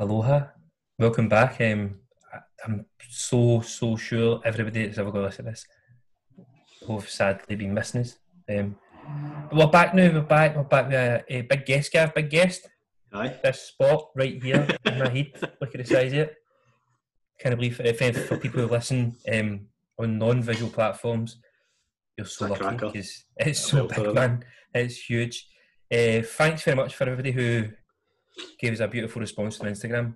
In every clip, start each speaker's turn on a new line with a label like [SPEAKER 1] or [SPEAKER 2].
[SPEAKER 1] Aloha. Welcome back. Um, I- I'm so, so sure everybody that's ever going to listen to this will have sadly been missing us. Um, but we're back now. We're back. We're back with a, a big guest, Gav. Big guest.
[SPEAKER 2] Aye.
[SPEAKER 1] This spot right here in my head. Look at the size of it. Can't believe if, if, for people who listen um, on non visual platforms, you're so
[SPEAKER 2] It's a
[SPEAKER 1] lucky
[SPEAKER 2] cracker.
[SPEAKER 1] because it's
[SPEAKER 2] Yeah,
[SPEAKER 1] so
[SPEAKER 2] well
[SPEAKER 1] big,
[SPEAKER 2] done.
[SPEAKER 1] man. It's huge. Uh, thanks very much for everybody who gave us a beautiful response on Instagram.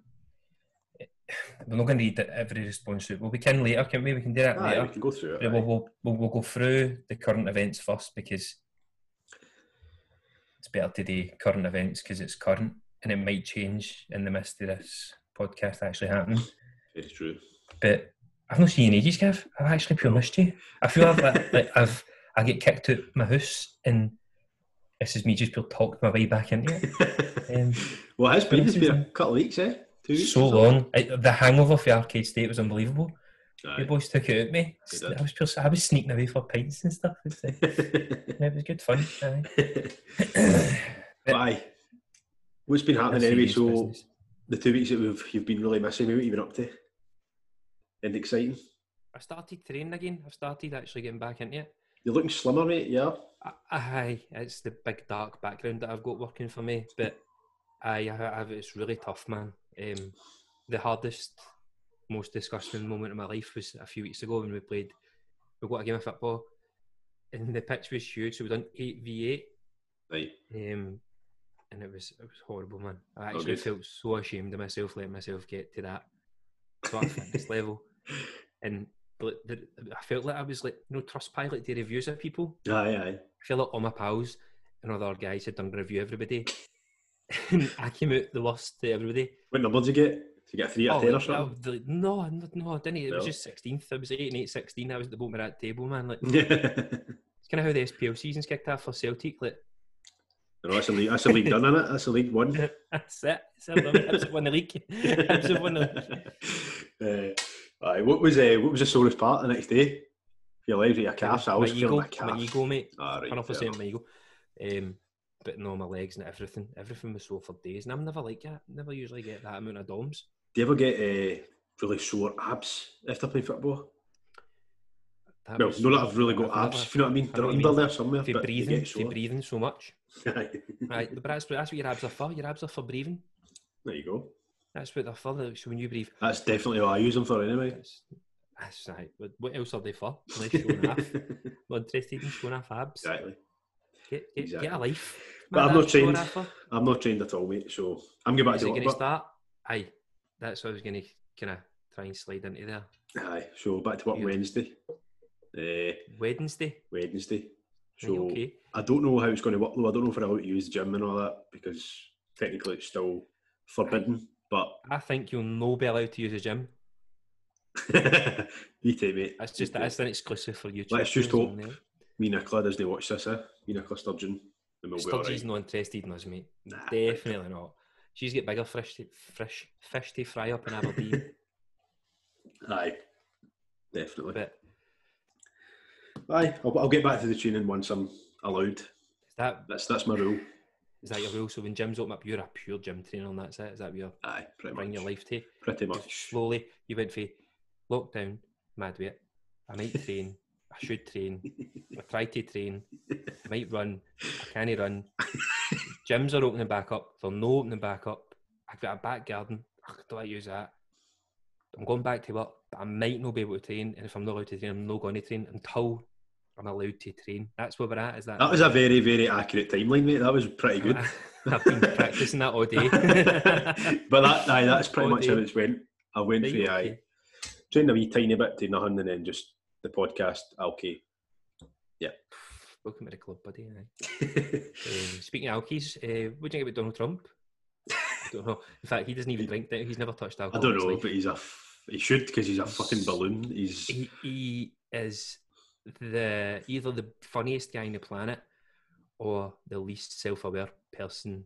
[SPEAKER 1] We're not going to read every response out. Well, we can later, can we? We can do that
[SPEAKER 2] Aye,
[SPEAKER 1] later.
[SPEAKER 2] we can go through it.
[SPEAKER 1] Yeah,
[SPEAKER 2] aye.
[SPEAKER 1] we'll, we'll, we'll, we'll go through the current events first because it's better to do current events because it's current and it might change in the midst of this podcast actually happening.
[SPEAKER 2] Very true.
[SPEAKER 1] But I've not seen you in ages, Gav. I've actually pure missed you. I feel I've, like, like I've I get kicked out my house and this is me just pure talked my way back into it. Um,
[SPEAKER 2] well, it's been, it's been a couple of weeks, eh? Two weeks.
[SPEAKER 1] so
[SPEAKER 2] or something.
[SPEAKER 1] long. I, the hangover for Arcade State was unbelievable.
[SPEAKER 2] Aye.
[SPEAKER 1] You boys took it out of me.
[SPEAKER 2] They did.
[SPEAKER 1] I was, pure, I was sneaking away for pints and stuff. It's uh, like- Yeah, it was good fun. aye.
[SPEAKER 2] But aye. What's been happening anyway?
[SPEAKER 1] Serious
[SPEAKER 2] So
[SPEAKER 1] business.
[SPEAKER 2] the two weeks that we've you've been really missing, me, what you been up to? And exciting.
[SPEAKER 1] I started training again. I've started actually getting back into it.
[SPEAKER 2] You're looking slimmer, mate. Yeah.
[SPEAKER 1] I- Aye, it's the big dark background that I've got working for me, but aye, I have it's really tough, man. Um, the hardest, most disgusting moment of my life was a few weeks ago when we played. We got a game of football, and the pitch was huge, so we done eight v eight.
[SPEAKER 2] Right.
[SPEAKER 1] Um, and it was it was horrible, man. I
[SPEAKER 2] Oh,
[SPEAKER 1] actually
[SPEAKER 2] good.
[SPEAKER 1] felt so ashamed of myself letting myself get to that sort of fitness level. And but the, I felt like I was like you know trust pilot the reviews of people.
[SPEAKER 2] Aye, aye.
[SPEAKER 1] I feel like all my pals and other guys had done review everybody. and I came out the worst to everybody. Oh,
[SPEAKER 2] What number did you get? Did you get a three or ten or
[SPEAKER 1] like, I
[SPEAKER 2] something?
[SPEAKER 1] was like, no, no, no, I didn't. It was
[SPEAKER 2] No.
[SPEAKER 1] just 16th. It was 8 and 8, 16. I was at the bottom of that table, man. Like,
[SPEAKER 2] Yeah.
[SPEAKER 1] it's kind of how the SPL season's kicked off for Celtic. Like,
[SPEAKER 2] no, that's a league. That's a league done, is it? That's a league one.
[SPEAKER 1] that's it. That's it. Hibs have won the league. Hibs have won the league.
[SPEAKER 2] uh, aye, what was uh, what was the sorest part the next day? Your legs or your calves? I
[SPEAKER 1] my
[SPEAKER 2] always feel
[SPEAKER 1] ego,
[SPEAKER 2] my calf.
[SPEAKER 1] ego, mate.
[SPEAKER 2] Ah, right,
[SPEAKER 1] Hundred
[SPEAKER 2] fair
[SPEAKER 1] percent
[SPEAKER 2] enough.
[SPEAKER 1] my ego. Um, but no, my legs and everything. Everything was sore for days, and I'm never like that. Never usually get that amount of DOMs.
[SPEAKER 2] Do you ever get uh, really sore abs after playing football?
[SPEAKER 1] That
[SPEAKER 2] well,
[SPEAKER 1] was-
[SPEAKER 2] no, that I've really got
[SPEAKER 1] I've
[SPEAKER 2] abs.
[SPEAKER 1] never-
[SPEAKER 2] If you know what I mean,
[SPEAKER 1] I
[SPEAKER 2] they're
[SPEAKER 1] know
[SPEAKER 2] not
[SPEAKER 1] what
[SPEAKER 2] even
[SPEAKER 1] you mean.
[SPEAKER 2] there somewhere.
[SPEAKER 1] If you're
[SPEAKER 2] but you
[SPEAKER 1] breathing,
[SPEAKER 2] get
[SPEAKER 1] if you're
[SPEAKER 2] sore.
[SPEAKER 1] breathing so much, right?
[SPEAKER 2] Aye.
[SPEAKER 1] But that's, that's what your abs are for. Your abs are for breathing.
[SPEAKER 2] there you go.
[SPEAKER 1] That's what they're for. like, So when you breathe,
[SPEAKER 2] That's definitely what I use them for anyway.
[SPEAKER 1] that's, that's right. What- What else are they for? Unless you're showing off. Not interested in showing off abs.
[SPEAKER 2] exactly.
[SPEAKER 1] Get, get, get a
[SPEAKER 2] exactly.
[SPEAKER 1] life.
[SPEAKER 2] But I've
[SPEAKER 1] Man,
[SPEAKER 2] not
[SPEAKER 1] that's what
[SPEAKER 2] trained.
[SPEAKER 1] we're after.
[SPEAKER 2] I'm not trained at all, mate. So I'm going back
[SPEAKER 1] Is
[SPEAKER 2] to
[SPEAKER 1] it
[SPEAKER 2] work.
[SPEAKER 1] going to
[SPEAKER 2] but-
[SPEAKER 1] start? Aye, that's what I was going to kind of try and slide into there.
[SPEAKER 2] Aye, so back to work
[SPEAKER 1] Good.
[SPEAKER 2] Wednesday. Uh,
[SPEAKER 1] Wednesday.
[SPEAKER 2] Wednesday.
[SPEAKER 1] Aye,
[SPEAKER 2] So
[SPEAKER 1] okay.
[SPEAKER 2] I don't know how it's going to work though. I don't know if we're allowed to use the gym and all that because technically it's still forbidden. But
[SPEAKER 1] I think you'll no be allowed to use a gym.
[SPEAKER 2] you take E mate.
[SPEAKER 1] That's just
[SPEAKER 2] You take.
[SPEAKER 1] that's an exclusive for YouTube.
[SPEAKER 2] Let's just
[SPEAKER 1] channels
[SPEAKER 2] hope
[SPEAKER 1] only.
[SPEAKER 2] Me and Nicola doesn't watch this, eh? Me and Nicola Sturgeon. And we'll
[SPEAKER 1] Sturgeon's
[SPEAKER 2] be
[SPEAKER 1] not interested in us, mate.
[SPEAKER 2] Nah.
[SPEAKER 1] Definitely not. She's got bigger fish to, fresh fish to fry up in Aberdeen.
[SPEAKER 2] all right. Aye. Definitely.
[SPEAKER 1] but
[SPEAKER 2] Aye, I'll, I'll get back to the tuning once I'm allowed.
[SPEAKER 1] is that
[SPEAKER 2] That's that's my rule.
[SPEAKER 1] is that your rule? So when gyms open up, you're a pure gym trainer, and that's it. Is that what you're
[SPEAKER 2] Aye, pretty
[SPEAKER 1] bringing your
[SPEAKER 2] much.
[SPEAKER 1] life to?
[SPEAKER 2] Pretty much.
[SPEAKER 1] Slowly, you went for lockdown, mad weight. I might train. I should train. I try to train. I might run. I can't run. Gyms are opening back up. They're no opening back up. I've got a back garden. Ugh, do I use that? I'm going back to work, but I might not be able to train. And if I'm not allowed to train, I'm not going to train until I'm allowed to train. That's where we're at. Is that?
[SPEAKER 2] That was a very, very accurate timeline, mate. That was pretty good.
[SPEAKER 1] I've been practicing that all day.
[SPEAKER 2] but that, aye, that's pretty
[SPEAKER 1] All
[SPEAKER 2] much how
[SPEAKER 1] day.
[SPEAKER 2] it's went. I went
[SPEAKER 1] Right,
[SPEAKER 2] through, aye,
[SPEAKER 1] okay.
[SPEAKER 2] trained a wee tiny bit to nothing, and then just the podcast. Okay.
[SPEAKER 1] Welcome to the club, buddy. aye. Um, speaking of alkies, uh, what do you think about Donald Trump? I don't know. In fact, he doesn't even drink. do you? He's never touched
[SPEAKER 2] I
[SPEAKER 1] alcohol.
[SPEAKER 2] don't
[SPEAKER 1] in his
[SPEAKER 2] know,
[SPEAKER 1] life.
[SPEAKER 2] but he's a f- he should because he's a fucking balloon. He's
[SPEAKER 1] he, he is the either the funniest guy on the planet or the least self-aware person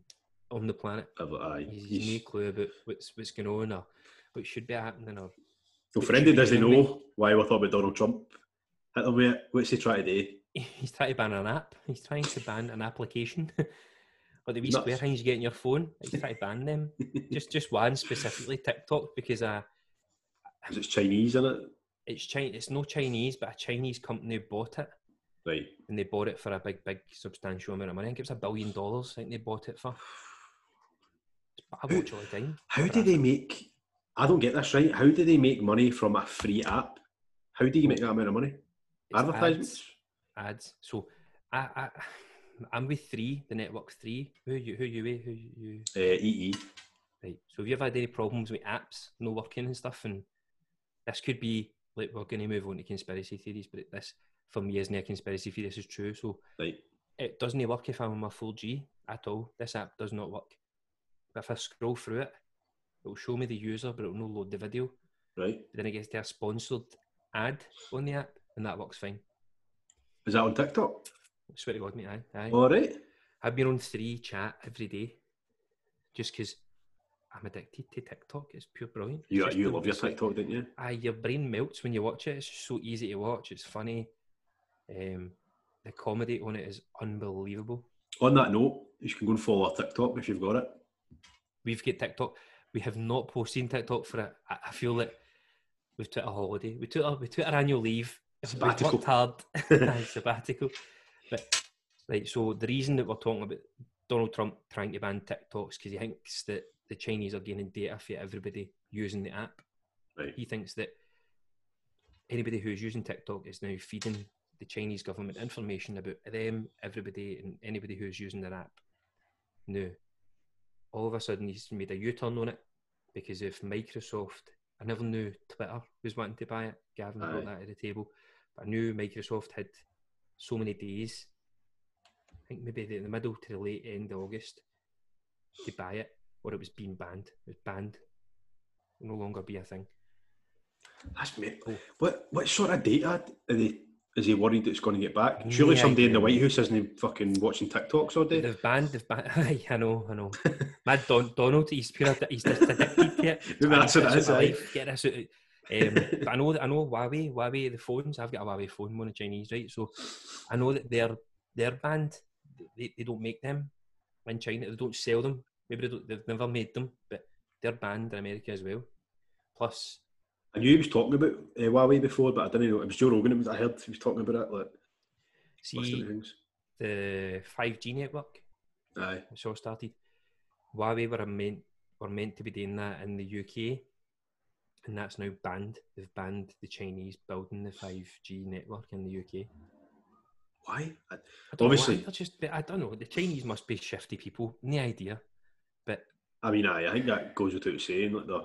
[SPEAKER 1] on the planet.
[SPEAKER 2] aye,
[SPEAKER 1] He's, he's no
[SPEAKER 2] he's
[SPEAKER 1] clue about what's what's going on or what should be happening. Or
[SPEAKER 2] no friend who doesn't know why we're talking about Donald Trump. Hit him with it. What's he trying to do?
[SPEAKER 1] he's trying to ban an app. He's trying to ban an application But the wee
[SPEAKER 2] Nuts.
[SPEAKER 1] square things you get in your phone, like you try to ban them. just just one specifically, TikTok, because uh,
[SPEAKER 2] Because it's Chinese in it.
[SPEAKER 1] it's China. It's no Chinese, but a Chinese company bought it,
[SPEAKER 2] Right.
[SPEAKER 1] and they bought it for a big, big, substantial amount of money. I think it was a billion dollars. I think they bought it for. But I watch all the time.
[SPEAKER 2] How do they make? I don't get this right. How do they make money from a free app? How do you make that amount of money?
[SPEAKER 1] It's
[SPEAKER 2] Advertisements.
[SPEAKER 1] Ads, ads. So, I, I, I'm with three, the network three. Who you? Who you with? Who you?
[SPEAKER 2] Uh, EE.
[SPEAKER 1] Right. So have you ever had any problems with apps no working and stuff? And this could be like we're going to move on to conspiracy theories, but this for me isn't a conspiracy theory. This is true. So
[SPEAKER 2] Right.
[SPEAKER 1] it doesn't work if I'm on my full G at all. This app does not work. But if I scroll through it, it will show me the user, but it will no load the video.
[SPEAKER 2] Right.
[SPEAKER 1] But then it gets to a sponsored ad on the app, and that works fine.
[SPEAKER 2] Is that on TikTok?
[SPEAKER 1] I swear to God, mate, aye, aye.
[SPEAKER 2] All right.
[SPEAKER 1] I've been on three chat every day, just because I'm addicted to TikTok. It's pure brilliant. It's
[SPEAKER 2] You
[SPEAKER 1] just
[SPEAKER 2] you
[SPEAKER 1] the-
[SPEAKER 2] love your
[SPEAKER 1] it's like-
[SPEAKER 2] TikTok, don't you?
[SPEAKER 1] Aye, Ah, your brain melts when you watch it. It's just so easy to watch. It's funny. Um, the comedy on it is unbelievable.
[SPEAKER 2] On that note, you can go and follow our TikTok if you've got it.
[SPEAKER 1] We've got TikTok. We have not posted on TikTok for it. I I feel that we've took a holiday. We took our, we took our annual leave.
[SPEAKER 2] Sabbatical.
[SPEAKER 1] We worked hard. Aye, sabbatical. But right, so the reason that we're talking about Donald Trump trying to ban TikToks because he thinks that the Chinese are gaining data for everybody using the app.
[SPEAKER 2] Right.
[SPEAKER 1] he thinks that anybody who's using TikTok is now feeding the Chinese government information about them, everybody, and anybody who's using their app. Now, all of a sudden, he's made a U turn on it because if Microsoft, I never knew Twitter was wanting to buy it, Gavin
[SPEAKER 2] Aye.
[SPEAKER 1] brought that to the table, but I knew Microsoft had so many days, I think maybe in the middle to the late end of August, to buy it, or it was being banned. It was banned, no longer be a thing.
[SPEAKER 2] That's me.
[SPEAKER 1] Cool.
[SPEAKER 2] What what sort of data are they? Is he worried it's going to get back?
[SPEAKER 1] No
[SPEAKER 2] Surely somebody in the
[SPEAKER 1] idea.
[SPEAKER 2] White House isn't fucking watching TikToks all day.
[SPEAKER 1] They've banned, they've banned. Aye, I know, I know. Mad Don, Donald, he's pure. addi- He's just addicted to it.
[SPEAKER 2] Maybe that's what it
[SPEAKER 1] eh? out of
[SPEAKER 2] is,
[SPEAKER 1] my
[SPEAKER 2] aye.
[SPEAKER 1] life, Get this out. Um, but I know, that- I know Huawei, Huawei, the phones. I've got a Huawei phone, one of Chinese, right? So I know that they're they're banned. They, they don't make them in China. They don't sell them. Maybe they don't, they've never made them, but they're banned in America as well. Plus,
[SPEAKER 2] I knew he was talking about uh, Huawei before, but I didn't know it was Joe Rogan. It was, I heard he was talking about it. Like, what's the
[SPEAKER 1] see
[SPEAKER 2] things?
[SPEAKER 1] the five G network.
[SPEAKER 2] Aye,
[SPEAKER 1] it's all started. Huawei were a meant were meant to be doing that in the UK, and that's now banned. They've banned the Chinese building the five G network in the UK.
[SPEAKER 2] why? I,
[SPEAKER 1] I don't
[SPEAKER 2] Obviously.
[SPEAKER 1] know, why, they're just I don't know. The Chinese must be shifty people. No idea.
[SPEAKER 2] I mean, aye, I think that goes without saying. Like, the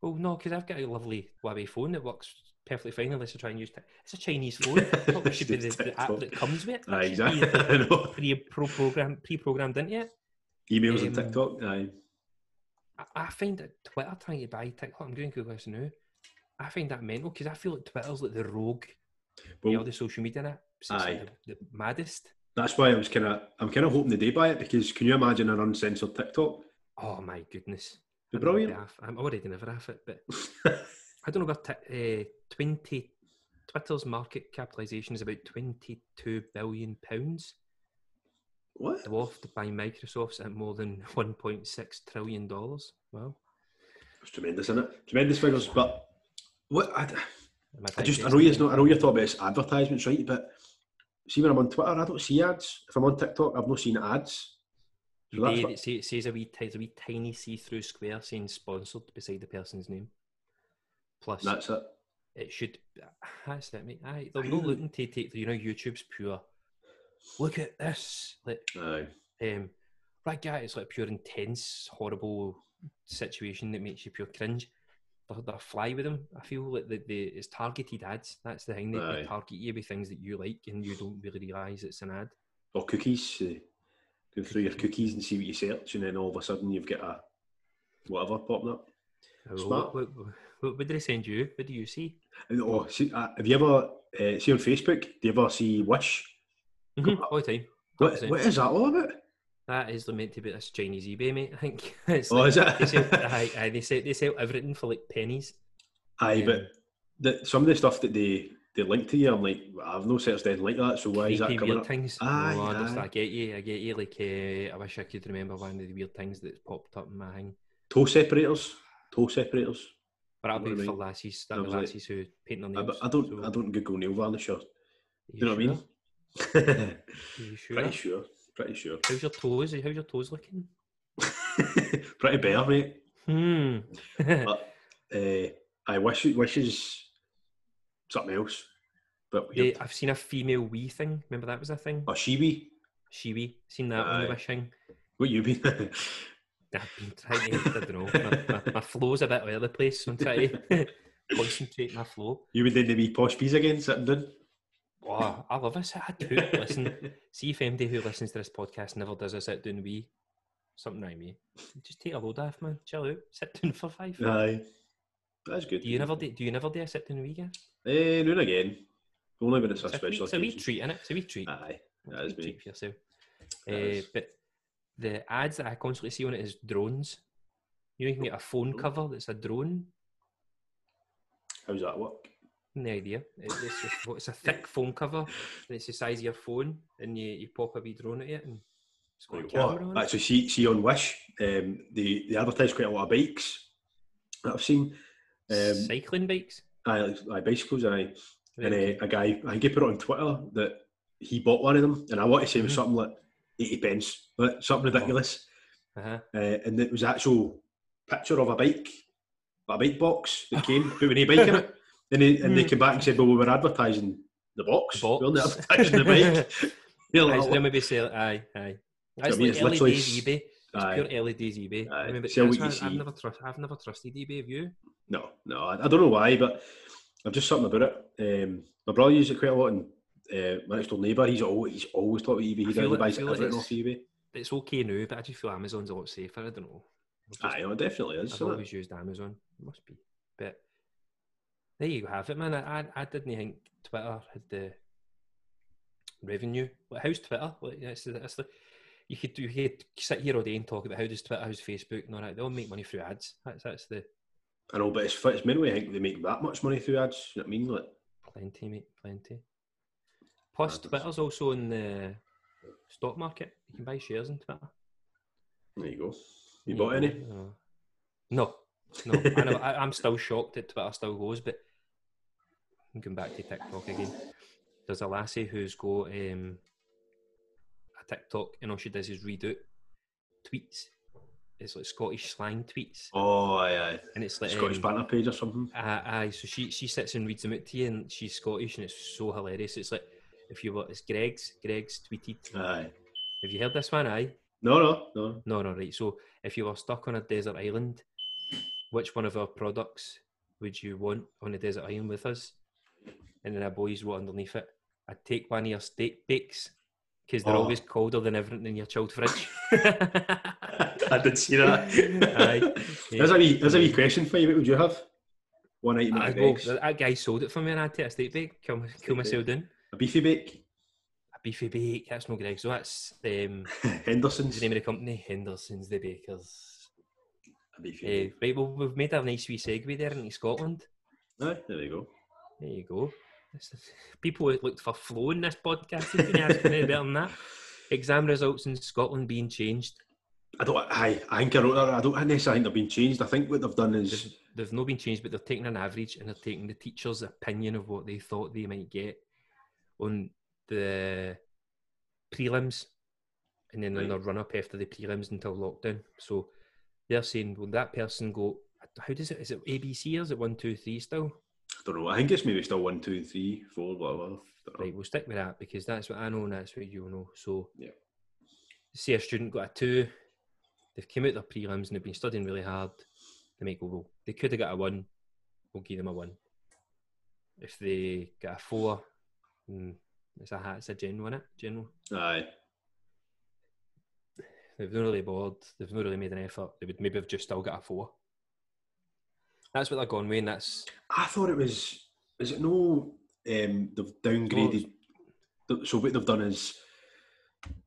[SPEAKER 1] Well, no, because I've got a lovely Huawei phone that works perfectly fine unless I try and use it. It's a Chinese phone. I thought it should be the, the app that comes with it.
[SPEAKER 2] aye,
[SPEAKER 1] It should be
[SPEAKER 2] exactly. I know.
[SPEAKER 1] Pre pro program pre programmed into it.
[SPEAKER 2] Emails and
[SPEAKER 1] Um,
[SPEAKER 2] TikTok. Aye,
[SPEAKER 1] I, I find that Twitter trying to buy TikTok. I'm doing Google this now. I find that mental because I feel like Twitter's like the rogue
[SPEAKER 2] well,
[SPEAKER 1] all the social media apps. It's
[SPEAKER 2] Aye.
[SPEAKER 1] like the, the maddest.
[SPEAKER 2] that's why I was kind of, I'm kind of hoping the day by it because can you imagine an uncensored TikTok?
[SPEAKER 1] Oh my goodness.
[SPEAKER 2] Be
[SPEAKER 1] I'd never
[SPEAKER 2] brilliant.
[SPEAKER 1] half- I'm already never half it, but I don't know about t- uh, 20. Twitter's market capitalisation is about 22 billion pounds,
[SPEAKER 2] what?
[SPEAKER 1] dwarfed by Microsoft's at more than 1.6 trillion dollars. Wow.
[SPEAKER 2] It's tremendous, isn't it? Tremendous figures, but what? I,
[SPEAKER 1] Am
[SPEAKER 2] I just, I know
[SPEAKER 1] digesting
[SPEAKER 2] you're
[SPEAKER 1] it?
[SPEAKER 2] not, I know you're talking about it's advertisements, right? But see, when I'm on Twitter, I don't see ads. If I'm on TikTok, I've not seen ads.
[SPEAKER 1] You
[SPEAKER 2] So that's
[SPEAKER 1] did,
[SPEAKER 2] what-
[SPEAKER 1] it say- it says a wee, ti- there's a wee tiny see-through square saying sponsored beside the person's name. Plus,
[SPEAKER 2] That's it.
[SPEAKER 1] it should. ah, That's it, mate. Aye, they're not
[SPEAKER 2] Aye.
[SPEAKER 1] looking to take. You know, YouTube's pure. Look at this, like,
[SPEAKER 2] Aye.
[SPEAKER 1] um, right, guy. It's like pure intense, horrible situation that makes you pure cringe. They're, they're fly with them. I feel like the, the it's targeted ads. That's the thing. They, they
[SPEAKER 2] Aye.
[SPEAKER 1] target you with things that you like, and you don't really realise it's an ad.
[SPEAKER 2] Or cookies. eh, Go through your cookies and see what you search, and then all of a sudden you've got a whatever popping up.
[SPEAKER 1] Uh, What,
[SPEAKER 2] Smart.
[SPEAKER 1] what, what, what did I send you? What do you see?
[SPEAKER 2] And, oh, see, uh, have you ever uh, see on Facebook? Do you ever see Wish?
[SPEAKER 1] Mhm, All the time.
[SPEAKER 2] Mm-hmm. What,
[SPEAKER 1] 100%.
[SPEAKER 2] what is that all about?
[SPEAKER 1] That is meant to be this Chinese eBay, mate. I think. It's
[SPEAKER 2] Oh,
[SPEAKER 1] like-
[SPEAKER 2] is
[SPEAKER 1] they sell,
[SPEAKER 2] it?
[SPEAKER 1] aye, aye, they sell they sell everything for like pennies.
[SPEAKER 2] Aye,
[SPEAKER 1] Um,
[SPEAKER 2] but the, some of the stuff that they they link to you. I'm like, I've no searched anything like that. So why is that
[SPEAKER 1] Creepy,
[SPEAKER 2] coming
[SPEAKER 1] weird
[SPEAKER 2] up?
[SPEAKER 1] things.
[SPEAKER 2] Aye,
[SPEAKER 1] no, I, understand.
[SPEAKER 2] aye.
[SPEAKER 1] I get you. I get you. Like, uh, I wish I could remember one of the weird things that's popped up in my thing.
[SPEAKER 2] Toe separators. Toe separators.
[SPEAKER 1] But that'll
[SPEAKER 2] You know
[SPEAKER 1] be
[SPEAKER 2] what I
[SPEAKER 1] for
[SPEAKER 2] mean?
[SPEAKER 1] lassies. That'll
[SPEAKER 2] I
[SPEAKER 1] be
[SPEAKER 2] was like-
[SPEAKER 1] lassies who paint their
[SPEAKER 2] I,
[SPEAKER 1] nails.
[SPEAKER 2] I don't.
[SPEAKER 1] so-
[SPEAKER 2] I don't Google nail varnish or.
[SPEAKER 1] you
[SPEAKER 2] You know what I mean?
[SPEAKER 1] sure? Are you sure?
[SPEAKER 2] Pretty sure. Pretty sure.
[SPEAKER 1] How's your toes? How's your toes looking?
[SPEAKER 2] Pretty bare, mate.
[SPEAKER 1] Hmm.
[SPEAKER 2] But uh, I wish it wishes something else. But
[SPEAKER 1] Yeah,
[SPEAKER 2] weird.
[SPEAKER 1] I've seen a female wee thing. Remember that was a thing?
[SPEAKER 2] Oh, shiwi.
[SPEAKER 1] She wee. Seen that on the
[SPEAKER 2] Aye.
[SPEAKER 1] wishing.
[SPEAKER 2] What you been?
[SPEAKER 1] I've been trying to, I don't know, my, my, my flow's a bit out of the place, so I'm trying to concentrate my flow.
[SPEAKER 2] you been doing the wee posh bees again, sitting down?
[SPEAKER 1] Wow, I love this. I do. Listen, see if anybody who listens to this podcast never does a sit down wee, something like me. Just take a load off, man. Chill out. Sit down for five.
[SPEAKER 2] Aye. That's good.
[SPEAKER 1] Do you never do, do you never do a sit down wee guy?
[SPEAKER 2] Eh, now and again. Only when it's a
[SPEAKER 1] It's a, wee,
[SPEAKER 2] special
[SPEAKER 1] it's a wee
[SPEAKER 2] occasion.
[SPEAKER 1] treat, innit? It's a wee treat.
[SPEAKER 2] Aye.
[SPEAKER 1] It's
[SPEAKER 2] that
[SPEAKER 1] a wee
[SPEAKER 2] is me.
[SPEAKER 1] treat for yourself.
[SPEAKER 2] That
[SPEAKER 1] Eh,
[SPEAKER 2] is.
[SPEAKER 1] but the ads that I constantly see on it is drones. You know, you can get a phone cover that's a drone.
[SPEAKER 2] How's that work?
[SPEAKER 1] No idea. It's, it's, just- it's a thick phone cover, and it's the size of your phone, and you, you pop a wee drone at it, and it's got a
[SPEAKER 2] Like
[SPEAKER 1] camera
[SPEAKER 2] what?
[SPEAKER 1] on it.
[SPEAKER 2] Actually, see, see on Wish, um, they, they advertise quite a lot of bikes that I've seen. Um,
[SPEAKER 1] Cycling bikes.
[SPEAKER 2] aye, like, like bicycles, aye. And
[SPEAKER 1] Right.
[SPEAKER 2] uh, a guy, I think he put it on Twitter that he bought one of them, and I want to say it was
[SPEAKER 1] Mhm.
[SPEAKER 2] something like 80 pence, but something
[SPEAKER 1] Oh.
[SPEAKER 2] ridiculous.
[SPEAKER 1] Uh-huh.
[SPEAKER 2] Uh, and it was actual picture of a bike, a bike box that came, but with no bike in it. And they, and they
[SPEAKER 1] Mm.
[SPEAKER 2] came back and said, well, we were advertising the box.
[SPEAKER 1] Box.
[SPEAKER 2] We weren't advertising the bike. You're
[SPEAKER 1] Aye,
[SPEAKER 2] like,
[SPEAKER 1] so they maybe sell. Aye, aye. That's
[SPEAKER 2] I mean,
[SPEAKER 1] like
[SPEAKER 2] it's
[SPEAKER 1] early
[SPEAKER 2] literally
[SPEAKER 1] days
[SPEAKER 2] s-
[SPEAKER 1] eBay. It's
[SPEAKER 2] aye.
[SPEAKER 1] pure early days eBay. E I
[SPEAKER 2] Aye,
[SPEAKER 1] remember,
[SPEAKER 2] sell
[SPEAKER 1] that's
[SPEAKER 2] what you
[SPEAKER 1] why I've
[SPEAKER 2] see.
[SPEAKER 1] never trust. I've never trusted eBay. Have you?
[SPEAKER 2] No, no, I, I don't know why, but I'm just something about it. Um, my brother uses it quite a lot, and uh, my next door neighbour, he's always he's always talking about eBay.
[SPEAKER 1] I
[SPEAKER 2] He
[SPEAKER 1] feel
[SPEAKER 2] does
[SPEAKER 1] it- I
[SPEAKER 2] buys
[SPEAKER 1] feel it
[SPEAKER 2] everything
[SPEAKER 1] is-
[SPEAKER 2] off E eBay.
[SPEAKER 1] It's okay now, but I just feel Amazon's a lot safer. I don't know. I've just-
[SPEAKER 2] Aye, no, it definitely is.
[SPEAKER 1] I've
[SPEAKER 2] isn't it?
[SPEAKER 1] always used Amazon. Must be. But there you have it, man. I, I, I didn't think Twitter had the revenue. Like, how's Twitter? Like, that's, the- that's the, you could do. You could sit here all day and talk about how does Twitter, how's Facebook, and all that. They all make money through ads. That's that's the
[SPEAKER 2] I know, but it's, it's mainly I think they make that much money through ads. You know what I mean? Like,
[SPEAKER 1] plenty, mate, plenty. Plus,
[SPEAKER 2] Madness.
[SPEAKER 1] Twitter's also in the stock market. You can buy shares in Twitter.
[SPEAKER 2] there you go. You
[SPEAKER 1] Yeah,
[SPEAKER 2] bought any?
[SPEAKER 1] uh, No, no. I know, I, I'm still shocked that Twitter still goes, but I'm going back to TikTok again. There's a lassie who's got um, a TikTok, and all she does is read out tweets. It's like Scottish slang tweets,
[SPEAKER 2] Oh, aye,
[SPEAKER 1] and it's
[SPEAKER 2] aye.
[SPEAKER 1] like
[SPEAKER 2] Scottish
[SPEAKER 1] um,
[SPEAKER 2] banner page or something.
[SPEAKER 1] Aye, aye. So she she sits and reads them out to you, and she's Scottish, and it's so hilarious. It's like if you were, it's Greg's. Greg's tweeted.
[SPEAKER 2] Aye.
[SPEAKER 1] Have you heard this one? Aye.
[SPEAKER 2] No, no, no.
[SPEAKER 1] No, no, right. So if you were stuck on a desert island, which one of our products would you want on a desert island with us? And then our boys wrote underneath it, I'd take one of your steak bakes because they're
[SPEAKER 2] Oh.
[SPEAKER 1] always colder than everything in your chilled fridge.
[SPEAKER 2] I did see that.
[SPEAKER 1] Aye.
[SPEAKER 2] There's a wee, there's a wee question for you. What would you have? One item
[SPEAKER 1] I
[SPEAKER 2] of
[SPEAKER 1] go,
[SPEAKER 2] eggs,
[SPEAKER 1] that guy sold it for me and I'd take a steak bake, kill, my- kill
[SPEAKER 2] bake.
[SPEAKER 1] myself down.
[SPEAKER 2] a beefy bake,
[SPEAKER 1] A beefy bake, that's no Greg. So that's um, what's
[SPEAKER 2] Henderson's.
[SPEAKER 1] the name of the company, Henderson's the Bakers.
[SPEAKER 2] A beefy
[SPEAKER 1] Eh,
[SPEAKER 2] bake.
[SPEAKER 1] right, well, we've made a nice wee segue there into Scotland.
[SPEAKER 2] Aye, there you go.
[SPEAKER 1] There you go. This is- People who looked for flow in this podcast. Didn't ask any better than that. Exam results in Scotland being changed.
[SPEAKER 2] I don't. I, I think I wrote that. I don't necessarily think they've been changed. I think what they've done is
[SPEAKER 1] They've, they've not been changed, but they're taking an average and they're taking the teacher's opinion of what they thought they might get on the prelims and then on
[SPEAKER 2] Right.
[SPEAKER 1] the run up after the prelims until lockdown. So they're saying, will that person go, how does it, is it ABC or is it one, two, three still?
[SPEAKER 2] I don't know. I think it's maybe still one, two, three, four, blah blah. blah.
[SPEAKER 1] Right, we'll stick with that because that's what I know and that's what you know. So,
[SPEAKER 2] Yeah.
[SPEAKER 1] say a student got a two, they've came out their prelims and they've been studying really hard. They might go, well, they could have got a one, we'll give them a one. If they got a four, mm, it's a it's a general, innit? General.
[SPEAKER 2] Aye.
[SPEAKER 1] They've not really bored. They've not really made an effort. They would maybe have just still got a four. That's what they're going with, and that's
[SPEAKER 2] I thought it was. Is it no? Um, they've downgraded. th- So what they've done is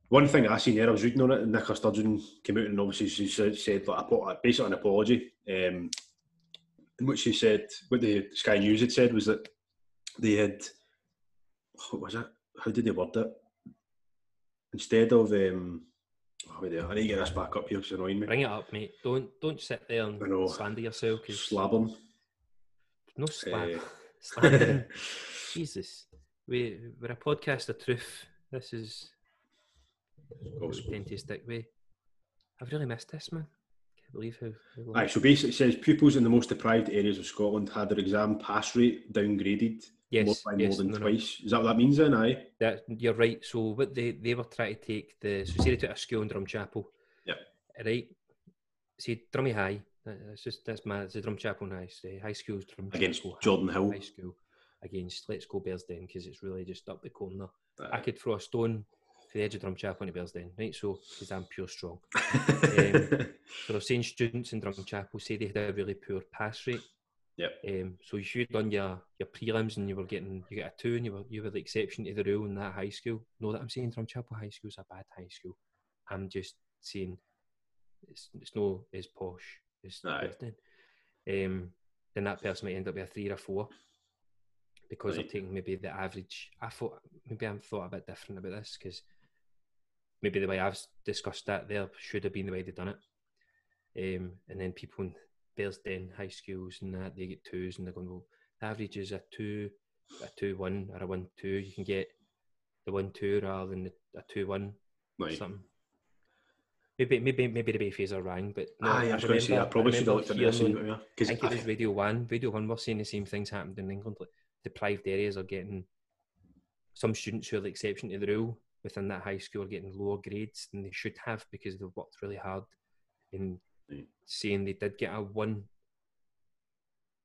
[SPEAKER 2] one thing I seen there. I was reading on it, and Nicola Sturgeon came out and obviously she said, said like apo- basically an apology. Um, in which she said what the Sky News had said was that they had what was it? How did they word it? Instead of um, oh, wait there, I need to get this back up here because it's annoying me.
[SPEAKER 1] Bring it up, mate. Don't don't sit there
[SPEAKER 2] I know.
[SPEAKER 1] and slander yourself. 'cause-
[SPEAKER 2] Slab 'em.
[SPEAKER 1] no slap.
[SPEAKER 2] Eh.
[SPEAKER 1] Slandering. Jesus. We, we're a podcast of truth. This is what we
[SPEAKER 2] Gospel.
[SPEAKER 1] tend to stick with. I've really missed this, man. can't believe how. how long-
[SPEAKER 2] Aye, so basically it says pupils in the most deprived areas of Scotland had their exam pass rate downgraded more
[SPEAKER 1] yes,
[SPEAKER 2] by
[SPEAKER 1] yes,
[SPEAKER 2] more than
[SPEAKER 1] no, no.
[SPEAKER 2] twice. Is that what that means then? Aye.
[SPEAKER 1] That, you're right. So what they, they were trying to take the so say they took a school in Drumchapel.
[SPEAKER 2] Yep.
[SPEAKER 1] Right. See Drummy High. that- That's just that's my it's the Drumchapel High. So high school's Drumchapel
[SPEAKER 2] Against
[SPEAKER 1] High,
[SPEAKER 2] Jordan Hill.
[SPEAKER 1] High School against Let's Go Bearsden because it's really just up the corner. I
[SPEAKER 2] Aye.
[SPEAKER 1] could throw a stone to the edge of Drumchapel into Bearsden, right? So because I'm pure strong. Um, So they're saying students in Drumchapel say they had a really poor pass rate.
[SPEAKER 2] Yep.
[SPEAKER 1] Um, so if you'd done your, your prelims and you were getting you got a two and you were you were the exception to the rule in that high school. No, that I'm saying Drumchapel High School's a bad high school. I'm just saying it's it's no as posh as
[SPEAKER 2] Aye.
[SPEAKER 1] Clifton. Um, then that person might end up with a three or a four because
[SPEAKER 2] Right.
[SPEAKER 1] they're taking maybe the average. I thought maybe I'm thought a bit different about this because maybe the way I've s- discussed that there should have been the way they done it. Um, and then people in Bearsden high schools and that they get twos and they're going, well, the average is a two, a two one or a one two. You can get the one two rather than the, a two one or
[SPEAKER 2] Aye.
[SPEAKER 1] something. Maybe maybe maybe the Bayfays are wrong, but no,
[SPEAKER 2] Aye, I was going to say, I probably should
[SPEAKER 1] remember
[SPEAKER 2] have looked at this.
[SPEAKER 1] hearing on- I
[SPEAKER 2] Because
[SPEAKER 1] think it was Radio One. Radio One were saying the same things happened in England. Like deprived areas are getting some students who are the exception to the rule within that high school are getting lower grades than they should have because they've worked really hard in
[SPEAKER 2] Aye.
[SPEAKER 1] saying they did get a one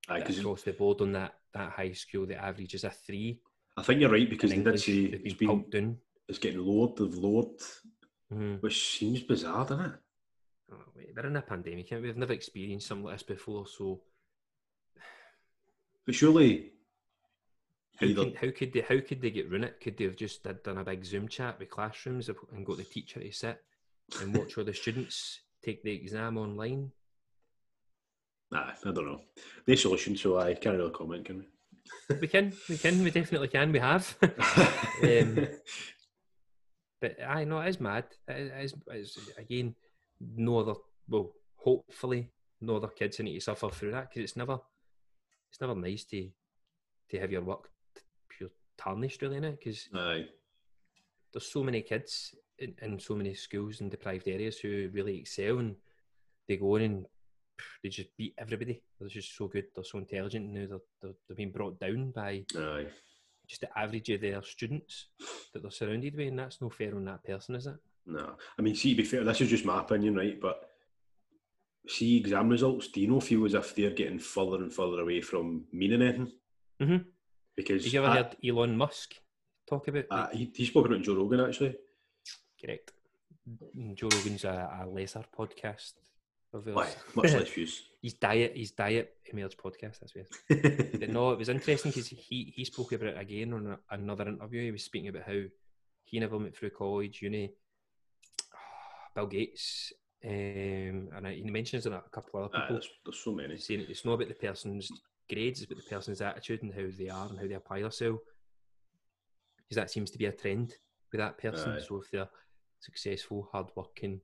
[SPEAKER 2] I
[SPEAKER 1] across the board on that, that high school. The average is a three.
[SPEAKER 2] think you're right because
[SPEAKER 1] in
[SPEAKER 2] they
[SPEAKER 1] English.
[SPEAKER 2] did say
[SPEAKER 1] They've
[SPEAKER 2] it's
[SPEAKER 1] been
[SPEAKER 2] been
[SPEAKER 1] pumped down.
[SPEAKER 2] it's getting lowered, they've lowered,
[SPEAKER 1] Mhm.
[SPEAKER 2] which seems bizarre, doesn't it?
[SPEAKER 1] Oh, wait, They're in a pandemic. and We've never experienced something like this before. So
[SPEAKER 2] But surely
[SPEAKER 1] How,
[SPEAKER 2] Either.
[SPEAKER 1] can, how could they? How could they get run it? Could they have just did, done a big Zoom chat with classrooms of- and got the teacher to sit and watch all the students take the exam online?
[SPEAKER 2] Nah, I don't know. No solution, so I can't really comment, can we?
[SPEAKER 1] We can, we can, we definitely can. We have, Um, but I know it is mad. It is, it is again no other. Well, hopefully, no other kids need to suffer through that because it's never, it's never nice to, to have your work pure tarnished really in it because
[SPEAKER 2] Aye.
[SPEAKER 1] there's so many kids in, in so many schools in deprived areas who really excel and they go in and pff, they just beat everybody. They're just so good. They're so intelligent. and Now they're, they're, they're being brought down by
[SPEAKER 2] Aye.
[SPEAKER 1] just the average of their students that they're surrounded with, and that's no fair on that person, is it?
[SPEAKER 2] No. I mean, see, to be fair, this is just my opinion, right? But see exam results, do you know feel as if they're getting further and further away from meaning anything?
[SPEAKER 1] Mhm.
[SPEAKER 2] Because
[SPEAKER 1] Did you ever
[SPEAKER 2] Mm-hmm. I-
[SPEAKER 1] heard Elon Musk talk about?
[SPEAKER 2] I- he, he spoke about Joe Rogan, actually.
[SPEAKER 1] Correct. Joe Rogan's a, a lesser podcast. Of
[SPEAKER 2] Why?
[SPEAKER 1] ours.
[SPEAKER 2] Much less views.
[SPEAKER 1] his diet, his diet emerge podcast. That's weird. But no, it was interesting because he, he spoke about it again on a, another interview. He was speaking about how he never went through college, uni. Bill Gates, um, and I, he mentions it a couple of other
[SPEAKER 2] Aye,
[SPEAKER 1] people
[SPEAKER 2] Ah, there's, there's so many.
[SPEAKER 1] saying it's not about the person's grades, it's about the person's attitude and how they are and how they apply themselves. Because that seems to be a trend with that person.
[SPEAKER 2] Aye.
[SPEAKER 1] So if they're successful, hardworking,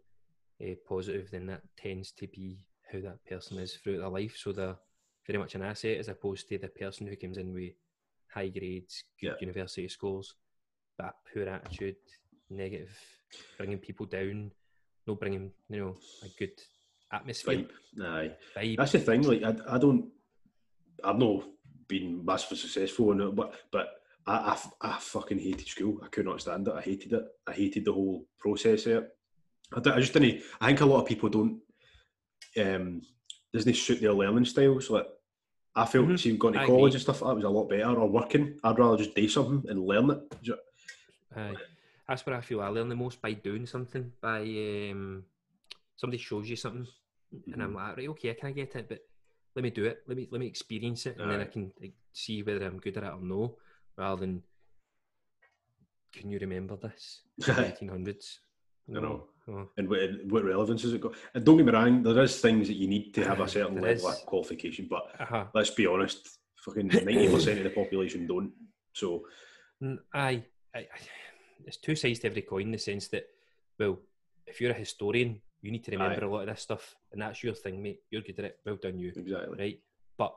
[SPEAKER 1] uh, positive, then that tends to be how that person is throughout their life. So they're very much an asset as opposed to the person who comes in with high grades, good
[SPEAKER 2] Yeah.
[SPEAKER 1] university scores, but a poor attitude, negative, bringing people down, no bringing, you know, a good atmosphere,
[SPEAKER 2] Vibe. Aye.
[SPEAKER 1] vibe.
[SPEAKER 2] That's the thing. Like, I, I don't, I've not been massively successful in it, but but I, I f- I fucking hated school. I could not stand it. I hated it. I hated the whole process of it. I, don't- I just didn't. I think a lot of people don't. Um, doesn't suit their learning styles. Like, I felt
[SPEAKER 1] Mhm.
[SPEAKER 2] mm seeing going to
[SPEAKER 1] I
[SPEAKER 2] college
[SPEAKER 1] agree.
[SPEAKER 2] and stuff that was a lot better. Or working, I'd rather just do something and learn it. Ju-
[SPEAKER 1] Aye. That's where I feel I learn the most by doing something. By um, somebody shows you something, and
[SPEAKER 2] Mm-hmm.
[SPEAKER 1] I'm like, right, okay, I can get it, but let me do it. Let me let me experience it, and then I
[SPEAKER 2] Aye.
[SPEAKER 1] can like, see whether I'm good at it or no. Rather than, can you remember this? Nineteen hundreds.
[SPEAKER 2] I know.
[SPEAKER 1] Oh,
[SPEAKER 2] And what, and what relevance has it got? And don't get me wrong, there is things that you need to have a certain
[SPEAKER 1] There
[SPEAKER 2] level
[SPEAKER 1] is.
[SPEAKER 2] of qualification, but
[SPEAKER 1] uh-huh.
[SPEAKER 2] let's be honest, fucking ninety percent of the population don't. So
[SPEAKER 1] N- Aye, I, I, it's two sides to every coin in the sense that, well, if you're a historian, you need to remember a lot of this stuff, and that's your thing, mate. You're good at it. Well done, you.
[SPEAKER 2] Exactly.
[SPEAKER 1] Right, but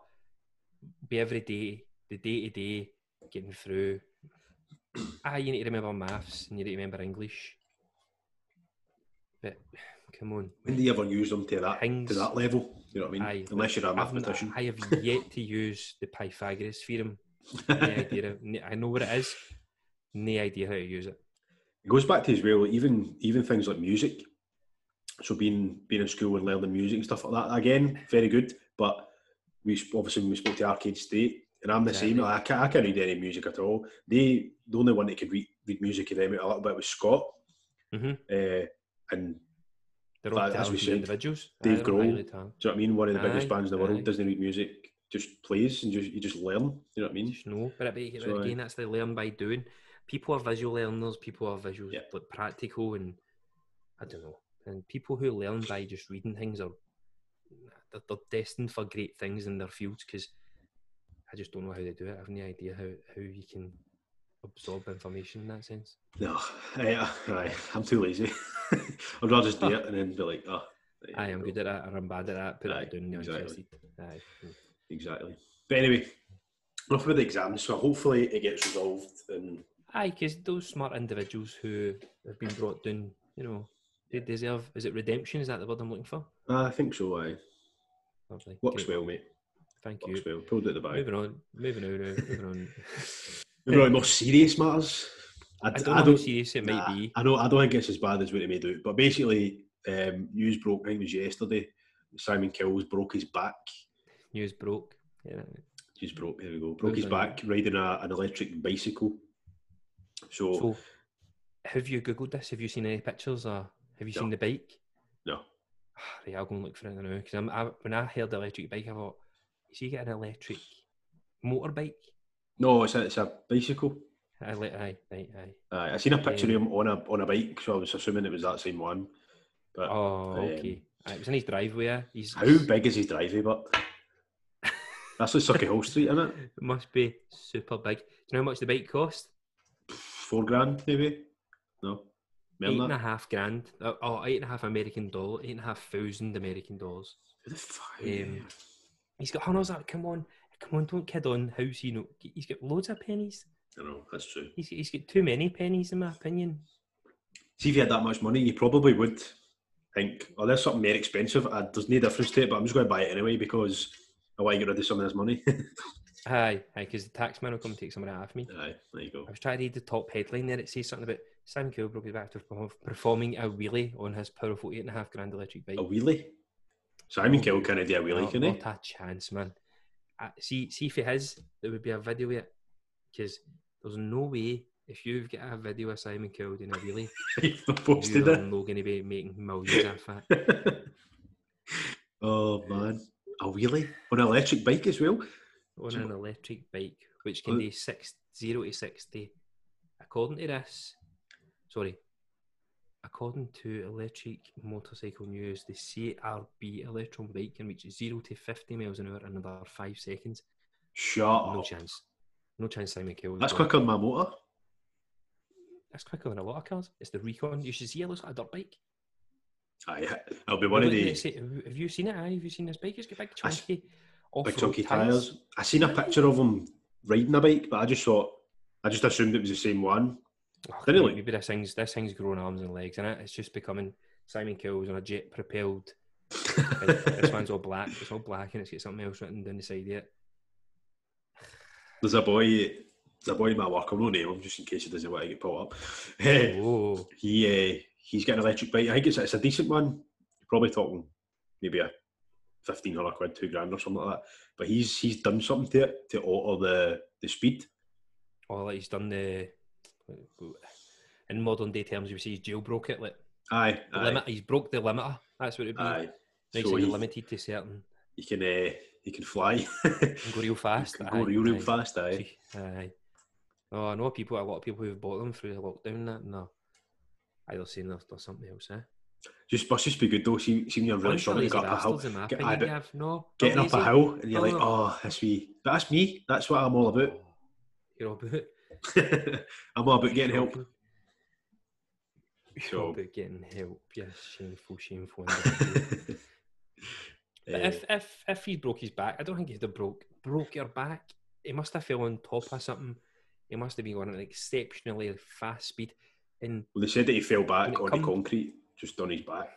[SPEAKER 1] be every day, the day to day, getting through. Aye, you need to remember maths and you need to remember English. But come on,
[SPEAKER 2] When do you ever use them to that
[SPEAKER 1] Things-
[SPEAKER 2] to that level? You know what I mean?
[SPEAKER 1] Aye,
[SPEAKER 2] Unless you're a
[SPEAKER 1] I've,
[SPEAKER 2] mathematician.
[SPEAKER 1] I have yet to use the Pythagoras theorem. No idea. of- n- I know what it is. No idea how to use it.
[SPEAKER 2] It goes back to as well, even even things like music. So being being in school and learning music and stuff like that again, very good. But we sp- obviously when we spoke to Arcade State, and I'm the same.
[SPEAKER 1] Exactly.
[SPEAKER 2] I can't, I can't read any music at all. They the only one that could read, read music of them out a little bit was Scott,
[SPEAKER 1] Mhm.
[SPEAKER 2] uh, and
[SPEAKER 1] They're all
[SPEAKER 2] As we
[SPEAKER 1] talented
[SPEAKER 2] said,
[SPEAKER 1] individuals.
[SPEAKER 2] Dave
[SPEAKER 1] Aye, they're all
[SPEAKER 2] Grohl.
[SPEAKER 1] highly talented.
[SPEAKER 2] do you know what I mean? One of the biggest
[SPEAKER 1] Aye,
[SPEAKER 2] bands in the world
[SPEAKER 1] aye.
[SPEAKER 2] doesn't read music, just plays and just you just learn. You know what I mean?
[SPEAKER 1] Just know. But I bet-
[SPEAKER 2] So, uh, aye.
[SPEAKER 1] again, that's the learn by doing. People are visual learners. People are visual,
[SPEAKER 2] Yeah.
[SPEAKER 1] like practical, and I don't know. And people who learn by just reading things are they're, they're destined for great things in their fields because I just don't know how they do it. I have no idea how how you can absorb information in that sense.
[SPEAKER 2] No, I, I, I'm too lazy. I'd rather just do it and then be like, oh, there
[SPEAKER 1] Aye,
[SPEAKER 2] you
[SPEAKER 1] I'm
[SPEAKER 2] go."
[SPEAKER 1] good at that, or I'm bad at that. Put
[SPEAKER 2] Aye,
[SPEAKER 1] it down, you're
[SPEAKER 2] exactly.
[SPEAKER 1] interested. Aye.
[SPEAKER 2] Exactly. But anyway, enough about the exams. So hopefully it gets resolved. And
[SPEAKER 1] Aye, because those smart individuals who have been brought down, you know, they deserve, is it redemption? Is that the word I'm looking for?
[SPEAKER 2] I think so. Aye,
[SPEAKER 1] Lovely.
[SPEAKER 2] works
[SPEAKER 1] Great.
[SPEAKER 2] well, mate.
[SPEAKER 1] Thank
[SPEAKER 2] Works
[SPEAKER 1] you.
[SPEAKER 2] well. Pulled out the bag.
[SPEAKER 1] Moving on, moving on now, moving on.
[SPEAKER 2] Moving on to more serious matters.
[SPEAKER 1] I don't know how serious it might
[SPEAKER 2] nah,
[SPEAKER 1] be.
[SPEAKER 2] I know. I don't think it's as bad as what it made out. But basically, um, news broke. I think it was yesterday. Simon Kills broke his back.
[SPEAKER 1] News broke. Yeah.
[SPEAKER 2] He's broke. There we go. Broke his
[SPEAKER 1] Well done.
[SPEAKER 2] back riding a, an electric bicycle. So,
[SPEAKER 1] So, have you Googled this? Have you seen any pictures or have you
[SPEAKER 2] No.
[SPEAKER 1] seen the bike?
[SPEAKER 2] No.
[SPEAKER 1] Right, I'll go and look for it now because I, when I heard electric bike, I thought, is he getting an electric motorbike?
[SPEAKER 2] no, it's a, it's a bicycle.
[SPEAKER 1] I like, aye, aye, aye.
[SPEAKER 2] Aye, I seen a picture
[SPEAKER 1] Yeah.
[SPEAKER 2] of him on a on a bike, so I was assuming it was that same one. But
[SPEAKER 1] Oh,
[SPEAKER 2] Um,
[SPEAKER 1] okay. Aye, it was in his driveway. eh? He's
[SPEAKER 2] How big is his driveway? But that's like Sucky Hall Street, isn't it?
[SPEAKER 1] It must be super big. Do you know how much the bike cost?
[SPEAKER 2] Four grand, maybe. No,
[SPEAKER 1] Eight
[SPEAKER 2] Remember
[SPEAKER 1] and a
[SPEAKER 2] that?
[SPEAKER 1] half grand. Oh, oh, eight and a half American dollar. Eight and a half thousand American dollars.
[SPEAKER 2] Who the fuck?
[SPEAKER 1] Um, He's got hundreds. Like, come on, come on, don't kid on. How's he know? He's got loads of pennies.
[SPEAKER 2] I know that's true.
[SPEAKER 1] He's, he's got too many pennies, in my opinion.
[SPEAKER 2] See, if you had that much money, you probably would think, "Oh, there's something more expensive. Uh, there's no difference to it, but I'm just going to buy it anyway because I want to get rid of some of this money."
[SPEAKER 1] Aye, aye, because the tax man will come and take some of that off me.
[SPEAKER 2] Aye, there you go.
[SPEAKER 1] I was trying to read the top headline there. It says something about Sam Cool broke his back after perform- performing a wheelie on his powerful eight and a half grand electric bike.
[SPEAKER 2] A wheelie.
[SPEAKER 1] Oh,
[SPEAKER 2] Simon Cowell can do a wheelie,
[SPEAKER 1] not,
[SPEAKER 2] can he?
[SPEAKER 1] not a chance, man. Uh, see, see if it is, there would be a video of it. Because there's no way if you've got a video of Simon Cowell doing a wheelie,
[SPEAKER 2] You've not
[SPEAKER 1] you're
[SPEAKER 2] posted
[SPEAKER 1] not going to be making millions off that.
[SPEAKER 2] it. oh man, a wheelie on an electric bike as well.
[SPEAKER 1] On
[SPEAKER 2] So-
[SPEAKER 1] an electric bike, which can do six, 0 to 60. According to this, sorry, according to Electric Motorcycle News, the CRB electron bike can reach 0 to 50 miles an hour in another 5 seconds.
[SPEAKER 2] Shut
[SPEAKER 1] No
[SPEAKER 2] up.
[SPEAKER 1] chance. No chance Simon Cowell.
[SPEAKER 2] That's quicker than my motor.
[SPEAKER 1] That's quicker than a lot of cars. It's the Recon. You should see it looks like a dirt bike.
[SPEAKER 2] Aye, I'll be one of
[SPEAKER 1] Look,
[SPEAKER 2] the
[SPEAKER 1] let's see, Have you seen it? Aye, have you seen this bike? It's got big
[SPEAKER 2] I s-
[SPEAKER 1] chunky, off
[SPEAKER 2] big chunky tyres. I seen a picture of him riding a bike, but I just thought, I just assumed it was the same one. Didn't it look-
[SPEAKER 1] Oh, maybe this thing's this thing's grown arms and legs, and it? it's just becoming Simon Cowell's on a jet propelled. bike. this one's all black. It's all black, and it's got something else written down the side of it.
[SPEAKER 2] There's a boy, there's a boy in my work. I'll not name him just in case he doesn't want to get pulled up. Eh, he,
[SPEAKER 1] Oh,
[SPEAKER 2] uh, he's got an electric bike. I think it's, it's a decent one. You're probably talking maybe a fifteen hundred quid, two grand or something like that. But he's he's done something to it to alter the the speed.
[SPEAKER 1] oh, like he's done the. In modern day terms, we say he's jailbroke it. Like
[SPEAKER 2] Aye,
[SPEAKER 1] the
[SPEAKER 2] aye,
[SPEAKER 1] limit, he's broke the limiter. That's what it'd be.
[SPEAKER 2] aye.
[SPEAKER 1] Now he's
[SPEAKER 2] So
[SPEAKER 1] only
[SPEAKER 2] he,
[SPEAKER 1] limited to certain.
[SPEAKER 2] he can uh, he can fly.
[SPEAKER 1] Can go real fast.
[SPEAKER 2] Can
[SPEAKER 1] aye,
[SPEAKER 2] go real, real
[SPEAKER 1] aye.
[SPEAKER 2] fast, aye.
[SPEAKER 1] Aye. Aye. Oh, I know people. A lot of people who've bought them through the lockdown. That no, I was saying there's, there's something else. Eh?
[SPEAKER 2] Just must just be good though. See, see when you're really
[SPEAKER 1] Bunch of
[SPEAKER 2] struggling to
[SPEAKER 1] lazy
[SPEAKER 2] get up a hill,
[SPEAKER 1] bastards, in my
[SPEAKER 2] Get-
[SPEAKER 1] opinion,
[SPEAKER 2] aye, but
[SPEAKER 1] Gav. No, they're
[SPEAKER 2] getting up a
[SPEAKER 1] lazy.
[SPEAKER 2] hill, and you're
[SPEAKER 1] Oh,
[SPEAKER 2] like,
[SPEAKER 1] no.
[SPEAKER 2] oh, that's me. But that's me. That's what I'm all about.
[SPEAKER 1] You're all about.
[SPEAKER 2] I'm all about getting help.
[SPEAKER 1] Sure.
[SPEAKER 2] So,
[SPEAKER 1] About getting help. Yes, shameful, shameful. individual. but
[SPEAKER 2] eh,
[SPEAKER 1] if if if he broke his back, I don't think he'd have broke broke your back. He must have fell on top of something. He must have been going at an exceptionally fast speed. And
[SPEAKER 2] well, they said that he fell
[SPEAKER 1] When
[SPEAKER 2] back
[SPEAKER 1] it
[SPEAKER 2] on
[SPEAKER 1] come-
[SPEAKER 2] the concrete, just on his back.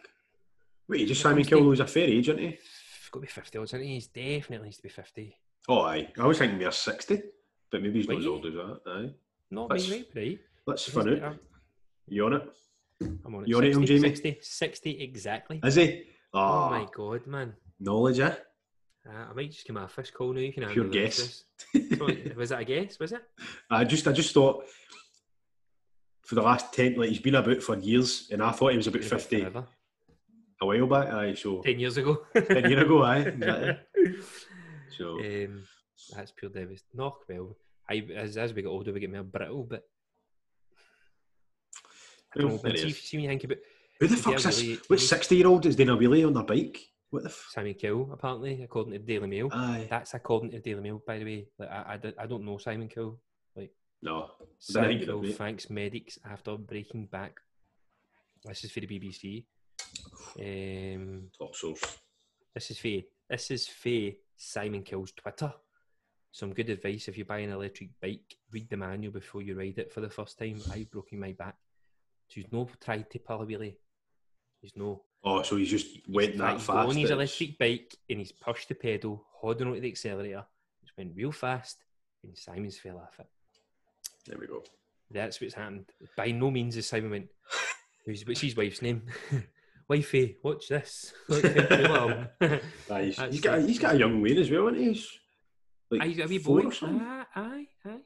[SPEAKER 2] Wait, he just
[SPEAKER 1] When
[SPEAKER 2] Simon
[SPEAKER 1] it comes to-
[SPEAKER 2] Cowell's a fair age, isn't he?
[SPEAKER 1] it's got to be fifty odds, isn't he? He's definitely needs to be fifty.
[SPEAKER 2] Oh, aye. I was thinking we are 60, but maybe he's not
[SPEAKER 1] Wait.
[SPEAKER 2] as old as that. Aye.
[SPEAKER 1] Not
[SPEAKER 2] That's-
[SPEAKER 1] me, right, right?
[SPEAKER 2] Let's find out. You on it?
[SPEAKER 1] I'm on it.
[SPEAKER 2] You on it, young
[SPEAKER 1] 60,
[SPEAKER 2] Jamie?
[SPEAKER 1] 60, 60 exactly.
[SPEAKER 2] Is he? Ah,
[SPEAKER 1] Oh my god, man.
[SPEAKER 2] knowledge, eh?
[SPEAKER 1] Uh, I might just give my fish call now. You can
[SPEAKER 2] Pure
[SPEAKER 1] handle the rest
[SPEAKER 2] guess.
[SPEAKER 1] of this. Sorry, was that a guess? Was it?
[SPEAKER 2] I just, I just thought for the last ten, like he's been about for years, and I thought he was about
[SPEAKER 1] Been about
[SPEAKER 2] fifty
[SPEAKER 1] forever.
[SPEAKER 2] a while back. Aye, so
[SPEAKER 1] Ten years ago.
[SPEAKER 2] ten years ago, aye. exactly. So
[SPEAKER 1] um, that's pure Davis. Knock well. I, as, as we get older, we get more brittle, but I don't
[SPEAKER 2] well,
[SPEAKER 1] know,
[SPEAKER 2] there
[SPEAKER 1] but
[SPEAKER 2] it
[SPEAKER 1] see,
[SPEAKER 2] is.
[SPEAKER 1] see when you think about
[SPEAKER 2] Who the
[SPEAKER 1] if
[SPEAKER 2] fuck's
[SPEAKER 1] they're
[SPEAKER 2] this?
[SPEAKER 1] really-
[SPEAKER 2] What sixty-year-old is doing a wheelie on their bike? What the? F-
[SPEAKER 1] Simon Kill, apparently, according to the Daily Mail.
[SPEAKER 2] aye.
[SPEAKER 1] That's according to the Daily Mail, by the way. Like, I, I, don't- I don't know Simon Kill.
[SPEAKER 2] No. Don't
[SPEAKER 1] Simon
[SPEAKER 2] think it
[SPEAKER 1] Kill
[SPEAKER 2] is, mate.
[SPEAKER 1] thanks medics after breaking back. This is for the BBC. Um,
[SPEAKER 2] Top source.
[SPEAKER 1] This is Faye. This is Faye Simon Kill's Twitter. Some good advice if you buy an electric bike, read the manual before you ride it for the first time. I've broken my back. So he's no tried to pull a wheelie. He's no.
[SPEAKER 2] Oh, so he's just went
[SPEAKER 1] Like,
[SPEAKER 2] that
[SPEAKER 1] he's
[SPEAKER 2] fast. eh?
[SPEAKER 1] on his
[SPEAKER 2] that-
[SPEAKER 1] electric bike and he's pushed the pedal, holding onto the accelerator. It's went real fast and Simon's fell off it.
[SPEAKER 2] There we go.
[SPEAKER 1] That's what's happened. By no means is Simon went, who's, what's his wife's name? Wifey, watch this. Look how cool I am."
[SPEAKER 2] Aye, he's,
[SPEAKER 1] That's
[SPEAKER 2] he's got, a,
[SPEAKER 1] it.
[SPEAKER 2] he's got a young wing as well, isn't he? He's like
[SPEAKER 1] Aye, have you
[SPEAKER 2] four
[SPEAKER 1] boy?
[SPEAKER 2] or something.
[SPEAKER 1] Aye, aye, aye.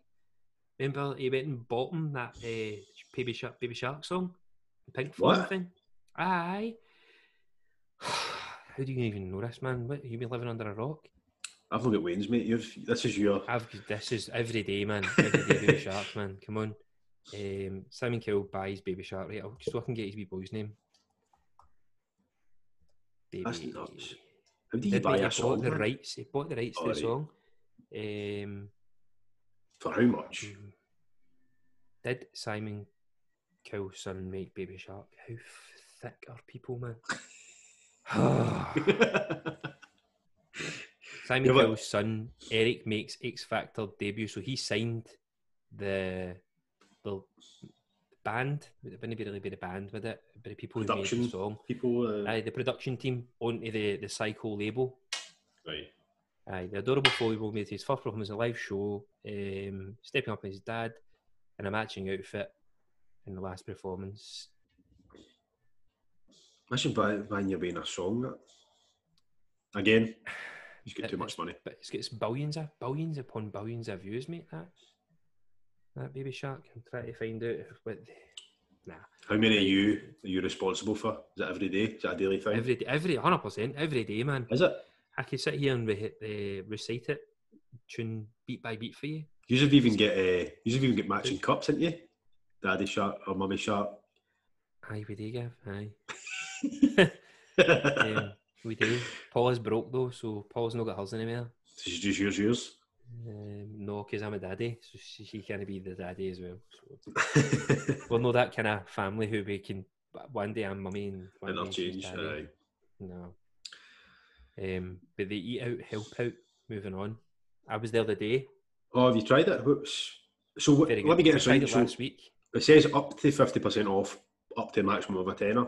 [SPEAKER 1] Remember he went and bought him that uh, Baby Shark, Baby Shark song, the Pink Floyd
[SPEAKER 2] What?
[SPEAKER 1] thing. Aye. How do you even know this, man? What, you been living under a rock?
[SPEAKER 2] I've not got wings, mate. You've, this is your.
[SPEAKER 1] I've this is every day, man. Every day, Baby Shark, man. Come on. Um, Simon Cowell buys Baby Shark, right? I'll- So I can get his wee boy's name. Baby.
[SPEAKER 2] That's nuts. How do you
[SPEAKER 1] Did
[SPEAKER 2] buy
[SPEAKER 1] buy he
[SPEAKER 2] a
[SPEAKER 1] bought
[SPEAKER 2] song
[SPEAKER 1] the
[SPEAKER 2] man?
[SPEAKER 1] rights. He bought the rights to the
[SPEAKER 2] Alright.
[SPEAKER 1] song. Um,
[SPEAKER 2] for how much?
[SPEAKER 1] Mm. Did Simon Cowell's son make Baby Shark? How f- thick are people, man? Simon
[SPEAKER 2] Yeah, but-
[SPEAKER 1] Cowell's son Eric makes X Factor debut, so he signed the the band. It wouldn't be really be the band with it, but the people who made
[SPEAKER 2] Production.
[SPEAKER 1] the song,
[SPEAKER 2] People, uh,
[SPEAKER 1] Aye, the production team onto the the Psycho label.
[SPEAKER 2] right.
[SPEAKER 1] Aye, the adorable four-year-old made his first performance in a live show, um, stepping up as his dad in a matching outfit in the last performance.
[SPEAKER 2] Imagine buying, buying your being a song. That. Again, he's got too much money.
[SPEAKER 1] But it's gets billions of billions upon billions of views, mate. That that baby shark. I'm trying to find out what
[SPEAKER 2] How many of you are you responsible for? Is it every day? Is that a daily
[SPEAKER 1] the,
[SPEAKER 2] thing?
[SPEAKER 1] every day- every hundred percent every day, man.
[SPEAKER 2] Is it?
[SPEAKER 1] I could sit here and re- uh, recite it, tune beat by beat for you.
[SPEAKER 2] You should even get uh, you should even get matching cups, didn't you? Daddy shark or mummy shark.
[SPEAKER 1] Aye, we do, Gav. Aye,
[SPEAKER 2] um,
[SPEAKER 1] um, we do. Paula's broke though, so Paula's not got hers anymore.
[SPEAKER 2] She's just yours, yours.
[SPEAKER 1] Um, no, because I'm a daddy, so she, she kind of be the daddy as well. So. Well, no, that kind of family who we can. One day I'm mummy and one
[SPEAKER 2] and
[SPEAKER 1] day
[SPEAKER 2] I'll
[SPEAKER 1] she's
[SPEAKER 2] change.
[SPEAKER 1] daddy.
[SPEAKER 2] Aye.
[SPEAKER 1] No. Um, but they eat out, help out. Moving on. I was there the other day.
[SPEAKER 2] Oh, have you tried it? Whoops. So what,
[SPEAKER 1] Very
[SPEAKER 2] let me
[SPEAKER 1] good.
[SPEAKER 2] get this
[SPEAKER 1] I tried
[SPEAKER 2] right.
[SPEAKER 1] it
[SPEAKER 2] So
[SPEAKER 1] last week.
[SPEAKER 2] it says up to fifty percent off, up to a maximum of a tenner.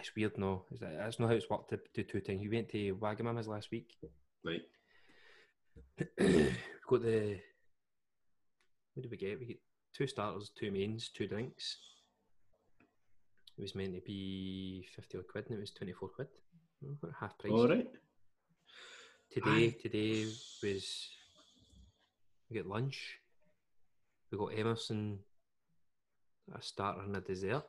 [SPEAKER 1] It's weird, no. It's- That's not how it's worked to do two things. We went to Wagamama's last week.
[SPEAKER 2] Right.
[SPEAKER 1] we got the. What did we get? We get two starters, two mains, two drinks. It was meant to be 50 odd quid and it was 24 quid. Mm, what a Half price.
[SPEAKER 2] All right.
[SPEAKER 1] Today, today was we got lunch. We got Emerson a starter and a dessert.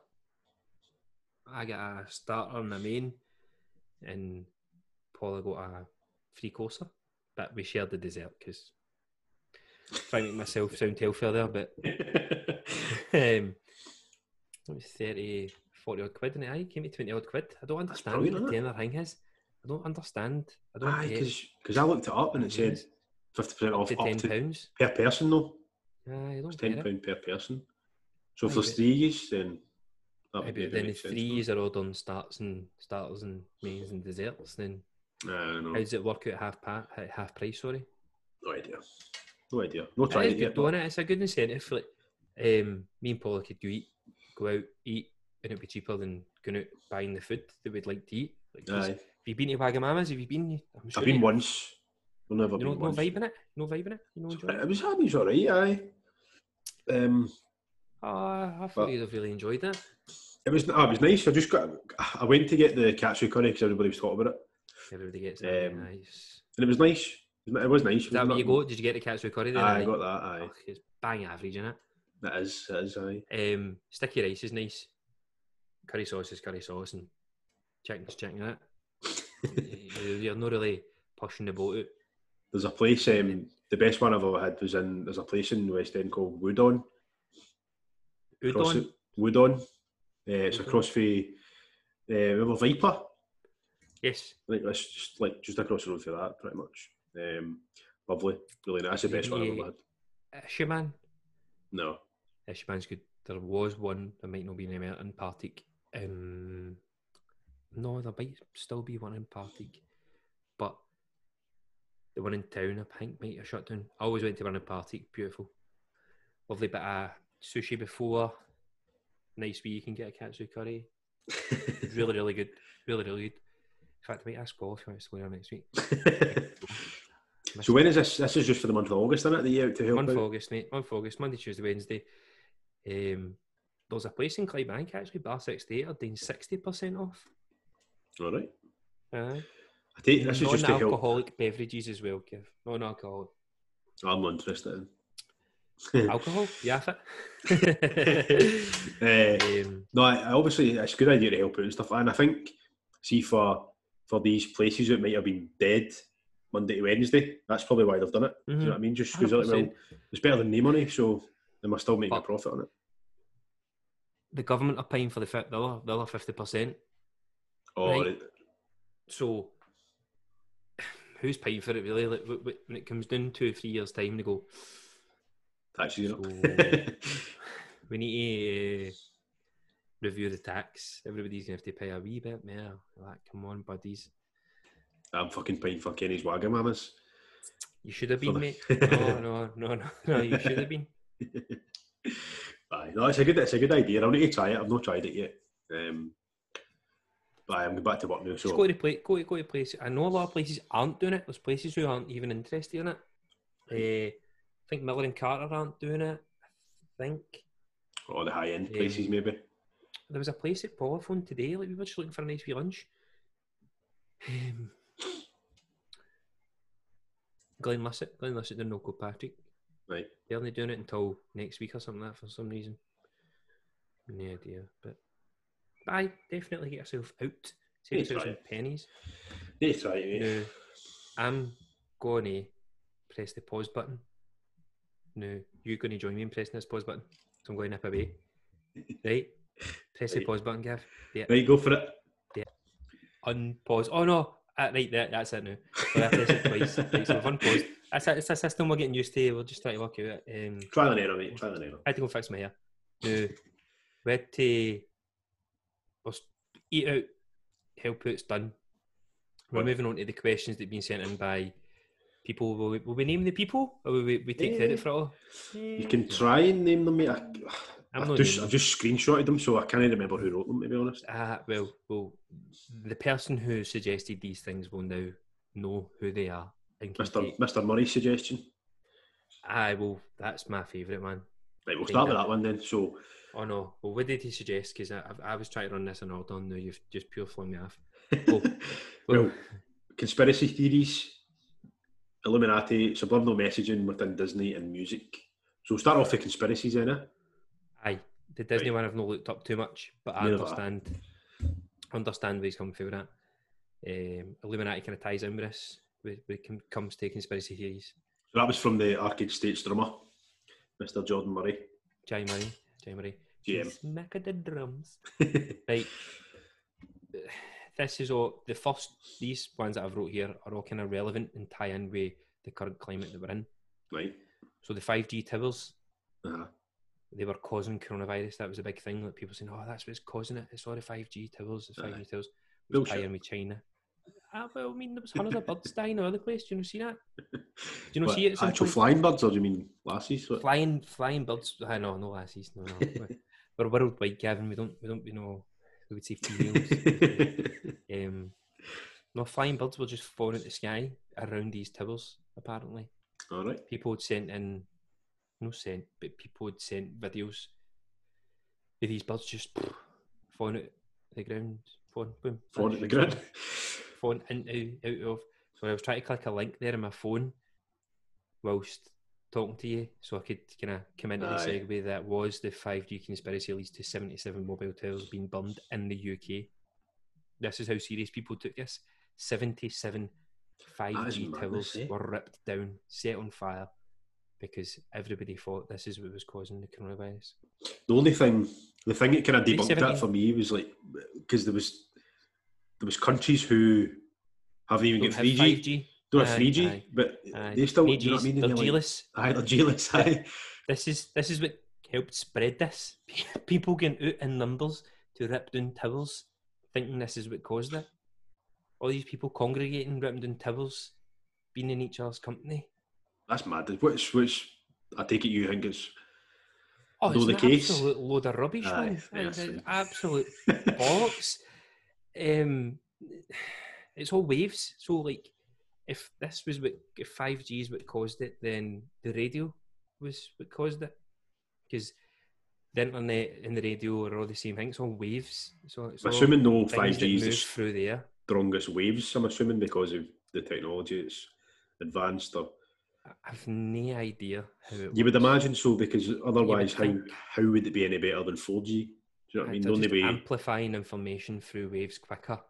[SPEAKER 1] I got a starter and a main, and Paula got a free courser. But we shared the dessert because trying to make myself sound healthier there, but um, it was 30, 40 odd quid, and I came to 20 odd quid. I don't understand what
[SPEAKER 2] brilliant,
[SPEAKER 1] the
[SPEAKER 2] isn't
[SPEAKER 1] tenner thing is. I don't understand. I don't
[SPEAKER 2] Aye,
[SPEAKER 1] get
[SPEAKER 2] because I looked it up and it said fifty percent
[SPEAKER 1] up
[SPEAKER 2] off
[SPEAKER 1] to
[SPEAKER 2] up
[SPEAKER 1] ten
[SPEAKER 2] to
[SPEAKER 1] pounds.
[SPEAKER 2] per person though.
[SPEAKER 1] Aye, I don't
[SPEAKER 2] It's
[SPEAKER 1] get
[SPEAKER 2] ten
[SPEAKER 1] it.
[SPEAKER 2] pound per person. So if
[SPEAKER 1] Aye,
[SPEAKER 2] there's
[SPEAKER 1] but-
[SPEAKER 2] three years, then that would
[SPEAKER 1] Maybe
[SPEAKER 2] be
[SPEAKER 1] then the threes are all done starts and starters and mains and desserts. Then
[SPEAKER 2] Nah,
[SPEAKER 1] how
[SPEAKER 2] no,
[SPEAKER 1] does it work out half pa- at half price? Sorry,
[SPEAKER 2] no idea. No idea. Not
[SPEAKER 1] it
[SPEAKER 2] trying
[SPEAKER 1] is
[SPEAKER 2] to
[SPEAKER 1] good,
[SPEAKER 2] get.
[SPEAKER 1] though, innit? It's a good incentive. For, like, um, me and Paula could go eat, go out eat, and it'd be cheaper than going out buying the food that we'd like to eat. Like, 'cause
[SPEAKER 2] Aye.
[SPEAKER 1] have you been to Wagamama's? Have you been? I'm sure
[SPEAKER 2] I've been
[SPEAKER 1] you-
[SPEAKER 2] once. I've never
[SPEAKER 1] You know,
[SPEAKER 2] been
[SPEAKER 1] no
[SPEAKER 2] once.
[SPEAKER 1] vibe in it. No vibe in it. You know, enjoy it.
[SPEAKER 2] It was hard. It was alright. Aye. Um,
[SPEAKER 1] Oh, I I thought
[SPEAKER 2] But-
[SPEAKER 1] you'd have really enjoyed that.
[SPEAKER 2] it was. ah, it was nice. I just got. I went to get the katsu curry because everybody was talking about it,
[SPEAKER 1] Everybody gets that.
[SPEAKER 2] Um,
[SPEAKER 1] nice.
[SPEAKER 2] and it was nice. It was, it was nice.
[SPEAKER 1] Is that
[SPEAKER 2] It was
[SPEAKER 1] where you
[SPEAKER 2] nothing-
[SPEAKER 1] go? Did you get the katsu curry there?
[SPEAKER 2] Aye, I got that. Aye,
[SPEAKER 1] Oh, it's bang average, innit?
[SPEAKER 2] that is. That is. Aye.
[SPEAKER 1] Um, sticky rice is nice. Curry sauce is curry sauce, and chicken's chicken. It. You're not really pushing the boat out.
[SPEAKER 2] There's a place. Um, the best one I've ever had was in. There's a place in West End called Woodon. Cross
[SPEAKER 1] Udon.
[SPEAKER 2] it- Woodon. Uh, it's
[SPEAKER 1] Woodon.
[SPEAKER 2] across the uh, River Viper.
[SPEAKER 1] Yes.
[SPEAKER 2] Like that's just like just across the road for that, pretty much. Um, lovely, really nice. That's the best one I've
[SPEAKER 1] Yeah.
[SPEAKER 2] ever had.
[SPEAKER 1] Uh, Ishiman.
[SPEAKER 2] No,
[SPEAKER 1] Ishiman's good. There was one that might not be in in Partick. Um, no, there might still be one in Partick, but the one in town, I think, might have shut down. I always went to one in Partick. Beautiful, lovely bit of sushi before. Nice way you can get a katsu curry. It's really, really good. Really, really good. In fact, I might ask Paul if he wants to go there next week.
[SPEAKER 2] so when is this? This is just for the month of August, isn't it? The year to help
[SPEAKER 1] Month of
[SPEAKER 2] out.
[SPEAKER 1] August, mate. Month of August, Monday, Tuesday, Wednesday. Um, there's a place in Clydebank actually, Bar 68, are doing 60% off.
[SPEAKER 2] All right.
[SPEAKER 1] Aye.
[SPEAKER 2] I take this is just to help.
[SPEAKER 1] Non-alcoholic beverages as well, Kev. Non-alcoholic.
[SPEAKER 2] I'm not interested.
[SPEAKER 1] Alcohol? Yeah, fit.
[SPEAKER 2] Uh,
[SPEAKER 1] um,
[SPEAKER 2] no, I, I obviously it's a good idea to help out and stuff. And I think, see for for these places that might have been dead Monday to Wednesday, that's probably why they've done it. Do you
[SPEAKER 1] mhm.
[SPEAKER 2] know what I mean? Just because like, well,
[SPEAKER 1] 100%.
[SPEAKER 2] it's better than no money, so they must still make a
[SPEAKER 1] But-
[SPEAKER 2] profit on it.
[SPEAKER 1] the government are paying for the, fi- the, other, the other 50%.
[SPEAKER 2] Oh,
[SPEAKER 1] Right.
[SPEAKER 2] right.
[SPEAKER 1] So, who's paying for it really? Like, wh- wh- when it comes down two or three years' time, they go,
[SPEAKER 2] taxes are up.
[SPEAKER 1] So- we need to uh, review the tax. Everybody's going to have to pay a wee bit more. Like, come on, buddies.
[SPEAKER 2] I'm fucking paying for Kenny's Wagamamas.
[SPEAKER 1] You should have been,
[SPEAKER 2] For
[SPEAKER 1] mate.
[SPEAKER 2] the-
[SPEAKER 1] No, no, no, no, no. You should have been.
[SPEAKER 2] Aye, no, it's a good, it's a good idea. I'll need to try it. I've not tried it yet. Um, but aye, I'm going back to work now,
[SPEAKER 1] Just
[SPEAKER 2] so
[SPEAKER 1] go to play. Go to go to places. I know a lot of places aren't doing it. There's places who aren't even interested in it. Uh, I think Miller and Carter aren't doing it. I think
[SPEAKER 2] or the high end
[SPEAKER 1] Um,
[SPEAKER 2] places maybe.
[SPEAKER 1] there was a place at Paula phone today. Like we were just looking for a nice wee lunch. Um, Glenn Lussett, Glenn Lussett, they're no Patrick.
[SPEAKER 2] Right.
[SPEAKER 1] They're only doing it until next week or something like that for some reason. No idea, but but aye, definitely get yourself out. Save
[SPEAKER 2] Yeah,
[SPEAKER 1] yourself
[SPEAKER 2] try
[SPEAKER 1] some pennies.
[SPEAKER 2] Need to try it. Mate.
[SPEAKER 1] Now, I'm gonna press the pause button. Now, you're gonna join me in pressing this pause button. So I'm going to nip away. Right? Press the
[SPEAKER 2] Right.
[SPEAKER 1] pause button, Gav.
[SPEAKER 2] Right, go for it.
[SPEAKER 1] Unpause. Oh no. Ah, right there, that's it now. So I press it twice. Right, so I've unpaused. That's a, it's a system we're getting used to. We'll just try to work out. it. Um,
[SPEAKER 2] Trial and error, mate. Trial and error.
[SPEAKER 1] I had to go fix my hair. Now, we had to was eat out, help out's done. We're
[SPEAKER 2] Right.
[SPEAKER 1] moving on to the questions that have been sent in by people. Will we, will we name the people or will we, we take credit for it all?
[SPEAKER 2] You can try and name them, mate. I,
[SPEAKER 1] I'm
[SPEAKER 2] I've
[SPEAKER 1] not
[SPEAKER 2] just,
[SPEAKER 1] naming
[SPEAKER 2] I've just screenshotted them, so I can't remember who wrote them. To be honest,
[SPEAKER 1] Ah, well, well, the person who suggested these things will now know who they are. And can
[SPEAKER 2] Mister
[SPEAKER 1] take-
[SPEAKER 2] Mister Murray's suggestion.
[SPEAKER 1] Aye, well, that's my favourite, man.
[SPEAKER 2] Right, we'll
[SPEAKER 1] Take
[SPEAKER 2] start with
[SPEAKER 1] that.
[SPEAKER 2] that one then. So,
[SPEAKER 1] Oh no! Well, what did he suggest? Because I, I, I was trying to run this and all done. Now you've just pure flung me off. Well,
[SPEAKER 2] well, conspiracy theories, Illuminati, subliminal messaging within Disney and music. So we'll start off with conspiracies, then. Eh?
[SPEAKER 1] Aye, the Disney one I've not looked up too much, but I
[SPEAKER 2] Neither have I.
[SPEAKER 1] understand understand where he's coming from with that. Um, Illuminati kind of ties in with this, with, with com- comes to conspiracy theories.
[SPEAKER 2] So that was from the Arcade States drummer, Mr. Jordan Murray,
[SPEAKER 1] Jay Murray, Jay Murray.
[SPEAKER 2] GM.
[SPEAKER 1] Smack of the drums. right. This is all, the first, these ones that I've wrote here are all kind of relevant and tie in with the current climate that we're in.
[SPEAKER 2] Right.
[SPEAKER 1] So the 5G towers
[SPEAKER 2] Uh-huh.
[SPEAKER 1] They were causing coronavirus. That was a big thing. That people saying, "Oh, that's what's causing it. It's all the five G towers. The five G towers." We was
[SPEAKER 2] Bullshit.
[SPEAKER 1] tying with China. Ah, well, I mean, there was hundreds of birds dying all over the place. Do you know see that? Do you know
[SPEAKER 2] What,
[SPEAKER 1] see it? at some
[SPEAKER 2] actual
[SPEAKER 1] point?
[SPEAKER 2] flying birds, or do you mean lasses? What?
[SPEAKER 1] flying flying birds. I know, no lassies, no, no. We're worldwide, Gavin. We don't, we don't, you know, we would say females. um, no, flying birds were just falling at the sky around these towers. Apparently,
[SPEAKER 2] all right.
[SPEAKER 1] people had sent in, no sent, but people had sent videos of these birds just falling at the ground, falling, boom,
[SPEAKER 2] Falling at the ground.
[SPEAKER 1] phone into out of. So I was trying to click a link there on my phone whilst talking to you, so I could kind of come into
[SPEAKER 2] Aye.
[SPEAKER 1] the segue that was the 5G conspiracy leads to 77 mobile towers being burned in the UK. This is how serious people took this. 77
[SPEAKER 2] That is
[SPEAKER 1] 5G
[SPEAKER 2] madness,
[SPEAKER 1] towers
[SPEAKER 2] eh?
[SPEAKER 1] were ripped down, set on fire, because everybody thought this is what was causing the coronavirus.
[SPEAKER 2] The only thing, the thing that kind of
[SPEAKER 1] Maybe
[SPEAKER 2] debunked
[SPEAKER 1] 17.
[SPEAKER 2] that for me was like, because there was, there was countries who haven't even
[SPEAKER 1] Don't
[SPEAKER 2] got
[SPEAKER 1] have
[SPEAKER 2] three G,
[SPEAKER 1] 5G.
[SPEAKER 2] don't have
[SPEAKER 1] Aye,
[SPEAKER 2] three G,
[SPEAKER 1] aye,
[SPEAKER 2] but
[SPEAKER 1] aye.
[SPEAKER 2] they still, do
[SPEAKER 1] Need
[SPEAKER 2] you know what
[SPEAKER 1] Gs,
[SPEAKER 2] I mean? And
[SPEAKER 1] they're
[SPEAKER 2] they're like,
[SPEAKER 1] jealous.
[SPEAKER 2] Aye, they're jealous. Aye,
[SPEAKER 1] this is this is what helped spread this. People getting out in numbers to rip down towers, thinking this is what caused it. All these people congregating, ripping down towers, being in each other's company.
[SPEAKER 2] that's mad. Which, which, I take it you think it's
[SPEAKER 1] Oh,
[SPEAKER 2] Though
[SPEAKER 1] it's
[SPEAKER 2] the
[SPEAKER 1] an
[SPEAKER 2] case-
[SPEAKER 1] absolute load of rubbish,
[SPEAKER 2] Aye,
[SPEAKER 1] man. It's
[SPEAKER 2] yes,
[SPEAKER 1] an
[SPEAKER 2] yeah.
[SPEAKER 1] absolute bollocks. Um, it's all waves. So, like, if this was what if five G is what caused it, then the radio was what caused it because the internet and the radio are all the same thing. It's all waves. So it's all
[SPEAKER 2] assuming no
[SPEAKER 1] things
[SPEAKER 2] five
[SPEAKER 1] that
[SPEAKER 2] G is the
[SPEAKER 1] move through the air.
[SPEAKER 2] strongest waves. I'm assuming because of the technology it's advanced. Or
[SPEAKER 1] I've no idea how it.
[SPEAKER 2] you would
[SPEAKER 1] works.
[SPEAKER 2] imagine so, because otherwise, how
[SPEAKER 1] think.
[SPEAKER 2] how would it be any better than four G? Do you know what I mean? The
[SPEAKER 1] They're
[SPEAKER 2] only
[SPEAKER 1] just
[SPEAKER 2] way.
[SPEAKER 1] amplifying information through waves quicker.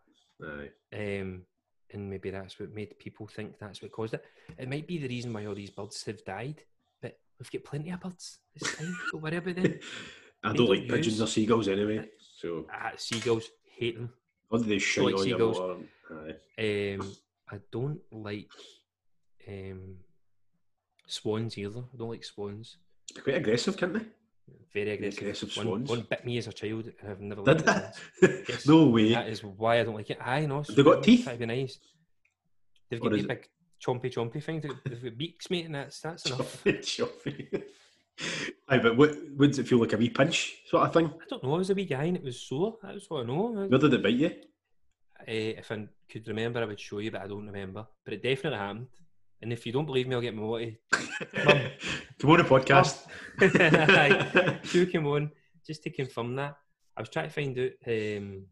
[SPEAKER 2] Aye.
[SPEAKER 1] um, and maybe that's what made people think that's what caused it. It might be the reason why all these birds have died, but we've got plenty of birds. It's fine. Don't worry about them.
[SPEAKER 2] I
[SPEAKER 1] They
[SPEAKER 2] don't
[SPEAKER 1] don't
[SPEAKER 2] like pigeons
[SPEAKER 1] use-
[SPEAKER 2] or seagulls anyway. So
[SPEAKER 1] Ah, seagulls hate them.
[SPEAKER 2] other they shoot
[SPEAKER 1] like
[SPEAKER 2] on your
[SPEAKER 1] seagulls.
[SPEAKER 2] motor. Aye.
[SPEAKER 1] Um, I don't like um, swans either. I don't like swans.
[SPEAKER 2] They're quite aggressive, can't they?
[SPEAKER 1] Very aggressive.
[SPEAKER 2] aggressive
[SPEAKER 1] one,
[SPEAKER 2] swans.
[SPEAKER 1] One bit me as a child, and I've never
[SPEAKER 2] Did
[SPEAKER 1] liked it.
[SPEAKER 2] they?
[SPEAKER 1] since. Yes.
[SPEAKER 2] no way.
[SPEAKER 1] That is why I don't like it. I know.
[SPEAKER 2] Have they got teeth?
[SPEAKER 1] That'd be nice. They've
[SPEAKER 2] Or
[SPEAKER 1] got
[SPEAKER 2] is
[SPEAKER 1] these
[SPEAKER 2] it-
[SPEAKER 1] big chompy chompy things. They've got- They've got beaks, mate, and that's that's enough.
[SPEAKER 2] Chuffy, chuffy. Aye, but what, what does it feel like a wee pinch sort of thing?
[SPEAKER 1] I don't know. I was a wee guy and it was sore. That was what I know.
[SPEAKER 2] Where did it bite you?
[SPEAKER 1] Uh, if I could remember, I would show you, but I don't remember. But it definitely happened. And if you don't believe me, I'll get my water.
[SPEAKER 2] Come on the podcast.
[SPEAKER 1] Aye. Sue came on just to confirm that. I was trying to find out um,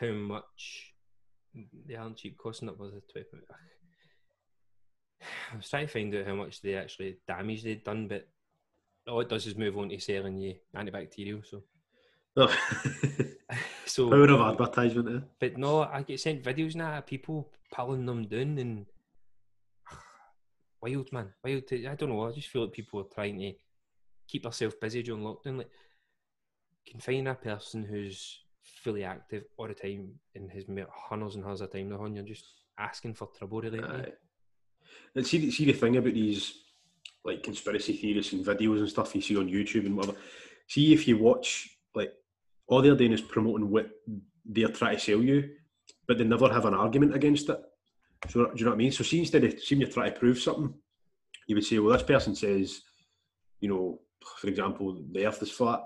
[SPEAKER 1] how much they aren't cheap costing up was it twenty. I was trying to find out how much they actually damage they'd done, but all it does is move on to selling you antibacterial. So,
[SPEAKER 2] Oh,
[SPEAKER 1] so
[SPEAKER 2] Power of advertisement. Eh?
[SPEAKER 1] But no, I get sent videos now of people pulling them down and wild man, wild. To, I don't know. I just feel like people are trying to keep themselves busy during lockdown. Like, confine a person who's fully active all the time and has met hundreds and hundreds of time on you're just asking for trouble, really. aren't you?
[SPEAKER 2] Aye. And see, the- see the thing about these like conspiracy theorists and videos and stuff you see on YouTube and whatever. See if you watch like all they're doing is promoting what they're trying to sell you, but they never have an argument against it. So do you know what I mean? So see instead of seeing you try to prove something, you would say, well, this person says, you know, for example, the Earth is flat,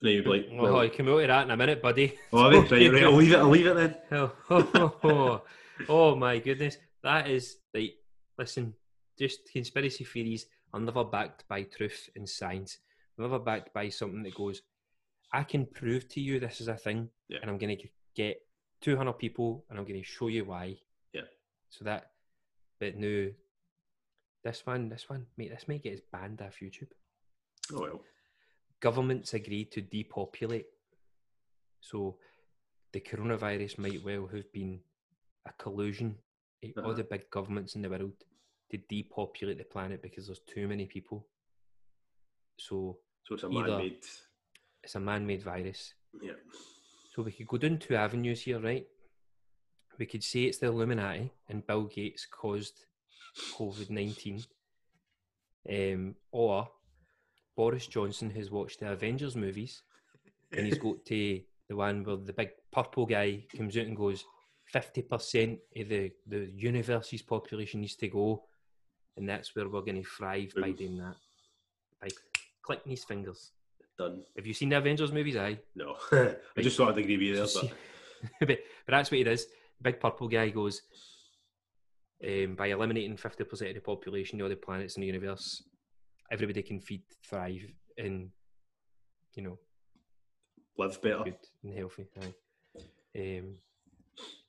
[SPEAKER 2] and then you'd be like,
[SPEAKER 1] Well,
[SPEAKER 2] well,
[SPEAKER 1] I Oh, come out of that in a minute, buddy.
[SPEAKER 2] oh, right, right, right, I'll leave it, I'll leave it then.
[SPEAKER 1] Oh, oh, oh, oh. Oh, my goodness. That is like, listen, just conspiracy theories are never backed by truth and science. They're never backed by something that goes, I can prove to you this is a thing,
[SPEAKER 2] Yeah.
[SPEAKER 1] and I'm going to get 200 people and I'm going to show you why.
[SPEAKER 2] Yeah.
[SPEAKER 1] So that, but no, this one, this one, mate, this may get us banned off YouTube.
[SPEAKER 2] Oh well,
[SPEAKER 1] Governments agreed to depopulate. So the coronavirus might well have been a collusion of all the big governments in the world to depopulate the planet because there's too many people. So
[SPEAKER 2] so it's a
[SPEAKER 1] Either.
[SPEAKER 2] man-made.
[SPEAKER 1] it's a man made virus.
[SPEAKER 2] Yeah.
[SPEAKER 1] So we could go down two avenues here, right? We could say it's the Illuminati and Bill Gates caused COVID 19. Um, or Boris Johnson has watched the Avengers movies and he's got to the one where the big purple guy comes out and goes, 50% of the, the universe's population needs to go. And that's where we're going to thrive by
[SPEAKER 2] Boom.
[SPEAKER 1] doing that. By clicking his fingers.
[SPEAKER 2] Done.
[SPEAKER 1] Have you seen the Avengers movies? Aye.
[SPEAKER 2] No. I just thought I'd agree with you there,
[SPEAKER 1] So
[SPEAKER 2] but
[SPEAKER 1] she- but, but that's what it is. Big purple guy goes um, by eliminating fifty percent of the population, of the planets in the universe, everybody can feed, thrive, and you know,
[SPEAKER 2] live better.
[SPEAKER 1] good and healthy. Aye. Um,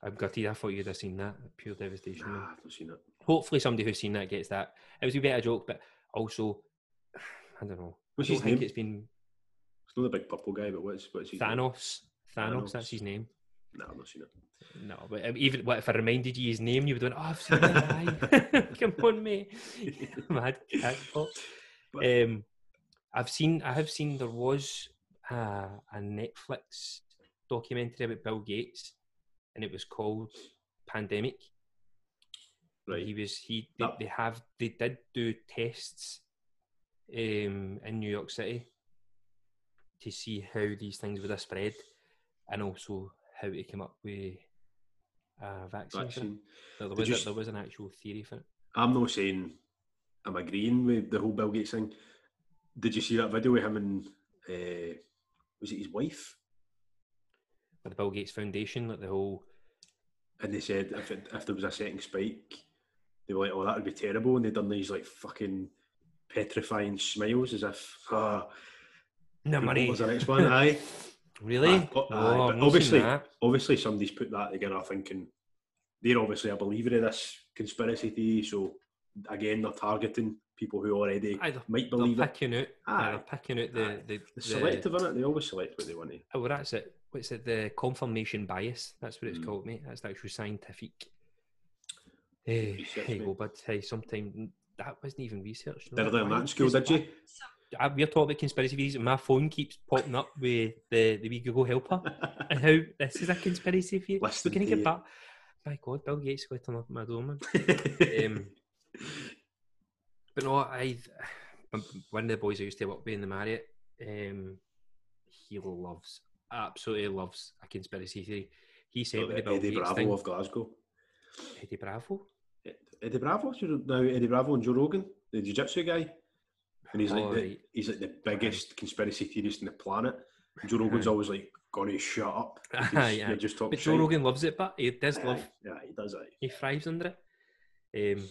[SPEAKER 1] I'm gutted. I thought you'd have seen that. Pure devastation. man.
[SPEAKER 2] Nah, Ah, I've not seen it.
[SPEAKER 1] Hopefully, somebody who's seen that gets that. It was a bit of a joke, but also, I don't know.
[SPEAKER 2] What's
[SPEAKER 1] I
[SPEAKER 2] his
[SPEAKER 1] don't think
[SPEAKER 2] name?
[SPEAKER 1] it's been
[SPEAKER 2] It's not the big purple guy, but what's what's his name?
[SPEAKER 1] Thanos. Thanos.
[SPEAKER 2] Thanos.
[SPEAKER 1] That's his name.
[SPEAKER 2] Nah, I've not seen it.
[SPEAKER 1] No, but um, even what if I reminded you his name, you would have went, "Oh, I've seen that guy." Come on, mate, mad cat fuck.
[SPEAKER 2] But-
[SPEAKER 1] Um, I've seen, I have seen. There was uh, a Netflix documentary about Bill Gates, and it was called "Pandemic."
[SPEAKER 2] Right.
[SPEAKER 1] He was he. They,
[SPEAKER 2] That-
[SPEAKER 1] they have they did do tests um, in New York City to see how these things would have spread, and also how to come up with a vaccine. for it.
[SPEAKER 2] Vaccine.
[SPEAKER 1] There, there
[SPEAKER 2] Did
[SPEAKER 1] was
[SPEAKER 2] you
[SPEAKER 1] a,
[SPEAKER 2] s-
[SPEAKER 1] there was an actual theory for it.
[SPEAKER 2] I'm not saying I'm agreeing with the whole Bill Gates thing. Did you see that video with him and uh, was it his wife?
[SPEAKER 1] But the Bill Gates Foundation, like the whole
[SPEAKER 2] And they said if, it, if there was a second spike, they were like, "Oh, that would be terrible," and they done these like fucking petrifying smiles as if, "Ah,
[SPEAKER 1] no money.
[SPEAKER 2] what was the next one?" Aye.
[SPEAKER 1] Really?
[SPEAKER 2] Aye, but-
[SPEAKER 1] No,
[SPEAKER 2] aye,
[SPEAKER 1] I've
[SPEAKER 2] but
[SPEAKER 1] not seen
[SPEAKER 2] obviously-
[SPEAKER 1] that.
[SPEAKER 2] obviously somebody's put that together thinking they're obviously a believer in this conspiracy theory so again they're targeting people who already
[SPEAKER 1] Aye, they're,
[SPEAKER 2] might
[SPEAKER 1] they're
[SPEAKER 2] believe it
[SPEAKER 1] picking out.
[SPEAKER 2] Aye.
[SPEAKER 1] Aye. They're picking out
[SPEAKER 2] Aye.
[SPEAKER 1] the the,
[SPEAKER 2] they're
[SPEAKER 1] the
[SPEAKER 2] selective in it they always select what they want to
[SPEAKER 1] Oh, well, that's it. What's it? The confirmation bias. That's what it's
[SPEAKER 2] Mm.
[SPEAKER 1] called, mate. That's the actual scientific. Hey,
[SPEAKER 2] Research,
[SPEAKER 1] hey,
[SPEAKER 2] mate.
[SPEAKER 1] well, but hey, sometime that wasn't even researched.
[SPEAKER 2] did I learn that in
[SPEAKER 1] Why-
[SPEAKER 2] school did you
[SPEAKER 1] I, we're talking about conspiracy theories, and my phone keeps popping up with the, the wee Google helper and how this is a conspiracy theory.
[SPEAKER 2] Listen
[SPEAKER 1] Can you
[SPEAKER 2] to
[SPEAKER 1] get
[SPEAKER 2] you.
[SPEAKER 1] back? My God, Bill Gates is going to turn up at my door, man. Um, but no, I one of the boys I used to work with in the Marriott, um, he loves absolutely loves a conspiracy theory. He
[SPEAKER 2] So
[SPEAKER 1] sent me the Bill
[SPEAKER 2] Eddie
[SPEAKER 1] Gates
[SPEAKER 2] Bravo
[SPEAKER 1] thing.
[SPEAKER 2] of Glasgow
[SPEAKER 1] Eddie Bravo.
[SPEAKER 2] Eddie Bravo do you know Eddie Bravo and Joe Rogan the jiu-jitsu guy and he's like
[SPEAKER 1] All
[SPEAKER 2] the,
[SPEAKER 1] Oh, right.
[SPEAKER 2] he's like the biggest conspiracy theorist on the planet Joe Rogan's
[SPEAKER 1] Aye.
[SPEAKER 2] always like gonna shut up
[SPEAKER 1] Aye,
[SPEAKER 2] You're just-
[SPEAKER 1] aye.
[SPEAKER 2] you're just talking
[SPEAKER 1] But Joe
[SPEAKER 2] shite."
[SPEAKER 1] Rogan loves it, but he does
[SPEAKER 2] Aye,
[SPEAKER 1] love
[SPEAKER 2] aye, aye, he does aye.
[SPEAKER 1] he thrives under it. Um,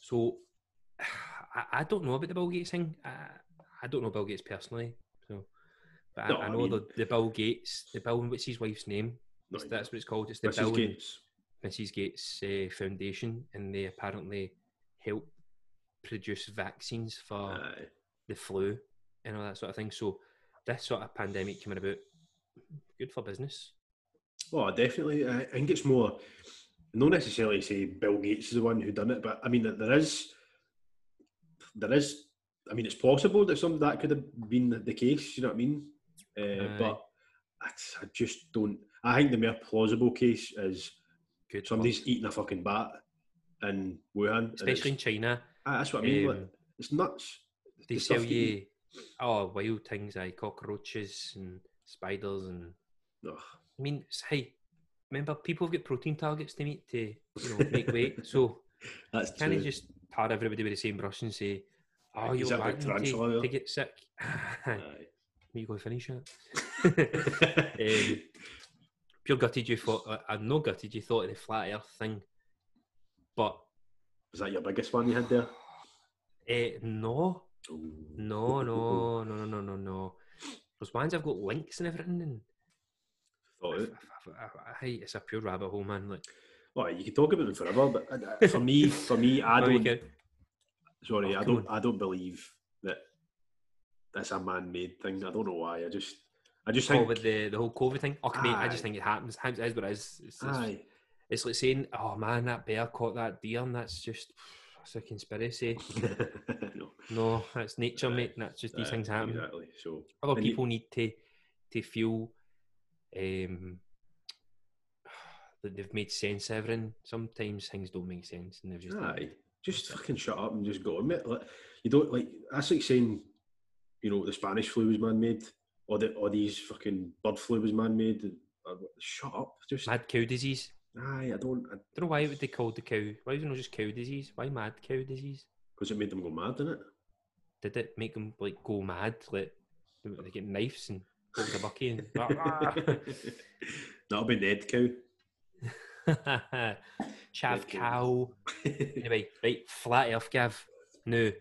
[SPEAKER 1] so I, I don't know about the Bill Gates thing. I, I don't know Bill Gates personally, so but I,
[SPEAKER 2] No,
[SPEAKER 1] I
[SPEAKER 2] I
[SPEAKER 1] know
[SPEAKER 2] mean-
[SPEAKER 1] the, the Bill Gates, the Bill, what's his wife's name?
[SPEAKER 2] No,
[SPEAKER 1] It's-
[SPEAKER 2] he
[SPEAKER 1] that's what it's called. It's the
[SPEAKER 2] Mrs.
[SPEAKER 1] Bill and-
[SPEAKER 2] Gates.
[SPEAKER 1] Mrs. Gates uh, Foundation, and they apparently help produce vaccines for
[SPEAKER 2] Aye.
[SPEAKER 1] the flu and all that sort of thing. So this sort of pandemic coming about, good for business.
[SPEAKER 2] Well, Oh, definitely. I I think it's more, not necessarily say Bill Gates is the one who done it, but I mean that there is, there is. I mean, it's possible that some of that could have been the- the case. You know what I mean? Uh,
[SPEAKER 1] Aye.
[SPEAKER 2] but I, I just don't. I think the more plausible case is
[SPEAKER 1] Good. for-
[SPEAKER 2] somebody's eating a fucking bat in Wuhan. and
[SPEAKER 1] especially in
[SPEAKER 2] it's-
[SPEAKER 1] China,
[SPEAKER 2] aye, that's what I mean. like,
[SPEAKER 1] um,
[SPEAKER 2] it's nuts.
[SPEAKER 1] they
[SPEAKER 2] the
[SPEAKER 1] sell
[SPEAKER 2] stuff you
[SPEAKER 1] you oh wild things like cockroaches and spiders and
[SPEAKER 2] Ugh.
[SPEAKER 1] I mean, it's- hey, remember people have got protein targets to meet to you know make weight. So
[SPEAKER 2] That's
[SPEAKER 1] Can
[SPEAKER 2] true.
[SPEAKER 1] he just tar everybody with the same brush and say, "Oh,
[SPEAKER 2] Is
[SPEAKER 1] you're
[SPEAKER 2] that like
[SPEAKER 1] wanting
[SPEAKER 2] tarantula there?
[SPEAKER 1] to, to get sick"? Me
[SPEAKER 2] Aye.
[SPEAKER 1] go finish it. Um, Pure gutted you thought. uh, I'm not gutted. You thought of the flat Earth thing, but
[SPEAKER 2] was that your biggest one you had there?
[SPEAKER 1] eh, no,
[SPEAKER 2] Ooh.
[SPEAKER 1] no, no, no, no, no, no, no. Those ones I've got links and everything. And
[SPEAKER 2] Thought it.
[SPEAKER 1] I, I, I, it's a pure rabbit hole, man. Like
[SPEAKER 2] Well, you can talk about them forever, but uh, for me, for me, I
[SPEAKER 1] no, you
[SPEAKER 2] don't.
[SPEAKER 1] can't-
[SPEAKER 2] Sorry,
[SPEAKER 1] Oh,
[SPEAKER 2] I
[SPEAKER 1] come
[SPEAKER 2] don't. I don't believe that that's a man-made thing. I don't know why. I just, I just
[SPEAKER 1] Oh,
[SPEAKER 2] think.
[SPEAKER 1] with the, the whole COVID thing. Oh, mate, I
[SPEAKER 2] Aye.
[SPEAKER 1] just think it happens. It is what it is. It's, it's,
[SPEAKER 2] aye,
[SPEAKER 1] it's like saying, "Oh man, that bear caught that deer," and that's just that's a conspiracy.
[SPEAKER 2] no,
[SPEAKER 1] No, that's nature,
[SPEAKER 2] Aye.
[SPEAKER 1] mate. and That's just these
[SPEAKER 2] aye,
[SPEAKER 1] things happen.
[SPEAKER 2] Exactly. So
[SPEAKER 1] Other
[SPEAKER 2] and you-
[SPEAKER 1] people need to to feel um, that they've made sense. of Everything. Sometimes things don't make sense, and they've just
[SPEAKER 2] Aye, just fucking shut up and just go on, mate. Like, you don't like. That's like saying you know, the Spanish flu was man-made, or the or these fucking bird flu was man-made. Uh, Shut up! Just
[SPEAKER 1] Mad cow disease.
[SPEAKER 2] aye, I don't
[SPEAKER 1] don't know why it would they called the cow. Why was it not just cow disease? Why mad cow disease?
[SPEAKER 2] because it made them go mad, didn't it?
[SPEAKER 1] Did it make them like go mad? Like they would- they get knives and hold the bucky and. Ah.
[SPEAKER 2] That'll be Ned Cow.
[SPEAKER 1] Chav
[SPEAKER 2] Right,
[SPEAKER 1] cow. Anyway, right, flat Earth, Gav. No,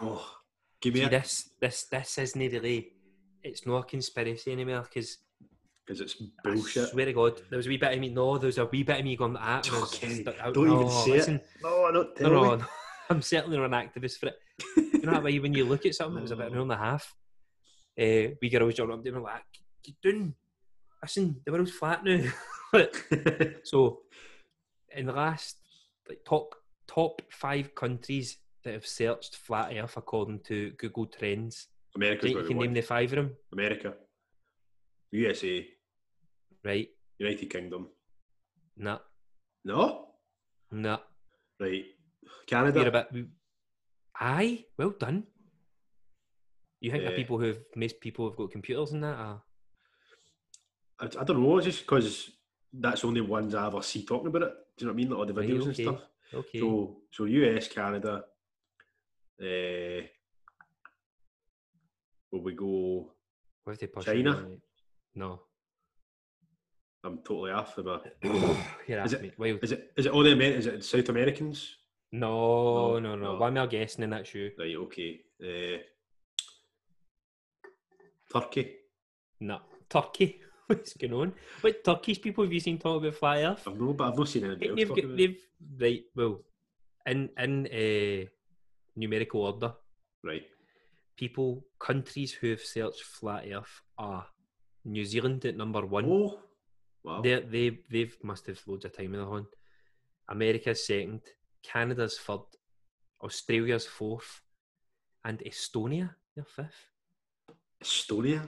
[SPEAKER 2] oh, give me
[SPEAKER 1] see,
[SPEAKER 2] it
[SPEAKER 1] this this this isn't really. It's not a conspiracy anymore because
[SPEAKER 2] because it's
[SPEAKER 1] I
[SPEAKER 2] bullshit.
[SPEAKER 1] swear to God, there was a wee bit of me. No, there was a wee bit of me going "Ah, that. and I was
[SPEAKER 2] Okay,
[SPEAKER 1] stuck out.
[SPEAKER 2] don't even
[SPEAKER 1] No,
[SPEAKER 2] say it.
[SPEAKER 1] listen,
[SPEAKER 2] No, not
[SPEAKER 1] No, no, no. I'm certainly not an activist for it. You know that way when you look at something, it was about an hour and a half. Uh, we girls jumped up to me and were like, "Get down, listen, the world's flat now." so, in the last like top top five countries that have searched flat Earth according to Google Trends, I
[SPEAKER 2] America's
[SPEAKER 1] think you
[SPEAKER 2] got to be
[SPEAKER 1] can name
[SPEAKER 2] one.
[SPEAKER 1] the five of them,
[SPEAKER 2] America, USA,
[SPEAKER 1] right?
[SPEAKER 2] United Kingdom.
[SPEAKER 1] No,
[SPEAKER 2] No,
[SPEAKER 1] no,
[SPEAKER 2] right.
[SPEAKER 1] we're
[SPEAKER 2] Canada.
[SPEAKER 1] a bit. we- Aye, well done. You think the
[SPEAKER 2] Eh.
[SPEAKER 1] people who have most people have got computers and that? Are,
[SPEAKER 2] I, I don't know. It's just because that's the only ones I ever see talking about it. Do you know what I mean? Like all the
[SPEAKER 1] Right, okay.
[SPEAKER 2] videos and stuff.
[SPEAKER 1] okay.
[SPEAKER 2] So, so US, Canada. Uh, will we go?
[SPEAKER 1] What if they push
[SPEAKER 2] China?
[SPEAKER 1] It? No.
[SPEAKER 2] I'm totally off of a.
[SPEAKER 1] You're
[SPEAKER 2] Is
[SPEAKER 1] asking me. Well,
[SPEAKER 2] Is it? Is it all the Amer- Is it South Americans?
[SPEAKER 1] no,
[SPEAKER 2] No,
[SPEAKER 1] no, no.
[SPEAKER 2] no.
[SPEAKER 1] Why am I guessing in that shoe?
[SPEAKER 2] Right. Okay. Uh, Turkey.
[SPEAKER 1] No. Turkey. What's going on? What Turkish people have you seen talk about flat earth?
[SPEAKER 2] I've no, but I've not seen anybody
[SPEAKER 1] Right,
[SPEAKER 2] else
[SPEAKER 1] they've,
[SPEAKER 2] talking
[SPEAKER 1] got,
[SPEAKER 2] about it.
[SPEAKER 1] they've right. Well, in in uh, numerical order,
[SPEAKER 2] Right.
[SPEAKER 1] people countries who have searched flat earth are New Zealand at number one.
[SPEAKER 2] Oh, wow.
[SPEAKER 1] They they they've must have loads of time in the horn. America's second, Canada's third, Australia's fourth, and Estonia their fifth.
[SPEAKER 2] Estonia.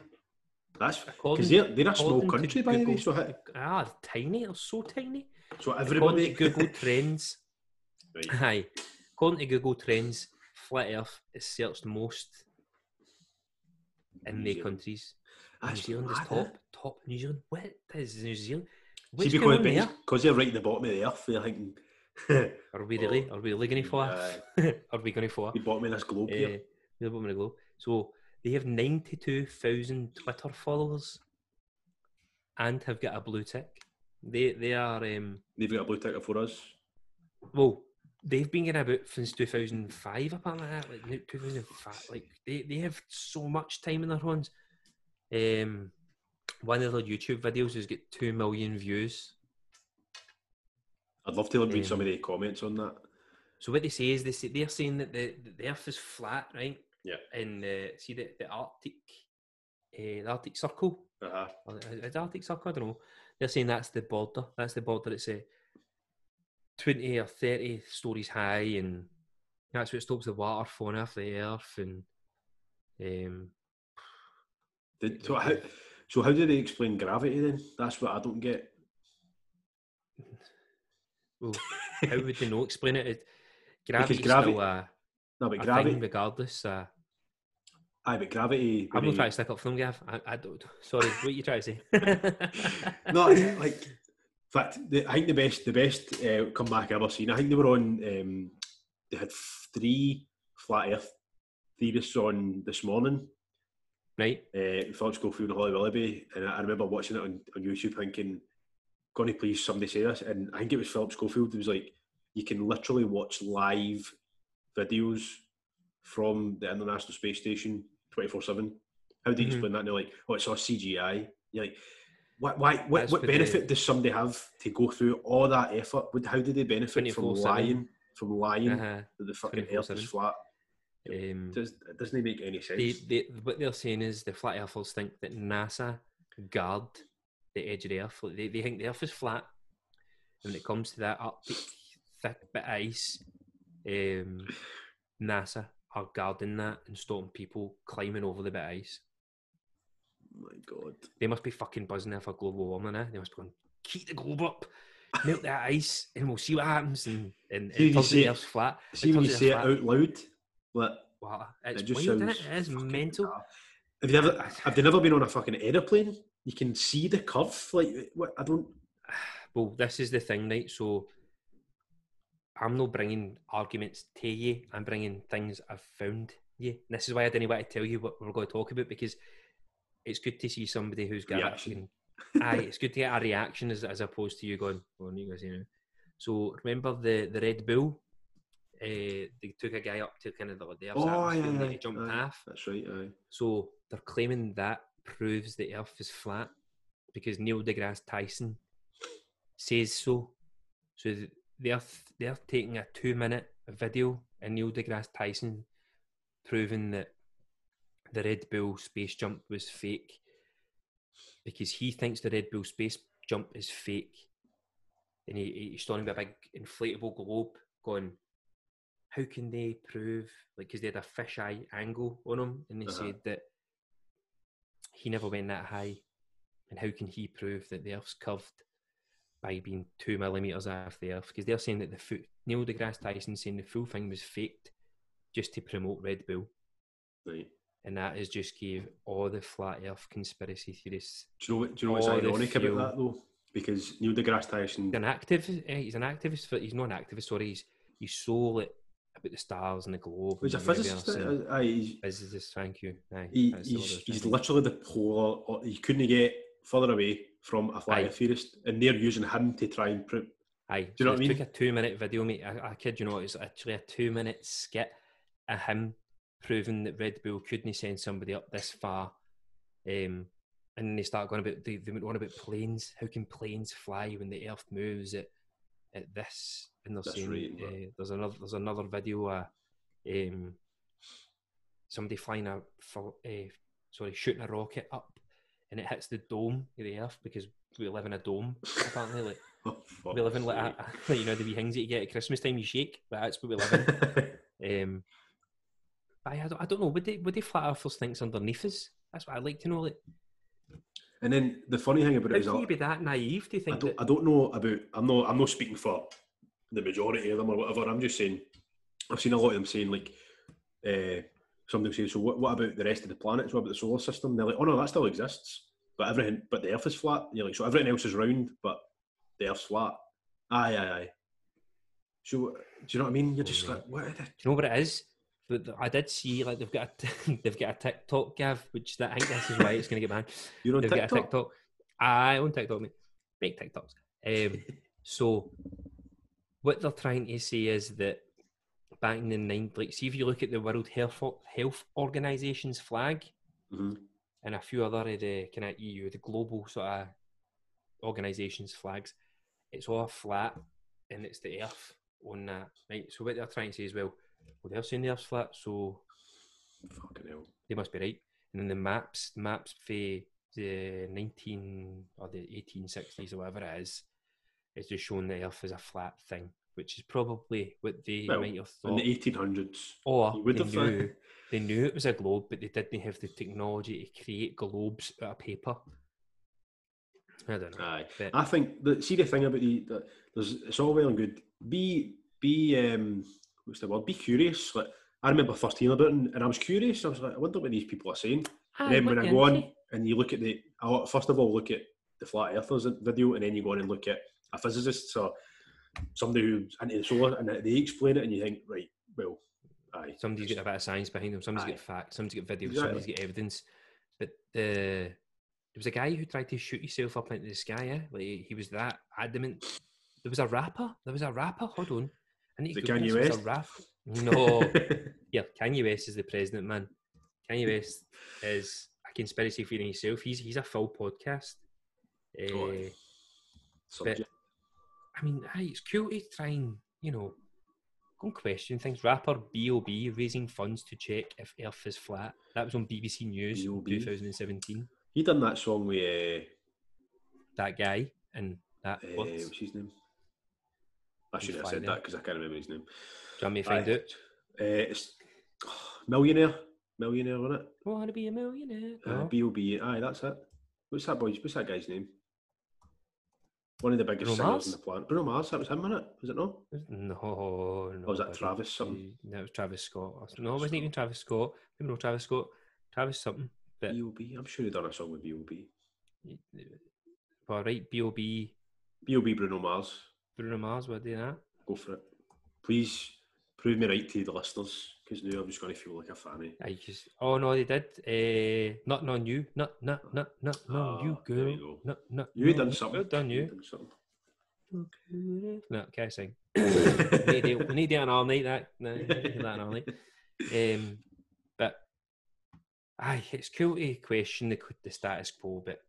[SPEAKER 2] That's
[SPEAKER 1] According-
[SPEAKER 2] because they're, they're a small
[SPEAKER 1] according to
[SPEAKER 2] country, by the way.
[SPEAKER 1] Google-
[SPEAKER 2] So, hi-
[SPEAKER 1] ah, they're tiny. They're so tiny.
[SPEAKER 2] so
[SPEAKER 1] According to
[SPEAKER 2] everybody.
[SPEAKER 1] Google Trends,
[SPEAKER 2] Right.
[SPEAKER 1] aye. According to Google Trends, flat Earth is searched most in
[SPEAKER 2] New
[SPEAKER 1] the
[SPEAKER 2] Zealand.
[SPEAKER 1] countries. New
[SPEAKER 2] That's
[SPEAKER 1] Zealand is
[SPEAKER 2] mad,
[SPEAKER 1] top,
[SPEAKER 2] eh?
[SPEAKER 1] top New Zealand. What is New Zealand?
[SPEAKER 2] See,
[SPEAKER 1] What's
[SPEAKER 2] because,
[SPEAKER 1] going on there?
[SPEAKER 2] because they're right at the bottom of the earth, they're thinking,
[SPEAKER 1] Are we really?
[SPEAKER 2] Oh,
[SPEAKER 1] Are we really going to fall?
[SPEAKER 2] aye.
[SPEAKER 1] Are we going to fall?
[SPEAKER 2] the bottom of this globe
[SPEAKER 1] Uh,
[SPEAKER 2] here.
[SPEAKER 1] the bottom of the globe. So they have 92,000 Twitter followers and have got a blue tick. They they are um
[SPEAKER 2] They've got a blue ticket for us.
[SPEAKER 1] well they've been getting about since 2005 apparently like that, like no- 2005 like they, they have so much time in their hands. Um, one of their YouTube videos has got two million views.
[SPEAKER 2] I'd love to read
[SPEAKER 1] Um,
[SPEAKER 2] some of the comments on that.
[SPEAKER 1] So what they say is they say, they're saying that the, the Earth is flat, right?
[SPEAKER 2] Yeah.
[SPEAKER 1] And uh, see the the Arctic, uh, the Arctic Circle.
[SPEAKER 2] Uh-huh.
[SPEAKER 1] or the- is it Arctic Circle? I don't know. They're saying that's the border. That's the border. It's a twenty or thirty stories high, and that's what stops the water falling off the earth. And um,
[SPEAKER 2] Did, so, how, so how do they explain gravity then? That's what I don't get.
[SPEAKER 1] well, how would they know explain it? it gravity's
[SPEAKER 2] gravi-
[SPEAKER 1] still a,
[SPEAKER 2] No, but
[SPEAKER 1] a thing,
[SPEAKER 2] gravity.
[SPEAKER 1] regardless. Uh,
[SPEAKER 2] Aye, but gravity.
[SPEAKER 1] I'm not
[SPEAKER 2] when
[SPEAKER 1] trying
[SPEAKER 2] you-
[SPEAKER 1] to stick up for them, Gav. I, I don't. Sorry, what you trying to say?
[SPEAKER 2] no, I- like, in fact, the, I think the best, the best uh, comeback I ever seen. I think they were on. Um, they had three flat Earth theorists on this morning.
[SPEAKER 1] right.
[SPEAKER 2] Uh, we thought to go through the Holly Willoughby, and I, I remember watching it on, on YouTube, thinking, "Going to please somebody say this?" And I think it was Philip Schofield. It was like, "You can literally watch live videos from the International Space Station twenty four 7 How do you
[SPEAKER 1] Mhm.
[SPEAKER 2] explain that? And they're like, "Oh, it's all CGI." You're like, "Why? Why? What,
[SPEAKER 1] That's
[SPEAKER 2] what
[SPEAKER 1] what
[SPEAKER 2] benefit
[SPEAKER 1] they-
[SPEAKER 2] does somebody have to go through all that effort? What- How do they benefit from
[SPEAKER 1] 24/7?
[SPEAKER 2] lying? From lying
[SPEAKER 1] Uh-huh.
[SPEAKER 2] that the fucking Earth
[SPEAKER 1] 24/7.
[SPEAKER 2] is flat?
[SPEAKER 1] Um,
[SPEAKER 2] Does, it doesn't make any sense."
[SPEAKER 1] they, they, what they're saying is the flat earthers think that NASA guard the edge of the earth. Like, They, they think the earth is flat. And when it comes to that Arctic thick bit of ice, um, NASA are guarding that and stopping people climbing over the bit of ice.
[SPEAKER 2] my God.
[SPEAKER 1] They must be fucking buzzing there for global warming, eh? They must be going, keep the globe up, melt that ice, and we'll see what happens. And, and, and
[SPEAKER 2] See, you
[SPEAKER 1] turns out
[SPEAKER 2] see
[SPEAKER 1] the
[SPEAKER 2] it-
[SPEAKER 1] earth's flat.
[SPEAKER 2] See when you
[SPEAKER 1] turns out
[SPEAKER 2] say it
[SPEAKER 1] they're
[SPEAKER 2] out loud, like
[SPEAKER 1] Wow, it's
[SPEAKER 2] It just
[SPEAKER 1] weird,
[SPEAKER 2] sounds
[SPEAKER 1] is it? It is
[SPEAKER 2] fucking
[SPEAKER 1] mental.
[SPEAKER 2] bizarre. Have you ever? Have they never been on a fucking aeroplane? You can see the curve. Like what? I don't.
[SPEAKER 1] Well, this is the thing, right? So I'm not bringing arguments to you. I'm bringing things I've found you. And this is why I didn't want to tell you what we're going to talk about because it's good to see somebody who's got
[SPEAKER 2] Reaction.
[SPEAKER 1] action. Aye, it's good to get a reaction as, as opposed to you going, "Oh, you guys, you know." So remember the the Red Bull. Uh, they took a guy up to kind of the, the Earth's
[SPEAKER 2] Oh,
[SPEAKER 1] atmosphere and
[SPEAKER 2] aye,
[SPEAKER 1] he
[SPEAKER 2] aye,
[SPEAKER 1] jumped
[SPEAKER 2] aye.
[SPEAKER 1] half.
[SPEAKER 2] That's right. Aye.
[SPEAKER 1] So they're claiming that proves the Earth is flat because Neil deGrasse Tyson says so. So th- they're they're taking a two minute video and Neil deGrasse Tyson proving that the Red Bull space jump was fake because he thinks the Red Bull space jump is fake. And he, he's standing with a big inflatable globe going, how can they prove like because they had a fisheye angle on him and they
[SPEAKER 2] Uh-huh.
[SPEAKER 1] said that he never went that high and how can he prove that the earth's curved by being two millimeters off the earth because they're saying that the foot neil degrasse tyson saying the full thing was faked just to promote red bull
[SPEAKER 2] Right.
[SPEAKER 1] and that is just gave all the flat earth conspiracy theorists
[SPEAKER 2] Do you know what? Do you know what's
[SPEAKER 1] Oh, the
[SPEAKER 2] ironic
[SPEAKER 1] fuel.
[SPEAKER 2] about that though? Because Neil deGrasse Tyson.
[SPEAKER 1] he's an activist eh, he's an activist for he's not an activist sorry he's he's so like about the stars and the globe
[SPEAKER 2] He's a
[SPEAKER 1] and the universe
[SPEAKER 2] physicist.
[SPEAKER 1] and-
[SPEAKER 2] uh, Aye. He's,
[SPEAKER 1] This is just thank you. Aye,
[SPEAKER 2] he,
[SPEAKER 1] that's the word I
[SPEAKER 2] he's,
[SPEAKER 1] was
[SPEAKER 2] he's
[SPEAKER 1] thinking.
[SPEAKER 2] literally the polar. or- He couldn't get further away from a flat
[SPEAKER 1] Aye.
[SPEAKER 2] earth theorist, and they're using him to try and prove.
[SPEAKER 1] Aye,
[SPEAKER 2] you know what I
[SPEAKER 1] it
[SPEAKER 2] mean?
[SPEAKER 1] Took a two minute video, mate. I, I kid you not, it's actually a two minute skit of him proving that Red Bull couldn't send somebody up this far. Um, and then they start going about they, they went on about planes. How can planes fly when the Earth moves at at this? And they're
[SPEAKER 2] That's
[SPEAKER 1] saying
[SPEAKER 2] right,
[SPEAKER 1] uh,
[SPEAKER 2] yeah.
[SPEAKER 1] there's another there's another video. Uh, um, somebody flying a for, uh, sorry shooting a rocket up, and it hits the dome of the Earth because we live in a dome apparently. Like
[SPEAKER 2] Oh, fuck
[SPEAKER 1] we live in like
[SPEAKER 2] sake.
[SPEAKER 1] a, a- you know the wee things that you get at Christmas time. You shake, but that's what we live in. um, but I, I don't, I don't know. Would they would they flat earthers thinks underneath us? That's what I'd like to know. Like,
[SPEAKER 2] and then the funny thing about
[SPEAKER 1] how
[SPEAKER 2] it is,
[SPEAKER 1] can
[SPEAKER 2] that-
[SPEAKER 1] you be that naive to
[SPEAKER 2] I
[SPEAKER 1] think
[SPEAKER 2] don't,
[SPEAKER 1] that?
[SPEAKER 2] I don't know about. I'm not. I'm not speaking for the majority of them or whatever. I'm just saying. I've seen a lot of them saying like, uh, somebody saying, "So what? What about the rest of the planets? What about the solar system?" they're like, "Oh no, that still exists, but everything, but the Earth is flat." And you're like, "So everything else is round, but the Earth's flat." Aye, aye, aye. So do you know what I mean? You're just
[SPEAKER 1] Yeah.
[SPEAKER 2] like, "What?" The...
[SPEAKER 1] Do you know what it is? That- that I did see like they've got a t- they've got a TikTok Gav, which that, I think this is why it's going to get banned.
[SPEAKER 2] You're on
[SPEAKER 1] they've got a
[SPEAKER 2] TikTok.
[SPEAKER 1] TikTok. I on TikTok, mate. Big TikToks. Um, so what they're trying to say is that back in the nine, like, see if you look at the World Health O- Health Organization's flag
[SPEAKER 2] hmm
[SPEAKER 1] and a few other of the kind of EU, the global sort of organizations' flags, it's all flat and it's the Earth on that, right? So what they're trying to say is, well, well, they're saying the Earth's flat, so
[SPEAKER 2] Fucking hell.
[SPEAKER 1] they must be right. And then the maps, the maps for the 19 or the 1860s or whatever it is, it's just showing the Earth as a flat thing, which is probably what they
[SPEAKER 2] Well,
[SPEAKER 1] might have
[SPEAKER 2] In
[SPEAKER 1] thought.
[SPEAKER 2] the 1800s,
[SPEAKER 1] or
[SPEAKER 2] you would
[SPEAKER 1] they
[SPEAKER 2] have thought-
[SPEAKER 1] knew, they knew it was a globe, but they didn't have the technology to create globes out of paper. I don't know.
[SPEAKER 2] Aye.
[SPEAKER 1] but-
[SPEAKER 2] I think the see the thing about the, the there's it's all well and good. Be be um what's the word? Be curious. Like I remember first hearing about it and, and I was curious. I was like, I wonder what these people are saying.
[SPEAKER 1] Ah,
[SPEAKER 2] and then when I go on and you look at the I wa- first of all look at the flat earthers video and then you go on and look at a physicist or somebody who's into the solar and they explain it and you think, right, well, aye.
[SPEAKER 1] Somebody's got a bit of science behind them. Somebody's
[SPEAKER 2] Aye.
[SPEAKER 1] got facts. Somebody's got videos.
[SPEAKER 2] Exactly.
[SPEAKER 1] Somebody's got evidence. But the there was a guy who tried to shoot himself up into the sky. Yeah, like he was that adamant. There was a rapper. There was a rapper. Hold on. I need
[SPEAKER 2] Is it
[SPEAKER 1] Google this.
[SPEAKER 2] Kanye
[SPEAKER 1] There was
[SPEAKER 2] West?
[SPEAKER 1] A rap. No. yeah, Kanye West is the president, man. Kanye West is a conspiracy theory in himself. He's he's a full podcast.
[SPEAKER 2] Oh,
[SPEAKER 1] Eh,
[SPEAKER 2] aye. Subject.
[SPEAKER 1] I mean, aye, it's cool to try and, you know, go and question things. Rapper B.O.B. raising funds to check if Earth is flat. That was on BBC News in
[SPEAKER 2] B.O.B..
[SPEAKER 1] 2017.
[SPEAKER 2] He done that song with
[SPEAKER 1] That guy and that
[SPEAKER 2] uh, uh,
[SPEAKER 1] what's
[SPEAKER 2] what's his name? I should have
[SPEAKER 1] find
[SPEAKER 2] said
[SPEAKER 1] out.
[SPEAKER 2] that because I can't remember his name.
[SPEAKER 1] Do you want me to find
[SPEAKER 2] Aye.
[SPEAKER 1] out?
[SPEAKER 2] Uh, it's oh, millionaire, millionaire, wasn't it?
[SPEAKER 1] Wanna be a millionaire?
[SPEAKER 2] Uh,
[SPEAKER 1] No.
[SPEAKER 2] B O B. Aye, that's it. What's that boy? What's that guy's name? One of the biggest
[SPEAKER 1] Bruno
[SPEAKER 2] singers
[SPEAKER 1] Mars?
[SPEAKER 2] in the planet. Bruno Mars, that was him, wasn't it? Was it not?
[SPEAKER 1] No, no.
[SPEAKER 2] Or was that
[SPEAKER 1] buddy.
[SPEAKER 2] Travis something?
[SPEAKER 1] No, it was Travis Scott. No, it wasn't even Travis Scott. I know Travis Scott. Travis something. Yeah.
[SPEAKER 2] B.O.B. I'm sure he done a song with B.O.B.
[SPEAKER 1] All right, B.O.B.
[SPEAKER 2] B.O.B. Bruno Mars.
[SPEAKER 1] Bruno Mars, were they that?
[SPEAKER 2] Go for it. Please prove me right to the listeners, because now I'm just going to feel like a fanny.
[SPEAKER 1] I just, oh no, they did. Uh, nothing on you. Not, not, not, not, no, you
[SPEAKER 2] Ah, there
[SPEAKER 1] girl.
[SPEAKER 2] you go.
[SPEAKER 1] Not, not,
[SPEAKER 2] You
[SPEAKER 1] no,
[SPEAKER 2] done something.
[SPEAKER 1] Well done, you.
[SPEAKER 2] done something.
[SPEAKER 1] No, can I sing? we need it- we need it all night. That, no, we need that all night. Um, but aye, it's cool to question the, qu- the status quo, but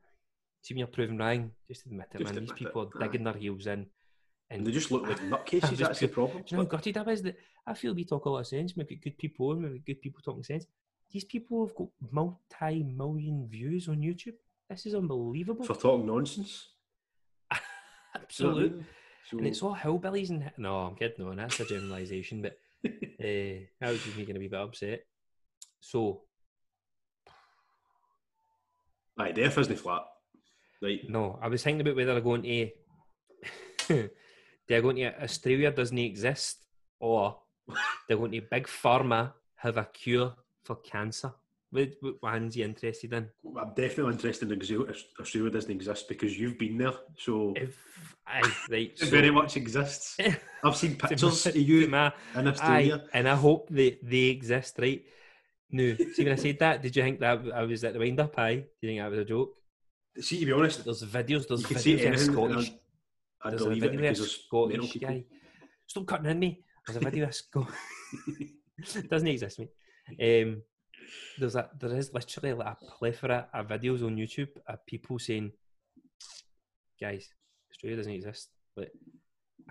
[SPEAKER 1] see when you're proven wrong, just admit it,
[SPEAKER 2] Just
[SPEAKER 1] man. These
[SPEAKER 2] admit it,
[SPEAKER 1] people
[SPEAKER 2] aye.
[SPEAKER 1] are digging their heels in.
[SPEAKER 2] And they just look like nutcases,
[SPEAKER 1] Just
[SPEAKER 2] that's the
[SPEAKER 1] pure-
[SPEAKER 2] problem.
[SPEAKER 1] Do you know how gutted I was that I feel we talk a lot of sense. We've got good people and we've got good people talking sense. These people have got multi million views on YouTube. This is unbelievable.
[SPEAKER 2] For talking nonsense. Do you know what I
[SPEAKER 1] Absolutely.
[SPEAKER 2] mean? So,
[SPEAKER 1] And it's all hillbillies and no, I'm kidding on. That's a generalisation, but uh, that was just me going to be a bit upset. So
[SPEAKER 2] Aye, the F isn't flat. Right.
[SPEAKER 1] no, I was thinking about whether I'm going to they're going to Australia doesn't exist or they're going to big pharma have a cure for cancer. What, what one's you interested in?
[SPEAKER 2] I'm definitely interested in Australia. Australia doesn't exist because you've been there, so it
[SPEAKER 1] If I right, so,
[SPEAKER 2] very much exists. I've seen
[SPEAKER 1] to
[SPEAKER 2] pictures
[SPEAKER 1] my-
[SPEAKER 2] of you
[SPEAKER 1] to my-
[SPEAKER 2] in
[SPEAKER 1] aye,
[SPEAKER 2] Australia.
[SPEAKER 1] and I hope they they exist, right? No, see when I said that, did you think that I was at the wind up? Aye, do you think that was a joke?
[SPEAKER 2] See, to be honest,
[SPEAKER 1] There's videos, there's
[SPEAKER 2] you can see
[SPEAKER 1] videos of a
[SPEAKER 2] anything. and
[SPEAKER 1] Scottish,
[SPEAKER 2] I, I
[SPEAKER 1] there's a
[SPEAKER 2] believe it
[SPEAKER 1] video
[SPEAKER 2] because
[SPEAKER 1] of a
[SPEAKER 2] there's mental
[SPEAKER 1] Scottish
[SPEAKER 2] people.
[SPEAKER 1] guy. Stop cutting in me. There's a video of Scottish. Doesn't exist, mate. Um, there's a there is literally like a plethora of videos on YouTube of people saying, "Guys, Australia doesn't exist." Like,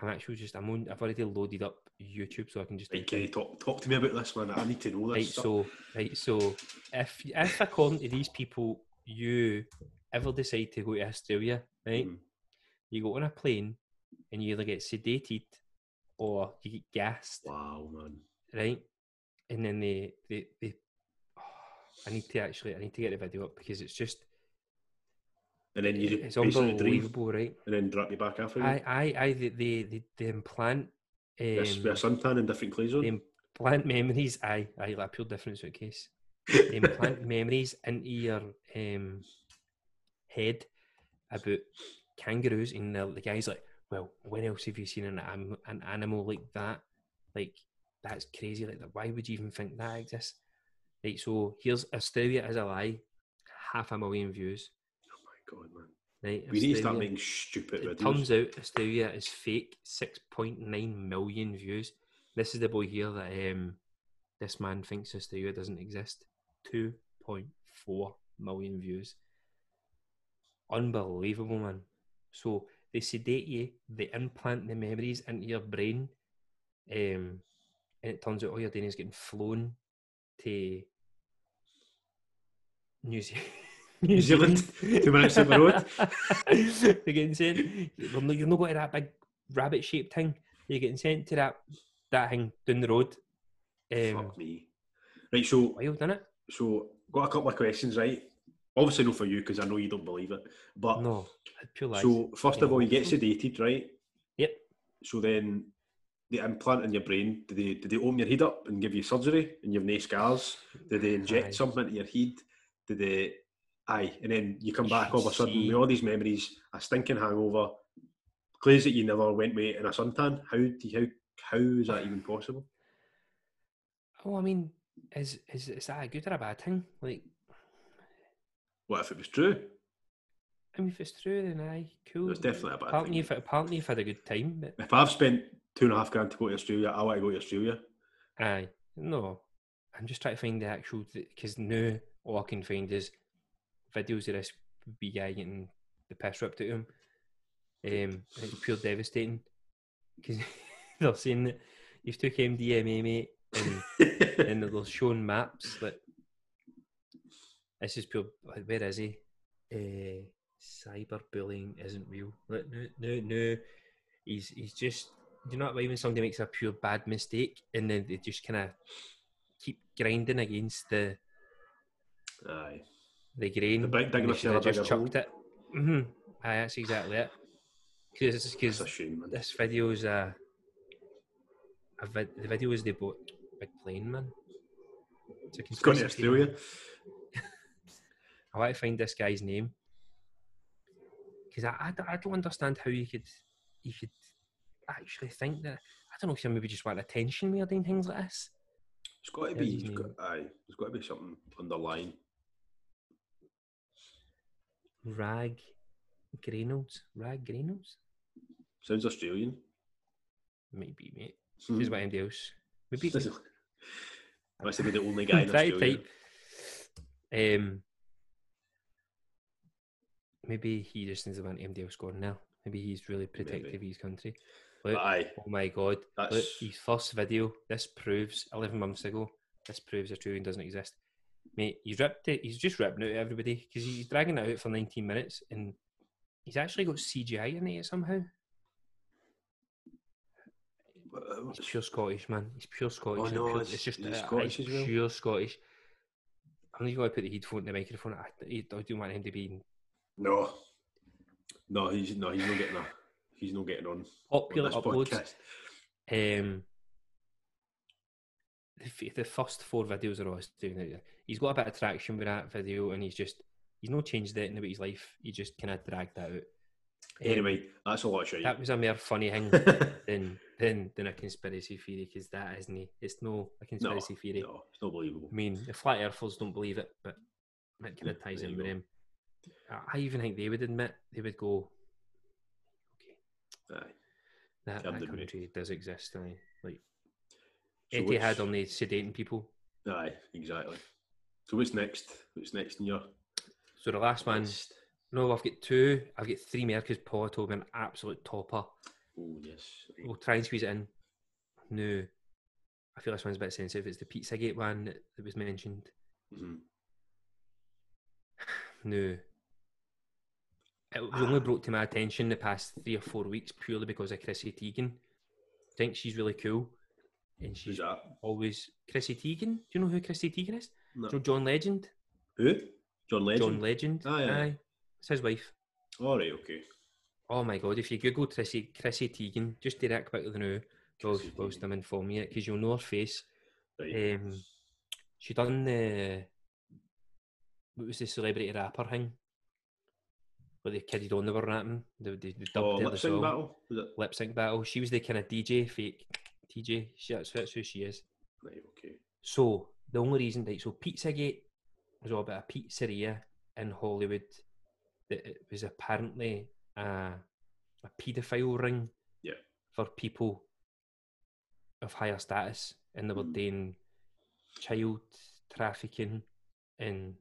[SPEAKER 1] I'm actually just I'm on. I've already loaded up YouTube, so I can just
[SPEAKER 2] Right,
[SPEAKER 1] type in
[SPEAKER 2] Kenny, talk talk to me about this man. I need to know
[SPEAKER 1] Right,
[SPEAKER 2] this. stuff.
[SPEAKER 1] so right, so if if according to these people you ever decide to go to Australia, right?
[SPEAKER 2] Mm.
[SPEAKER 1] You go on a plane and you either get sedated or you get gassed,
[SPEAKER 2] wow, man.
[SPEAKER 1] right? And then they they, they I need to actually I need to get the video up because it's just
[SPEAKER 2] And then you
[SPEAKER 1] it's
[SPEAKER 2] just based on a dream,
[SPEAKER 1] unbelievable, right?
[SPEAKER 2] and then drop you back after.
[SPEAKER 1] I I I the the the, the implant um,
[SPEAKER 2] yes, with a suntan and different clothes on.
[SPEAKER 1] the implant memories. Aye, aye, like pure different suitcase. They implant memories into your um, head about kangaroos, and the, the guy's like, "Well, when else have you seen an am- an animal like that? Like that's crazy. Like, why would you even think that exists?" Right. So here's Australia as a lie, half a million views.
[SPEAKER 2] oh my god, man.
[SPEAKER 1] Right.
[SPEAKER 2] We need to start
[SPEAKER 1] Australia-
[SPEAKER 2] making stupid
[SPEAKER 1] it
[SPEAKER 2] videos.
[SPEAKER 1] turns out Australia is fake. Six point nine million views. This is the boy here that um, this man thinks Australia doesn't exist. Two point four million views. Unbelievable, man. So they sedate you, they implant the memories into your brain, um, and it turns out all you're doing is getting flown to New, Ze-
[SPEAKER 2] New Zealand, two minutes up the road.
[SPEAKER 1] You're getting sent. You're not, you're not going to that big rabbit-shaped thing. You're getting sent to that that thing down the road. Um,
[SPEAKER 2] Fuck me. Right, so
[SPEAKER 1] wild, isn't it?
[SPEAKER 2] so got a couple of questions, right? Obviously not for you because I know you don't believe it. But
[SPEAKER 1] No, pure lies.
[SPEAKER 2] so first of
[SPEAKER 1] Yeah.
[SPEAKER 2] all, you get sedated, right?
[SPEAKER 1] Yep.
[SPEAKER 2] So then they implant in your brain. Do they do they open your head up and give you surgery and you've no scars? Do they inject
[SPEAKER 1] Aye.
[SPEAKER 2] something into your head? Do they? Aye, and then you come
[SPEAKER 1] You
[SPEAKER 2] back
[SPEAKER 1] should
[SPEAKER 2] all of a sudden
[SPEAKER 1] see-
[SPEAKER 2] with all these memories, a stinking hangover, clothes that you never went with, and a suntan. How do you, how how is that even possible?
[SPEAKER 1] Oh, I mean, is is is that a good or a bad thing? Like,
[SPEAKER 2] What if it was true?
[SPEAKER 1] I mean, if it's true, then aye, cool.
[SPEAKER 2] It's definitely a bad
[SPEAKER 1] apparently
[SPEAKER 2] thing.
[SPEAKER 1] You've, apparently, you've had a good time, but
[SPEAKER 2] If I've spent two and a half grand to go to Australia, I want to go to Australia.
[SPEAKER 1] aye, no. I'm just trying to find the actual because now all I can find is videos of this wee guy getting the piss ripped at him. Um, and it's pure devastating because they're saying that you've took MDMA, mate, and and they're showing maps that this is pure. like, Where is he? Uh, cyberbullying isn't real. Like, no, no, no. He's he's just. Do you know what? Even somebody makes a pure bad mistake, and then they just kind of keep grinding against the
[SPEAKER 2] Aye.
[SPEAKER 1] the grain.
[SPEAKER 2] The big- digging
[SPEAKER 1] and they
[SPEAKER 2] a
[SPEAKER 1] should have
[SPEAKER 2] fella
[SPEAKER 1] just
[SPEAKER 2] bigger
[SPEAKER 1] chucked it. hmm Aye, that's exactly it. Because
[SPEAKER 2] It's a shame, man.
[SPEAKER 1] this video's a, a vid- the video is they bought a big plane, man. It's a
[SPEAKER 2] It's gone to
[SPEAKER 1] conspiracy theory.
[SPEAKER 2] Australia.
[SPEAKER 1] I want to find this guy's name because I, I, don't- I don't understand how you could you could actually think that. I don't know if you maybe just want attention more than things like this.
[SPEAKER 2] It's got to
[SPEAKER 1] Yeah,
[SPEAKER 2] be.
[SPEAKER 1] you
[SPEAKER 2] It's got,
[SPEAKER 1] mean-
[SPEAKER 2] aye, there's got to be something underlying.
[SPEAKER 1] Rag Reynolds, Rag Reynolds,
[SPEAKER 2] Sounds Australian. Hmm.
[SPEAKER 1] maybe mate. This is what anybody else. Maybe
[SPEAKER 2] Must have been the only guy in
[SPEAKER 1] try
[SPEAKER 2] Australia.
[SPEAKER 1] type. Um, maybe he just needs to want MDL scoring now. Maybe he's really protective of his country.
[SPEAKER 2] But
[SPEAKER 1] Look,
[SPEAKER 2] aye,
[SPEAKER 1] oh my god, Look,
[SPEAKER 2] that's
[SPEAKER 1] his first video, this proves 11 months ago, this proves Australian doesn't exist. Mate, he's ripped it, he's just ripping out everybody because he's dragging it out for 19 minutes and he's actually got CGI in it somehow. He's pure Scottish, man. He's pure Scottish. and
[SPEAKER 2] Oh, no,
[SPEAKER 1] pure-
[SPEAKER 2] it's-
[SPEAKER 1] just
[SPEAKER 2] is it
[SPEAKER 1] uh,
[SPEAKER 2] Scottish
[SPEAKER 1] it's
[SPEAKER 2] as well?
[SPEAKER 1] pure Scottish. I'm not even going to put the headphone in the microphone. I, I don't want him to be
[SPEAKER 2] no, no. He's no. He's not getting a. He's not getting on, on
[SPEAKER 1] popular
[SPEAKER 2] this
[SPEAKER 1] uploads.
[SPEAKER 2] podcast.
[SPEAKER 1] Um, the, f- the first four videos are always doing it. He's got a bit of traction with that video, and he's just he's not changed it in about his life. He just kind of dragged that out. Um,
[SPEAKER 2] Anyway, that's a lot of shit.
[SPEAKER 1] that was a mere funny thing than than than a conspiracy theory because that isn't. It's no a conspiracy theory.
[SPEAKER 2] no, it's not believable.
[SPEAKER 1] I mean, the flat earthers don't believe it, but it kind of
[SPEAKER 2] Yeah,
[SPEAKER 1] ties in
[SPEAKER 2] there you
[SPEAKER 1] with
[SPEAKER 2] go.
[SPEAKER 1] them. I- I even think they would admit they would go,
[SPEAKER 2] Aye.
[SPEAKER 1] that,
[SPEAKER 2] Can't
[SPEAKER 1] that
[SPEAKER 2] admit.
[SPEAKER 1] country does exist. aye. Like
[SPEAKER 2] So
[SPEAKER 1] Eddie
[SPEAKER 2] what's-
[SPEAKER 1] had on the sedating people.
[SPEAKER 2] Aye, exactly. So what's next? What's next in your
[SPEAKER 1] So the last one,
[SPEAKER 2] list?
[SPEAKER 1] no, I've got two. I've got three more because Paul told me an absolute topper.
[SPEAKER 2] Oh yes.
[SPEAKER 1] We'll try and squeeze it in. No, I feel this one's a bit sensitive. It's the Pizzagate one that, that was mentioned.
[SPEAKER 2] hmm
[SPEAKER 1] No. It was
[SPEAKER 2] Ah.
[SPEAKER 1] only brought to my attention the past three or four weeks purely because of Chrissy Teigen. I think she's really cool. And
[SPEAKER 2] Who's
[SPEAKER 1] she's
[SPEAKER 2] that?
[SPEAKER 1] always Chrissy Teigen. Do you know who Chrissy Teigen is?
[SPEAKER 2] No.
[SPEAKER 1] Do you know John Legend?
[SPEAKER 2] Who? John Legend. Ah,
[SPEAKER 1] John Legend.
[SPEAKER 2] Aye, aye.
[SPEAKER 1] It's his wife.
[SPEAKER 2] All right. Okay.
[SPEAKER 1] Oh my god, if you Google Chrissy, Chrissy Teigen, just direct back to the now whilst,
[SPEAKER 2] Chrissy
[SPEAKER 1] whilst
[SPEAKER 2] Teigen.
[SPEAKER 1] I'm informing you, because you'll know her face.
[SPEAKER 2] Right.
[SPEAKER 1] Um, she done the what was the celebrity rapper thing? Where they kidded on they were rapping. They, they, they dubbed
[SPEAKER 2] oh,
[SPEAKER 1] it the
[SPEAKER 2] lip sync
[SPEAKER 1] song.
[SPEAKER 2] battle. Is it?
[SPEAKER 1] Lip sync battle. She was the kind of DJ fake TJ. She, that's, that's who she is.
[SPEAKER 2] Right. Okay.
[SPEAKER 1] So the only reason, like, so Pizzagate was all about a pizzeria in Hollywood that it was apparently a, a paedophile ring
[SPEAKER 2] Yeah.
[SPEAKER 1] for people of higher status, and they were
[SPEAKER 2] Mm.
[SPEAKER 1] doing child trafficking and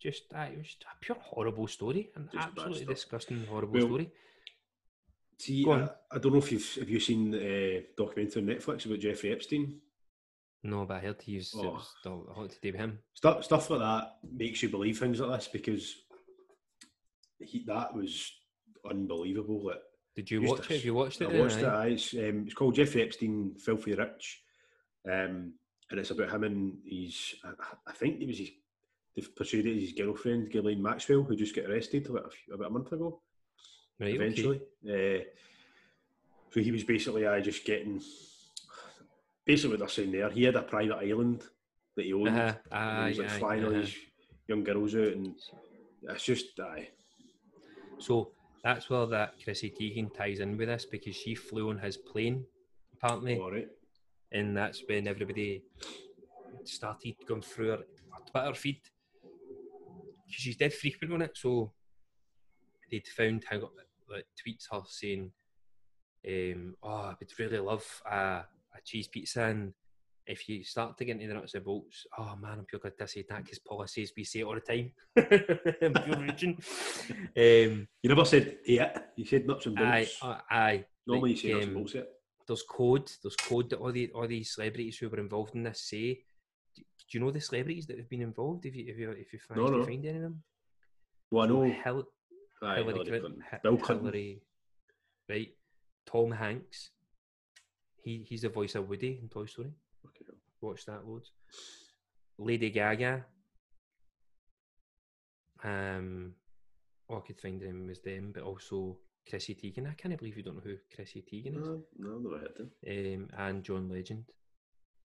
[SPEAKER 1] just uh, it was just a pure horrible story, an
[SPEAKER 2] Just bad
[SPEAKER 1] absolutely
[SPEAKER 2] stuff.
[SPEAKER 1] disgusting horrible
[SPEAKER 2] Well,
[SPEAKER 1] story.
[SPEAKER 2] See,
[SPEAKER 1] Go
[SPEAKER 2] I,
[SPEAKER 1] on.
[SPEAKER 2] I don't know if you've have you seen the uh, documentary on Netflix about Jeffrey Epstein.
[SPEAKER 1] No, but I heard he's it
[SPEAKER 2] Oh.
[SPEAKER 1] was all, all to do with him.
[SPEAKER 2] Stuff stuff like that makes you believe things like this because he, that was unbelievable. Like,
[SPEAKER 1] Did you
[SPEAKER 2] Used
[SPEAKER 1] watch
[SPEAKER 2] to-
[SPEAKER 1] it? Have you watched it?
[SPEAKER 2] I
[SPEAKER 1] then,
[SPEAKER 2] watched it.
[SPEAKER 1] aye?
[SPEAKER 2] aye. It's, um, it's called Jeffrey Epstein, Filthy Rich, um, and it's about him and his. I, I- I think it was his. They've pursued it as his girlfriend, Ghislaine Maxwell, who just got arrested about a, few, about a month ago.
[SPEAKER 1] Right, okay.
[SPEAKER 2] eventually. Uh, so he was basically I just getting basically what they're saying there. He had a private island that he owned.
[SPEAKER 1] Uh-huh.
[SPEAKER 2] and he was
[SPEAKER 1] Aye,
[SPEAKER 2] like
[SPEAKER 1] aye,
[SPEAKER 2] flying all
[SPEAKER 1] uh-huh.
[SPEAKER 2] these young girls out, and it's just aye.
[SPEAKER 1] So that's where that Chrissy Teigen ties in with this because she flew on his plane, apparently,
[SPEAKER 2] All right,
[SPEAKER 1] and that's when everybody started going through her, her Twitter feed because she's dead frequent on it. So they'd found how like tweets her saying, um, "Oh, I would really love a, a cheese pizza." And if you start to get into the nuts and bolts, oh man, I'm pure glad to say that because policies we say it all the time. I'm pure raging. Um,
[SPEAKER 2] you never said yeah. You said nuts and
[SPEAKER 1] Aye,
[SPEAKER 2] bolts.
[SPEAKER 1] uh, aye.
[SPEAKER 2] Normally you
[SPEAKER 1] like,
[SPEAKER 2] say nuts
[SPEAKER 1] um,
[SPEAKER 2] and bolts. Yeah.
[SPEAKER 1] There's code. There's code that all the all these celebrities who were involved in this say. Do do you know the celebrities that have been involved? If you if you if you find,
[SPEAKER 2] No,
[SPEAKER 1] if you
[SPEAKER 2] no.
[SPEAKER 1] find any of them,
[SPEAKER 2] Well, Oh, I know. Aye,
[SPEAKER 1] Hil-
[SPEAKER 2] Hillary,
[SPEAKER 1] Hillary, Clinton,
[SPEAKER 2] Clinton.
[SPEAKER 1] Hi-
[SPEAKER 2] Bill Clinton.
[SPEAKER 1] Hillary, right? Tom Hanks. He he's the voice of Woody in Toy Story.
[SPEAKER 2] Okay.
[SPEAKER 1] Watch that loads. Lady Gaga. Um, all I could find them was them, but also Chrissy Teigen. I can't believe you don't know who Chrissy Teigen is.
[SPEAKER 2] No, no, I've never heard them.
[SPEAKER 1] Um, and John Legend,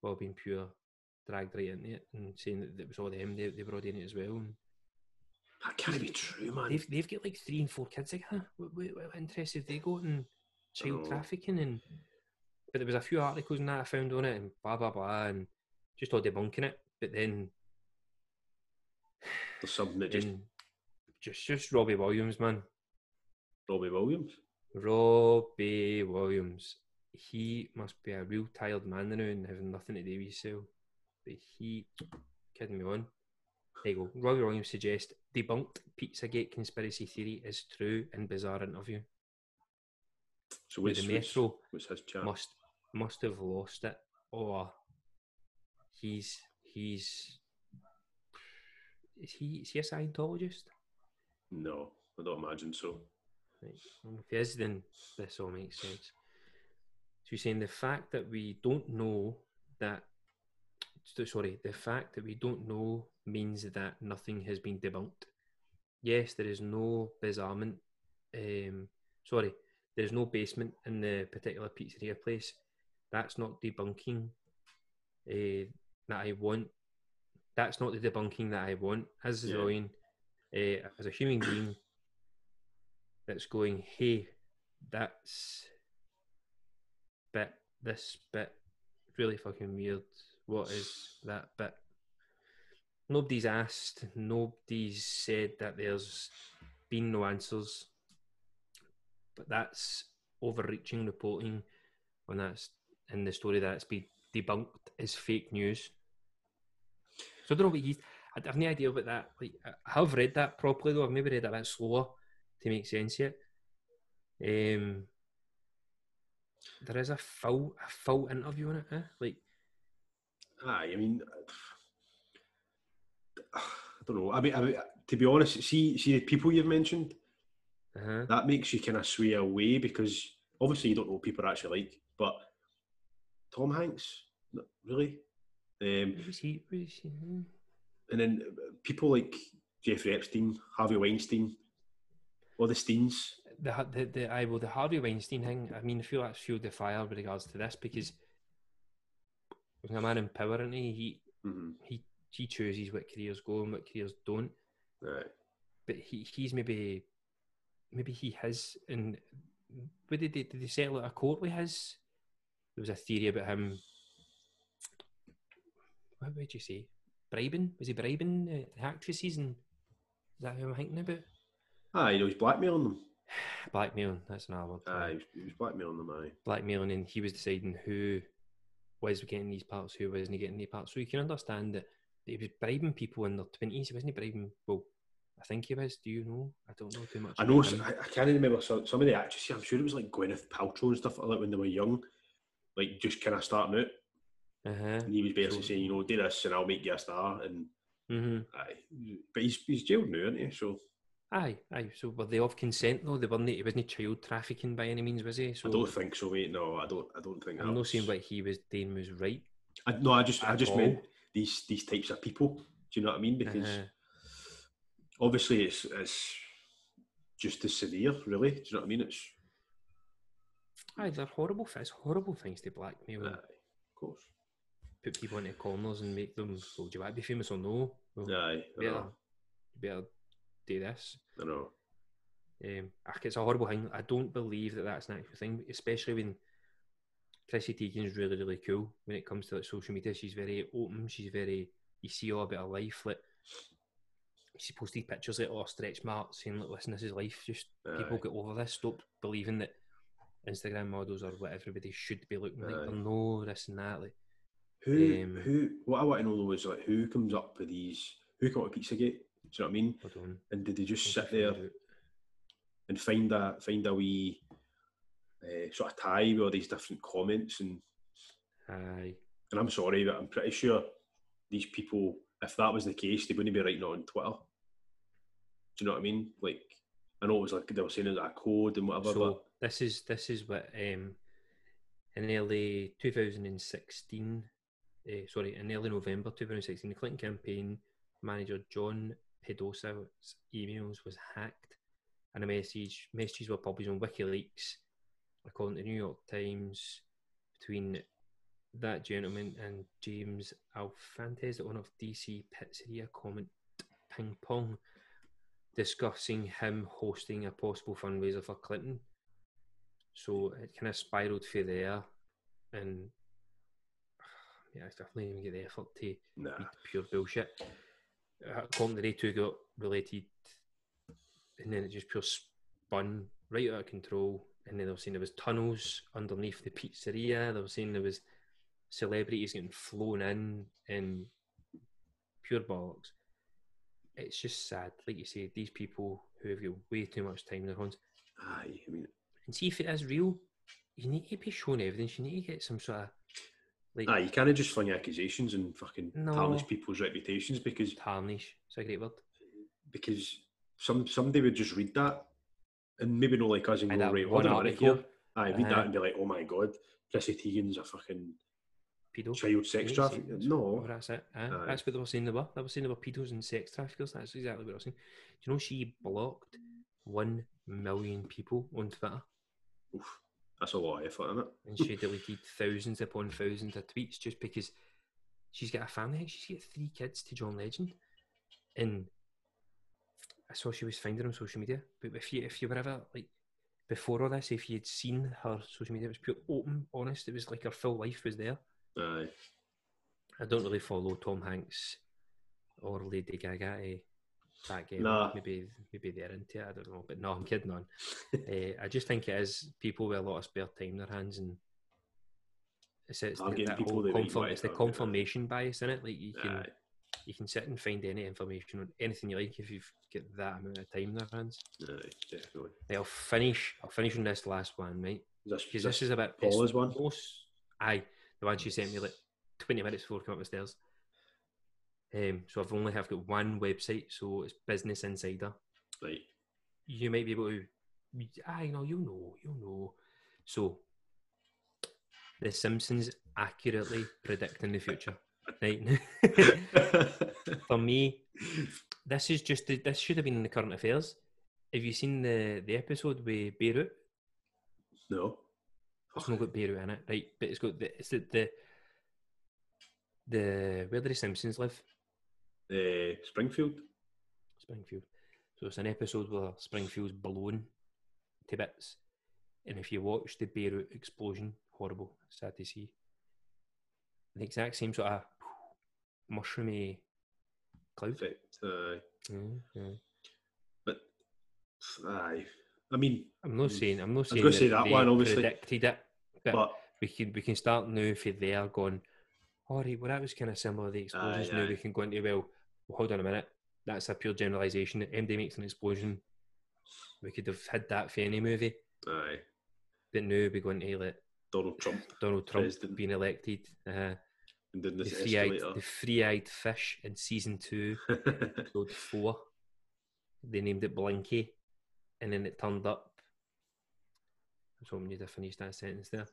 [SPEAKER 1] all being pure dragged right into it and saying that it was all them. They, they were all in it as well. And
[SPEAKER 2] That can't be true, man.
[SPEAKER 1] they've they've got like three and four kids together. What, what, what interest have they got in child
[SPEAKER 2] know.
[SPEAKER 1] trafficking? And but there was a few articles and that I found on it and blah blah blah and just all debunking it. But then
[SPEAKER 2] There's something that just
[SPEAKER 1] just just just Robbie Williams, man.
[SPEAKER 2] Robbie Williams.
[SPEAKER 1] Robbie Williams. He must be a real tired man now and having nothing to do with himself. But he kidding me on. There you go. Robbie Williams suggests debunked Pizzagate conspiracy theory is true in bizarre interview.
[SPEAKER 2] So
[SPEAKER 1] With
[SPEAKER 2] what's,
[SPEAKER 1] the
[SPEAKER 2] what's,
[SPEAKER 1] Metro
[SPEAKER 2] what's his chat?
[SPEAKER 1] must must have lost it or he's he's is he is he a Scientologist?
[SPEAKER 2] No, I don't imagine so.
[SPEAKER 1] Well, If it is, then this all makes sense. So you're saying the fact that we don't know that, so- sorry, the fact that we don't know means that nothing has been debunked. Yes, there is no disarmament. Um, sorry, there's no basement in the particular pizzeria place. That's not debunking uh, that I want. That's not the debunking that I want as a
[SPEAKER 2] Yeah.
[SPEAKER 1] Zoyan, uh, as a human being that's going, hey, that's bit, this bit, really fucking weird. What is that bit? Nobody's asked, nobody's said that there's been no answers. But that's overreaching reporting on that's in the story that's been debunked is fake news. So I don't know what he's I have no idea about that. Like I I have read that properly though, I've maybe read it a bit slower to make sense yet. Um, there is a full a full interview on it, eh? Like
[SPEAKER 2] Aye, I mean, I don't know. I mean, I mean, to be honest, see, see the people you've mentioned,
[SPEAKER 1] uh-huh.
[SPEAKER 2] that makes you kind of sway away because obviously you don't know what people are actually like. But Tom Hanks, no, really, um,
[SPEAKER 1] Who's he? Who's he? Hmm.
[SPEAKER 2] and then uh, people like Jeffrey Epstein, Harvey Weinstein, all the Steens.
[SPEAKER 1] the Ha- the the I will the Harvey Weinstein thing. I mean, I feel that's fueled the fire with regards to this because when a man in power, and he
[SPEAKER 2] Mm-hmm.
[SPEAKER 1] he he chooses what careers go and what careers don't.
[SPEAKER 2] Right.
[SPEAKER 1] But he he's maybe maybe he has and what did they did they settle at a court with his? There was a theory about him. What would you say? Bribing? Was he bribing uh, the actresses? And is that who I'm thinking about?
[SPEAKER 2] Aye, you know, he's blackmailing them.
[SPEAKER 1] Blackmailing. That's another one.
[SPEAKER 2] Aye, he was- he was blackmailing them. Aye.
[SPEAKER 1] blackmailing and he was deciding who was getting these parts, who wasn't getting these parts. So you can understand that he was bribing people in their twenties. He wasn't bribing. Well, I think he was. Do you know? I don't know too much.
[SPEAKER 2] I
[SPEAKER 1] about
[SPEAKER 2] know.
[SPEAKER 1] him.
[SPEAKER 2] I, I can't remember some, some of the actresses. I'm sure it was like Gwyneth Paltrow and stuff like when they were young, like just kind of starting out.
[SPEAKER 1] Uh-huh.
[SPEAKER 2] And he was basically
[SPEAKER 1] So-
[SPEAKER 2] saying, you know, do this and I'll make you a star. And
[SPEAKER 1] hmm
[SPEAKER 2] aye. but he's he's jailed now, isn't he? So
[SPEAKER 1] Aye, aye. So were they of consent though? They weren't. It wasn't child trafficking by any means, was he? So
[SPEAKER 2] I don't think so, mate. No, I don't. I don't think.
[SPEAKER 1] I'm not
[SPEAKER 2] that's-
[SPEAKER 1] saying what he was doing was right.
[SPEAKER 2] I, no, I just I
[SPEAKER 1] at
[SPEAKER 2] just
[SPEAKER 1] all.
[SPEAKER 2] meant these these types of people. Do you know what I mean? Because
[SPEAKER 1] Uh-huh.
[SPEAKER 2] obviously it's it's just as severe, really. Do you know what I mean? It's
[SPEAKER 1] Aye, they're horrible. thi- It's horrible things to blackmail.
[SPEAKER 2] aye,
[SPEAKER 1] and
[SPEAKER 2] of course.
[SPEAKER 1] Put people into corners and make them. Well, do you want to be famous or no? Well,
[SPEAKER 2] Aye, I
[SPEAKER 1] better,
[SPEAKER 2] know.
[SPEAKER 1] you better do this.
[SPEAKER 2] I know.
[SPEAKER 1] Um, ach, it's a horrible thing. I don't believe that that's an actual thing, especially when Chrissy Teigen's really, really cool when it comes to like social media. She's very open. She's very you see all about her life. Like she posted pictures like all stretch marks saying, "Like, listen, this is life. Just people
[SPEAKER 2] Aye.
[SPEAKER 1] get over this. Stop believing that Instagram models are what everybody should be looking like.
[SPEAKER 2] Aye.
[SPEAKER 1] They're no this and that. Like,
[SPEAKER 2] Who
[SPEAKER 1] Um,
[SPEAKER 2] who? What I want to know though is like who comes up with these? Who come up with Pizzagate? Do you know what I mean?
[SPEAKER 1] hold on.
[SPEAKER 2] And did they just
[SPEAKER 1] I'll
[SPEAKER 2] sit there
[SPEAKER 1] find out.
[SPEAKER 2] and find a find a wee uh, sort of tie with all these different comments? And
[SPEAKER 1] Aye.
[SPEAKER 2] and I'm sorry, but I'm pretty sure these people, if that was the case, they wouldn't be writing it on Twitter. Do you know what I mean? Like I know it was like they were saying it was a code and whatever,
[SPEAKER 1] So this is this is what um, in early 2016, uh, sorry, in early November 2016, the Clinton campaign manager John Pedosa's emails was hacked and the message messages were published on WikiLeaks, according to the New York Times, between that gentleman and James Alfantes, the owner of DC Pizzeria Comment Ping Pong, discussing him hosting a possible fundraiser for Clinton. So it kind of spiraled through there, and yeah, I definitely didn't even get the effort to
[SPEAKER 2] Nah.
[SPEAKER 1] beat pure bullshit. Uh, According to they two got related, and then it just pure spun right out of control. And then they were saying there was tunnels underneath the pizzeria. They were saying there was celebrities getting flown in and pure bollocks. It's just sad, like you say, these people who have got way too much time on their hands.
[SPEAKER 2] Aye, I mean,
[SPEAKER 1] And see if it is real. You need to be shown evidence. You need to get some sort of like
[SPEAKER 2] aye, you can't just fling accusations and fucking
[SPEAKER 1] No.
[SPEAKER 2] tarnish people's reputations because
[SPEAKER 1] tarnish. It's a great word.
[SPEAKER 2] because some somebody would just read that and maybe not like us and
[SPEAKER 1] Aye,
[SPEAKER 2] go
[SPEAKER 1] that
[SPEAKER 2] right,
[SPEAKER 1] one
[SPEAKER 2] hold on a minute
[SPEAKER 1] article.
[SPEAKER 2] here. Aye, read
[SPEAKER 1] Aye.
[SPEAKER 2] that and be like, oh my god, Chrissy Teigen's a fucking
[SPEAKER 1] Pedo.
[SPEAKER 2] child sex
[SPEAKER 1] Yeah,
[SPEAKER 2] trafficker.
[SPEAKER 1] that's-
[SPEAKER 2] No,
[SPEAKER 1] well, Oh, that's it. aye.
[SPEAKER 2] Aye.
[SPEAKER 1] That's what they were saying they were. They were saying they were pedos and sex traffickers. That's exactly what I was saying. Do you know she blocked one million people on Twitter
[SPEAKER 2] Oof, that's a lot of effort, isn't it?
[SPEAKER 1] and she deleted thousands upon thousands of tweets just because she's got a family. She's got three kids to John Legend, and I saw she was finding on social media. But if you if you were ever like before all this, if you had seen her social media, it was pure open, honest. It was like her full life was there.
[SPEAKER 2] Aye,
[SPEAKER 1] I don't really follow Tom Hanks or Lady Gaga. Eh? That game,
[SPEAKER 2] Nah.
[SPEAKER 1] maybe maybe they're into it. I don't know, but no, I'm kidding on. uh, I just think it is people with a lot of spare time in their hands, and it's, it's
[SPEAKER 2] I'm
[SPEAKER 1] the,
[SPEAKER 2] getting
[SPEAKER 1] that
[SPEAKER 2] people
[SPEAKER 1] whole
[SPEAKER 2] that they
[SPEAKER 1] confirm-
[SPEAKER 2] like,
[SPEAKER 1] it's the
[SPEAKER 2] aren't they?
[SPEAKER 1] confirmation bias in it. Like you can
[SPEAKER 2] aye,
[SPEAKER 1] you can sit and find any information on anything you like if you've got that amount of time in their hands.
[SPEAKER 2] aye, definitely.
[SPEAKER 1] Now, I'll finish. I'll finish on this last one, mate,
[SPEAKER 2] Is this,
[SPEAKER 1] because
[SPEAKER 2] is
[SPEAKER 1] this
[SPEAKER 2] this
[SPEAKER 1] is about it's
[SPEAKER 2] Paula's one?
[SPEAKER 1] most aye the one she sent me like 20 minutes before coming up the stairs um, so I've only have got one website so it's Business Insider
[SPEAKER 2] Right,
[SPEAKER 1] you might be able to I know you know you know so the Simpsons accurately predicting the future right for me this is just the, this should have been in the current affairs have you seen the the episode with Beirut
[SPEAKER 2] no.
[SPEAKER 1] It's not got Beirut in it, right? But it's got the it's the the, the where do the Simpsons live?
[SPEAKER 2] Uh, Springfield.
[SPEAKER 1] Springfield. So it's an episode where Springfield's blown to bits. And if you watch the Beirut explosion, horrible, sad to see. The exact same sort of mushroomy cloud.
[SPEAKER 2] Right, aye,
[SPEAKER 1] Mm, yeah.
[SPEAKER 2] but aye, I mean,
[SPEAKER 1] I'm not saying I'm not saying
[SPEAKER 2] gonna say that
[SPEAKER 1] they
[SPEAKER 2] one, obviously.
[SPEAKER 1] predicted it. But,
[SPEAKER 2] but
[SPEAKER 1] we can we can start now for there going, all right, well that was kind of similar to
[SPEAKER 2] Ah,
[SPEAKER 1] the explosions.
[SPEAKER 2] Aye,
[SPEAKER 1] now
[SPEAKER 2] aye.
[SPEAKER 1] we can go into well, well, hold on a minute. That's a pure generalisation. MD makes an explosion. We could have had that for any movie,
[SPEAKER 2] aye,
[SPEAKER 1] but now we're going to let
[SPEAKER 2] Donald Trump
[SPEAKER 1] Donald Trump
[SPEAKER 2] President.
[SPEAKER 1] being elected, uh,
[SPEAKER 2] and then
[SPEAKER 1] the
[SPEAKER 2] this
[SPEAKER 1] three-eyed,
[SPEAKER 2] escalator.
[SPEAKER 1] the three-eyed fish in season two, episode four. They named it Blinky, and then it turned up. I was hoping you'd have finished that sentence there.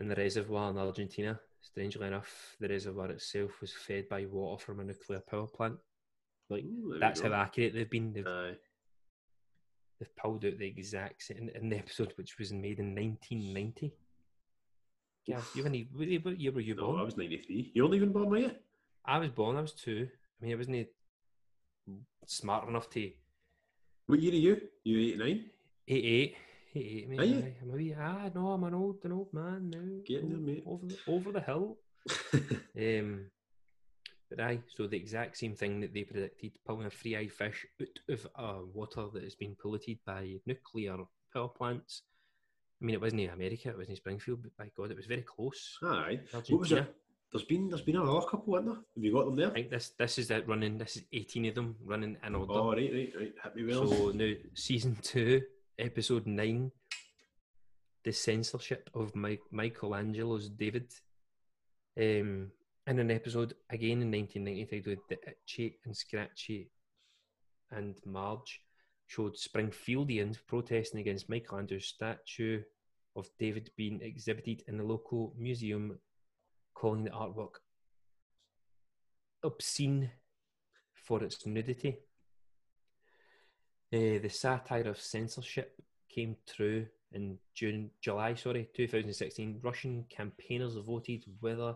[SPEAKER 1] In the reservoir in Argentina, strangely enough, the reservoir itself was fed by water from a nuclear power plant.
[SPEAKER 2] Ooh, there we
[SPEAKER 1] That's
[SPEAKER 2] go.
[SPEAKER 1] how accurate they've been. They've,
[SPEAKER 2] Aye,
[SPEAKER 1] they've pulled out the exact same in, in the episode which was made in 1990. Yeah, you were, what what year were you
[SPEAKER 2] no,
[SPEAKER 1] born?
[SPEAKER 2] I was ninety-three. You're not even born, were you?
[SPEAKER 1] I was born. I was two. I mean, I wasn't smart enough to
[SPEAKER 2] What year are you? You eighty-nine?
[SPEAKER 1] Eight eight. Eight eight, mate.
[SPEAKER 2] Are you?
[SPEAKER 1] aye. I'm a wee ah no, I'm an old an old man now.
[SPEAKER 2] Getting there,
[SPEAKER 1] O-
[SPEAKER 2] mate.
[SPEAKER 1] Over the over the hill. um but aye, so the exact same thing that they predicted, pulling a free eyed fish out of uh, water that has been polluted by nuclear power plants. I mean it wasn't America, it wasn't Springfield, but by God it was very close.
[SPEAKER 2] Ah, Aye.
[SPEAKER 1] Argentina.
[SPEAKER 2] What was it? There's been there's been another couple, isn't there? Have you got them there?
[SPEAKER 1] I think this this is that running this is eighteen of them running in order.
[SPEAKER 2] Oh, right, right, right. Hit me well.
[SPEAKER 1] So now, season two, episode nine, the censorship of Mi- Michelangelo's David. Um, in an episode again in 1990 titled "The Itchy and Scratchy and Marge," showed Springfieldians protesting against Michelangelo's statue of David being exhibited in the local museum, calling the artwork obscene for its nudity. Uh, the satire of censorship came true in June, July, sorry, 2016. Russian campaigners voted whether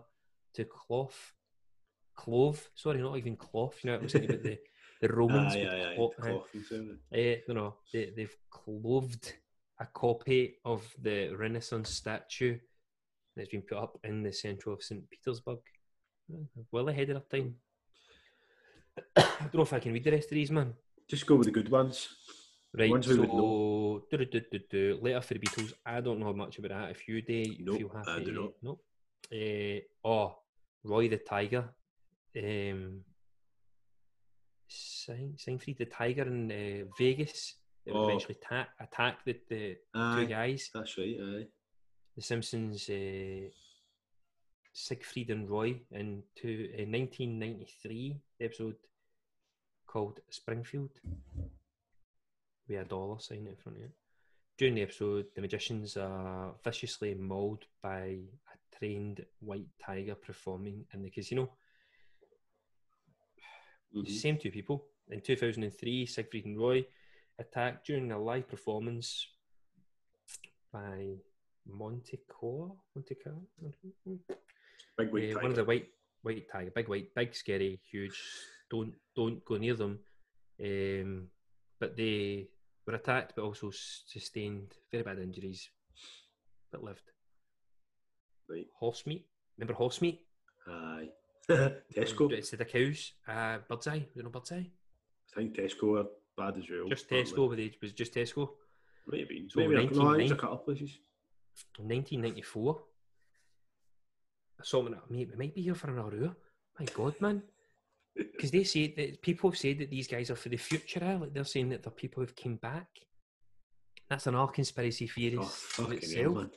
[SPEAKER 1] to cloth, clove, sorry, not even cloth. You know, it was like about the, the Romans.
[SPEAKER 2] Aye,
[SPEAKER 1] with
[SPEAKER 2] aye, aye.
[SPEAKER 1] cloth, eh?
[SPEAKER 2] Coffin, so-
[SPEAKER 1] Eh, you know, they, they've clothed a copy of the Renaissance statue that's been put up in the central of St. Petersburg. Eh, Well ahead of their time. I don't know if I can read the rest of these, man.
[SPEAKER 2] Just go with the good ones.
[SPEAKER 1] Right,
[SPEAKER 2] Ones we
[SPEAKER 1] so
[SPEAKER 2] would know.
[SPEAKER 1] do-do-do-do-do. later for the Beatles, I don't know much about that. If you do, you
[SPEAKER 2] Nope,
[SPEAKER 1] feel happy.
[SPEAKER 2] I do not.
[SPEAKER 1] No. Eh, oh, Roy the Tiger. Um, Sein- Seinfried the Tiger in uh, Vegas. They
[SPEAKER 2] Oh.
[SPEAKER 1] eventually ta- attacked the, the two
[SPEAKER 2] Aye,
[SPEAKER 1] guys.
[SPEAKER 2] that's right. Aye.
[SPEAKER 1] The Simpsons, uh, Siegfried and Roy, in two, uh, 1993 episode called Springfield. We had a dollar sign in front of it. During the episode, the magicians are viciously mauled by a trained white tiger performing in the casino.
[SPEAKER 2] Mhm.
[SPEAKER 1] The same two people. In 2003, Siegfried and Roy attacked during a live performance by Montecore. Montecore?
[SPEAKER 2] Big wig
[SPEAKER 1] Yeah,
[SPEAKER 2] tiger.
[SPEAKER 1] eh, one of the white white tiger, big white, big scary, huge. Don't don't go near them. Um, but they were attacked, but also s- sustained very bad injuries, but lived.
[SPEAKER 2] Right.
[SPEAKER 1] Horse meat. Remember horse meat?
[SPEAKER 2] Aye. Tesco. I
[SPEAKER 1] Instead of cows, uh, bird's eye. You know bird's eye.
[SPEAKER 2] think Tesco are bad as well.
[SPEAKER 1] Just
[SPEAKER 2] apparently.
[SPEAKER 1] Tesco. But it was just Tesco.
[SPEAKER 2] Might have been.
[SPEAKER 1] So
[SPEAKER 2] Maybe I- no, I think
[SPEAKER 1] 1990.
[SPEAKER 2] there's a couple of places.
[SPEAKER 1] 1994. I saw them. Mate, we might be here for another hour. My God, man. Because they say that people have said that these guys are for the future. eh? Like they're saying that the people have came back. That's an all conspiracy theory
[SPEAKER 2] Oh,
[SPEAKER 1] of
[SPEAKER 2] fucking hell,
[SPEAKER 1] itself.
[SPEAKER 2] man.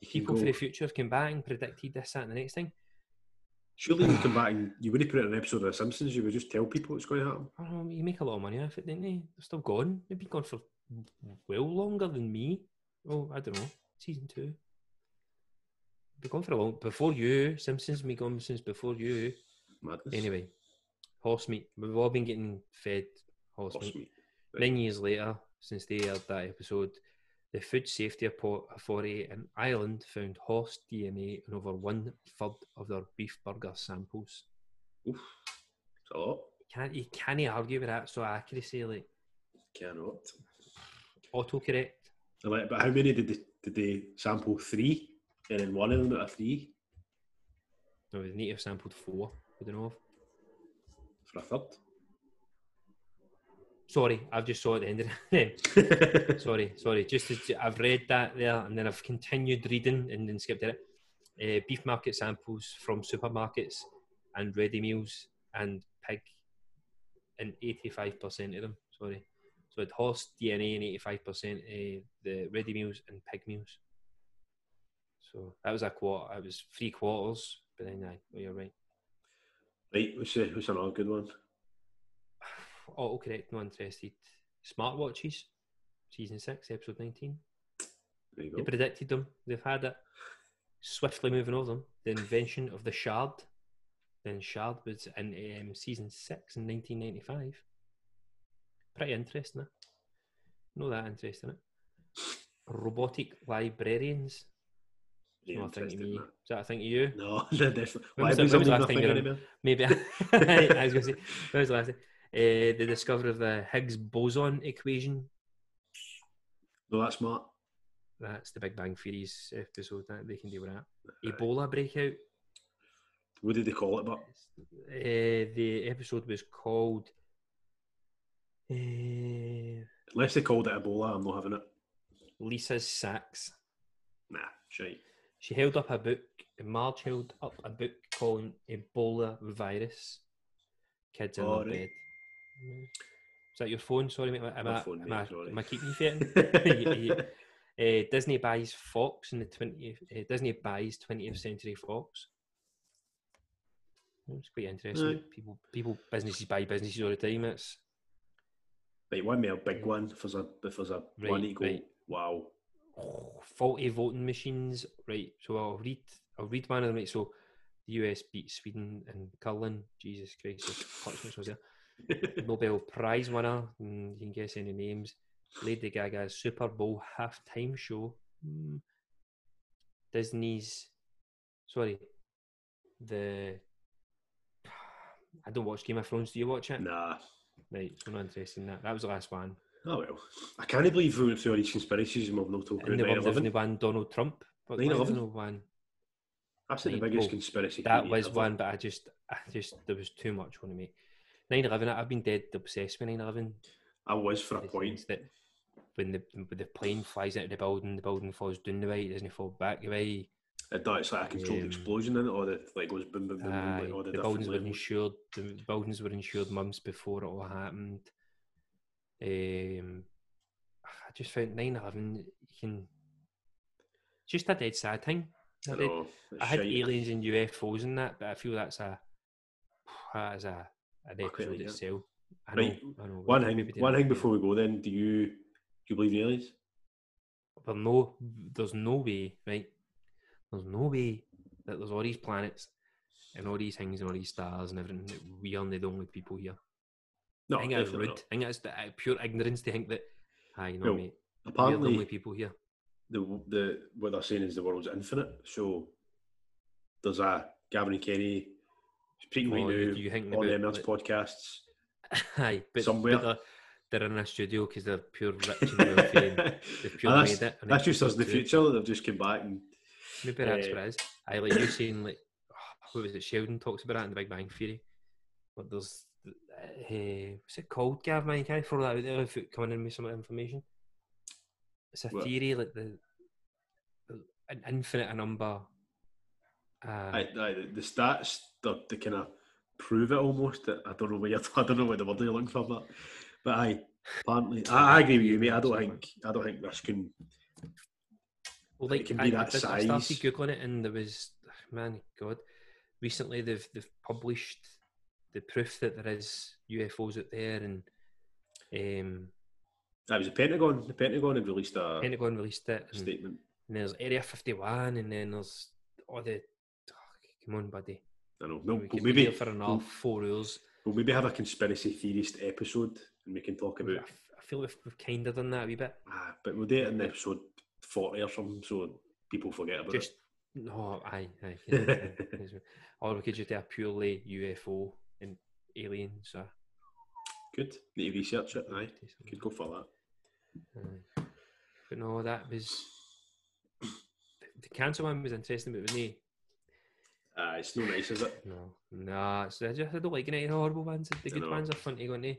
[SPEAKER 2] You can
[SPEAKER 1] people
[SPEAKER 2] go,
[SPEAKER 1] for the future have come back and predicted this, that, and the next thing.
[SPEAKER 2] surely you come back and you wouldn't put it in an episode of The Simpsons, you would just tell people what's going to happen.
[SPEAKER 1] I don't know, you make a lot of money off it, didn't they? They're still gone. They've been gone for well longer than me. Oh, I don't know. Season two. They've gone for a long before you. Simpsons me gone since before you.
[SPEAKER 2] Madness.
[SPEAKER 1] Anyway, horse meat. We've all been getting fed horse,
[SPEAKER 2] Horse
[SPEAKER 1] meat.
[SPEAKER 2] meat.
[SPEAKER 1] Nine years later, since they aired that episode, the Food Safety Apo- Authority in Ireland found horse DNA in over one third of their beef burger samples.
[SPEAKER 2] Oof. It's a lot.
[SPEAKER 1] Can't you can't argue with that? So accuracy, like
[SPEAKER 2] Cannot.
[SPEAKER 1] autocorrect.
[SPEAKER 2] I like- But how many did they, did they sample? Three? And then one of them out of three
[SPEAKER 1] No, they need to have sampled four. I don't know. Of.
[SPEAKER 2] for a third?
[SPEAKER 1] Sorry, I've just saw at the end of it. sorry, sorry. Just as, I've read that there, and then I've continued reading and then skipped it. Uh, beef market samples from supermarkets and ready meals and pig in eighty-five percent of them. Sorry, so it horse DNA in eighty-five percent uh, the ready meals and pig meals. So that was a quarter. It was three quarters, but then I, well, you're right.
[SPEAKER 2] right, what's, the- what's another good one?
[SPEAKER 1] Autocorrect, no interested. Smartwatches, season six, episode nineteen.
[SPEAKER 2] There you
[SPEAKER 1] They
[SPEAKER 2] go.
[SPEAKER 1] predicted them. They've had it. Swiftly moving on them. The invention of the shard. Then shard was in um, season six in 1995. Pretty interesting. eh? Not that interesting. It. Robotic librarians.
[SPEAKER 2] Yeah,
[SPEAKER 1] Not a thing to
[SPEAKER 2] interesting,
[SPEAKER 1] me. Is
[SPEAKER 2] that.
[SPEAKER 1] that a thing to you?
[SPEAKER 2] No, definitely. Why
[SPEAKER 1] was the-
[SPEAKER 2] was
[SPEAKER 1] when was the
[SPEAKER 2] somebody
[SPEAKER 1] last
[SPEAKER 2] nothing
[SPEAKER 1] thing that-
[SPEAKER 2] anymore?
[SPEAKER 1] Maybe. I, I was going to say. That was the last. thing. Uh, the discovery of the Higgs boson equation
[SPEAKER 2] No, that's smart.
[SPEAKER 1] That's the Big Bang Theories episode. That they can deal with that. Ebola breakout.
[SPEAKER 2] What did they call it? But
[SPEAKER 1] Uh, the episode was called. Uh,
[SPEAKER 2] unless they called it Ebola, I'm not having it.
[SPEAKER 1] Lisa's sacks.
[SPEAKER 2] Nah, shite.
[SPEAKER 1] She held up a book. Marge held up a book calling Ebola virus. Kids in
[SPEAKER 2] Oh,
[SPEAKER 1] their
[SPEAKER 2] right.
[SPEAKER 1] bed. Is that your phone? Sorry, mate. Am,
[SPEAKER 2] My
[SPEAKER 1] I,
[SPEAKER 2] phone,
[SPEAKER 1] am,
[SPEAKER 2] mate,
[SPEAKER 1] I,
[SPEAKER 2] sorry.
[SPEAKER 1] am I keeping you fitting? Uh, Disney buys Fox in the 20th. Uh, Disney buys 20th Century Fox. It's quite interesting.
[SPEAKER 2] Aye.
[SPEAKER 1] People, people, businesses buy businesses all the time. It's
[SPEAKER 2] Right, one me a big one if there's a if there's a
[SPEAKER 1] Right,
[SPEAKER 2] one equal.
[SPEAKER 1] right.
[SPEAKER 2] Wow.
[SPEAKER 1] oh, faulty voting machines. Right. So I'll read. I'll read one of them. Right. So the US beat Sweden in curling. Jesus Christ! there's Punishments was there. Nobel Prize winner, mm, you can guess any names, Lady Gaga's Super Bowl halftime show, mm, Disney's, sorry, the. I don't watch Game of Thrones. Do you watch it?
[SPEAKER 2] Nah.
[SPEAKER 1] Right, so not interested in that. That was the last one.
[SPEAKER 2] Oh well. I can't believe we went through all these conspiracies and we've not talked about
[SPEAKER 1] And the one,
[SPEAKER 2] 9-11.
[SPEAKER 1] the one Donald Trump. But why
[SPEAKER 2] 9/11?
[SPEAKER 1] the one?
[SPEAKER 2] That's like the
[SPEAKER 1] Right,
[SPEAKER 2] biggest
[SPEAKER 1] well,
[SPEAKER 2] conspiracy.
[SPEAKER 1] That
[SPEAKER 2] theory
[SPEAKER 1] was
[SPEAKER 2] ever.
[SPEAKER 1] one, but I just, I just, there was too much on me. 9 11, I've been dead obsessed with 9 11.
[SPEAKER 2] I was for a point.
[SPEAKER 1] That when the, when the plane flies out of the building, the building falls down the way, it doesn't fall back the way.
[SPEAKER 2] It does. It's like a controlled
[SPEAKER 1] Um,
[SPEAKER 2] explosion in it, or it like goes boom, boom, boom, boom
[SPEAKER 1] Aye,
[SPEAKER 2] like all the,
[SPEAKER 1] the
[SPEAKER 2] different
[SPEAKER 1] buildings were
[SPEAKER 2] levels.
[SPEAKER 1] insured. The buildings were insured months before it all happened. Um, I just found 9/11. You can just a dead sad thing.
[SPEAKER 2] I,
[SPEAKER 1] I, did-
[SPEAKER 2] know, it's
[SPEAKER 1] I had
[SPEAKER 2] shite.
[SPEAKER 1] aliens and UFOs in that, but I feel that's a that is a an
[SPEAKER 2] quite
[SPEAKER 1] episode
[SPEAKER 2] like that.
[SPEAKER 1] itself. I know,
[SPEAKER 2] Right,
[SPEAKER 1] I know. we
[SPEAKER 2] One
[SPEAKER 1] could
[SPEAKER 2] thing.
[SPEAKER 1] maybe do
[SPEAKER 2] One
[SPEAKER 1] that
[SPEAKER 2] thing
[SPEAKER 1] again.
[SPEAKER 2] before we go. Then, do you do you believe in aliens?
[SPEAKER 1] But no, there's no way, right? There's no way that there's all these planets and all these things and all these stars and everything that we are the only people here.
[SPEAKER 2] No,
[SPEAKER 1] I think that's
[SPEAKER 2] definitely
[SPEAKER 1] rude.
[SPEAKER 2] not.
[SPEAKER 1] I think that's the, uh, pure ignorance to think that, ah, you know,
[SPEAKER 2] Well,
[SPEAKER 1] mate, we're the only
[SPEAKER 2] Apparently,
[SPEAKER 1] people here.
[SPEAKER 2] the the what they're saying is the world's infinite. So there's a Gavin and Kenny speaking
[SPEAKER 1] Or
[SPEAKER 2] right
[SPEAKER 1] Oh, you-
[SPEAKER 2] now
[SPEAKER 1] you thinking
[SPEAKER 2] on
[SPEAKER 1] about,
[SPEAKER 2] them that's
[SPEAKER 1] like-
[SPEAKER 2] podcasts.
[SPEAKER 1] Aye, but,
[SPEAKER 2] somewhere.
[SPEAKER 1] but they're, they're in a studio because they're pure rich and wealthy and they've pure
[SPEAKER 2] And that's,
[SPEAKER 1] made it. and
[SPEAKER 2] that's
[SPEAKER 1] they
[SPEAKER 2] just us in the
[SPEAKER 1] do it.
[SPEAKER 2] future. that They've just come back and
[SPEAKER 1] Maybe that's
[SPEAKER 2] Eh.
[SPEAKER 1] what it is. I like you saying like what was it? Sheldon talks about that in the Big Bang Theory. But there's uh, what's it called, Gav? Man, you can't throw that out there if it coming in with some information. It's a
[SPEAKER 2] What?
[SPEAKER 1] theory like the an infinite number. Uh,
[SPEAKER 2] I, I, the stats the, they kind of prove it almost. I don't know where you're, I don't know where the word you're looking for, but but I apparently Ah, I, I agree with you, mate. I don't think I don't think this can.
[SPEAKER 1] Well,
[SPEAKER 2] It
[SPEAKER 1] like
[SPEAKER 2] can
[SPEAKER 1] I,
[SPEAKER 2] be
[SPEAKER 1] I
[SPEAKER 2] that
[SPEAKER 1] did- I started
[SPEAKER 2] size.
[SPEAKER 1] googling it, and there was man, God, recently they've they've published the proof that there is UFOs out there, and um,
[SPEAKER 2] That was the Pentagon. The Pentagon had released a
[SPEAKER 1] Pentagon released it. and-
[SPEAKER 2] statement.
[SPEAKER 1] and there's Area 51, and then there's all the. oh, come on, buddy.
[SPEAKER 2] I know. No,
[SPEAKER 1] we
[SPEAKER 2] we'll
[SPEAKER 1] could be
[SPEAKER 2] maybe
[SPEAKER 1] here for another
[SPEAKER 2] we'll,
[SPEAKER 1] four hours.
[SPEAKER 2] we'll maybe have a conspiracy theorist episode, and we can talk
[SPEAKER 1] I,
[SPEAKER 2] about.
[SPEAKER 1] f- I feel we've, we've kind of done that a wee bit.
[SPEAKER 2] Ah, but we'll do it in episode forty or something, so people forget about
[SPEAKER 1] Just no, aye, aye. yeah, yeah. or we could just do a purely UFO and alien. So
[SPEAKER 2] it. Good. Need to research it. Aye,
[SPEAKER 1] do something.
[SPEAKER 2] could go for that.
[SPEAKER 1] Aye. But no, that was the cancer one was interesting, but with me,
[SPEAKER 2] Uh, it's no nice, is it?
[SPEAKER 1] no, nah. It's, I just I don't like any of the horrible ones. The good
[SPEAKER 2] know.
[SPEAKER 1] ones are fun to go into.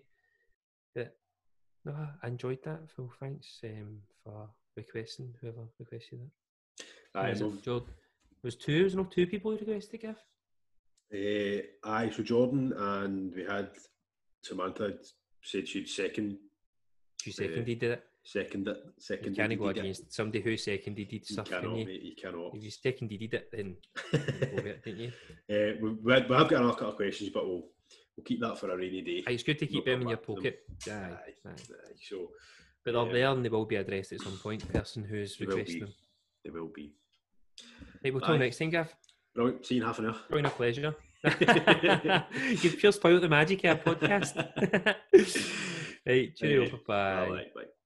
[SPEAKER 1] But no, I enjoyed that. So thanks um, for requesting whoever requested that.
[SPEAKER 2] Aye,
[SPEAKER 1] was
[SPEAKER 2] we'll-
[SPEAKER 1] it, Jord- was two? Was there not two people who requested gift?
[SPEAKER 2] Uh, aye, so Jordan and we had Samantha had said she'd second,
[SPEAKER 1] She
[SPEAKER 2] Yeah.
[SPEAKER 1] seconded it.
[SPEAKER 2] second it,
[SPEAKER 1] You
[SPEAKER 2] second.
[SPEAKER 1] can't go against somebody who seconded
[SPEAKER 2] You
[SPEAKER 1] stuff.
[SPEAKER 2] cannot,
[SPEAKER 1] can you?
[SPEAKER 2] mate. You cannot.
[SPEAKER 1] If you seconded it, then you go with it, didn't you?
[SPEAKER 2] Eh, we, we, had, we have got another couple of questions, but we'll we'll keep that for a rainy day.
[SPEAKER 1] Aye, it's good to keep
[SPEAKER 2] We'll
[SPEAKER 1] them in your
[SPEAKER 2] come back to them.
[SPEAKER 1] pocket. Aye,
[SPEAKER 2] Aye.
[SPEAKER 1] aye.
[SPEAKER 2] Aye, so
[SPEAKER 1] But they're
[SPEAKER 2] Yeah.
[SPEAKER 1] there and they will be addressed at some point, the person who's
[SPEAKER 2] they will
[SPEAKER 1] requesting
[SPEAKER 2] be.
[SPEAKER 1] them.
[SPEAKER 2] They will be.
[SPEAKER 1] Right, we'll talk
[SPEAKER 2] Aye.
[SPEAKER 1] next time, Gav.
[SPEAKER 2] Right, see you in half an hour.
[SPEAKER 1] It's been a pleasure. You've pure spoiled the magic of our podcast. right, cheerio,
[SPEAKER 2] Okay.
[SPEAKER 1] bye-bye.
[SPEAKER 2] Bye. Bye.